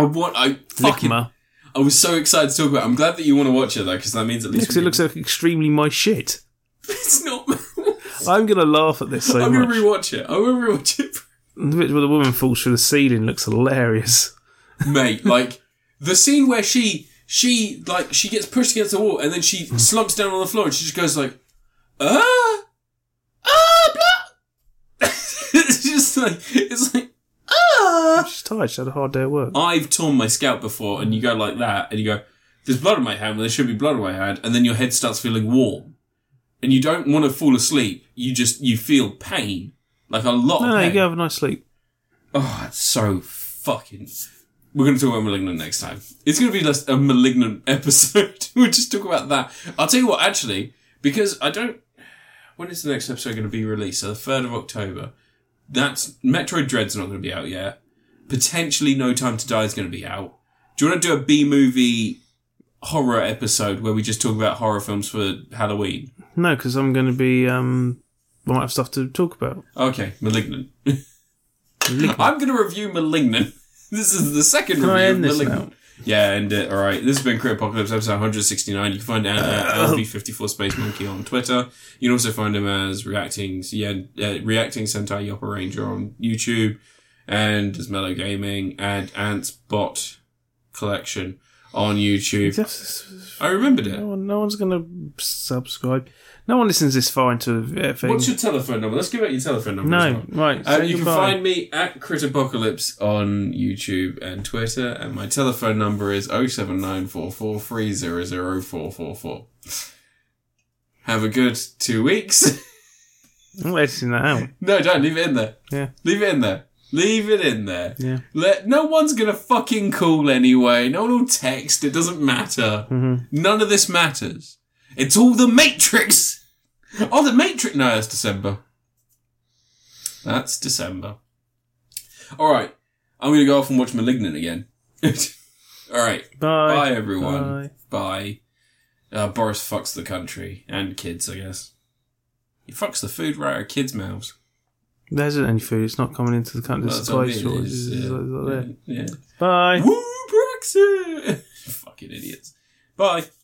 I want. I fucking. Ligma, I was so excited to talk about. it. I'm glad that you want to watch it though, because that means at least because it we looks can- like extremely my shit. [LAUGHS] It's not. [LAUGHS] I'm going to laugh at this so I'm gonna much. rewatch it. I'm gonna rewatch it, [LAUGHS] The bit where the woman falls through the ceiling looks [LAUGHS] hilarious. mate. Like the scene where she she like she gets pushed against the wall and then she Hmm. slumps down on the floor and she just goes like, ah, ah, blah. [LAUGHS] it's just like it's like ah. She's tired. She had a hard day at work. I've torn my scalp before, and you go like that, and you go, "There's blood on my hand. Well, there should be blood on my hand," and then your head starts feeling warm, and you don't want to fall asleep. You just you feel pain, like a lot. No, of no, you pain. go have a nice sleep. Oh, it's so fucking. We're going to talk about malignant next time. It's going to be less a malignant [LAUGHS] episode. we'll just talk about that. I'll tell you what, actually, because I don't. When is the next episode going to be released? So the third of October. That's Metroid Dread's not going to be out yet. Potentially, No Time to Die is going to be out. Do you want to do a B movie horror episode where we just talk about horror films for Halloween? No, because I'm going to be. Um, I might have stuff to talk about. Okay, Malignant. I'm going to review Malignant. [LAUGHS] This is the second Can review I end of this Malignant. Yeah, end it. All right. This has been Crit Apocalypse episode 169. You can find Anna at uh, LV54 Space Monkey on Twitter. You can also find him as reacting, yeah, uh, reacting Sentai Yoppa Ranger on YouTube, and as Mellow Gaming and Ants Bot Collection on YouTube. Just- I remembered No, it. one, no one's going to subscribe. No one listens this far into the thing. What's your telephone number? Let's give out your telephone number. as no, well. right. Uh, say you can goodbye. find me at Crit Apocalypse on YouTube and Twitter, and my telephone number is 07944300444. Have a good two weeks. [LAUGHS] I'm editing that out. no, don't leave it in there. Yeah. Leave it in there. Leave it in there. Yeah. Let no one's gonna fucking call anyway. No one will text. It doesn't matter. Mm-hmm. None of this matters. It's all the Matrix. Oh, the Matrix. No, that's December. That's December. All right, I'm gonna go off and watch *Malignant* again. [LAUGHS] all right, Bye. bye, everyone. Bye. Bye. Uh, Boris fucks the country and kids, I guess. He fucks the food right out of kids' mouths. There isn't any food. It's not coming into the country. That's It's what I quite mean, short. is, It's- it's yeah, like that there. yeah. yeah. Bye. [LAUGHS] Woo, Brexit! Fucking idiots. Bye.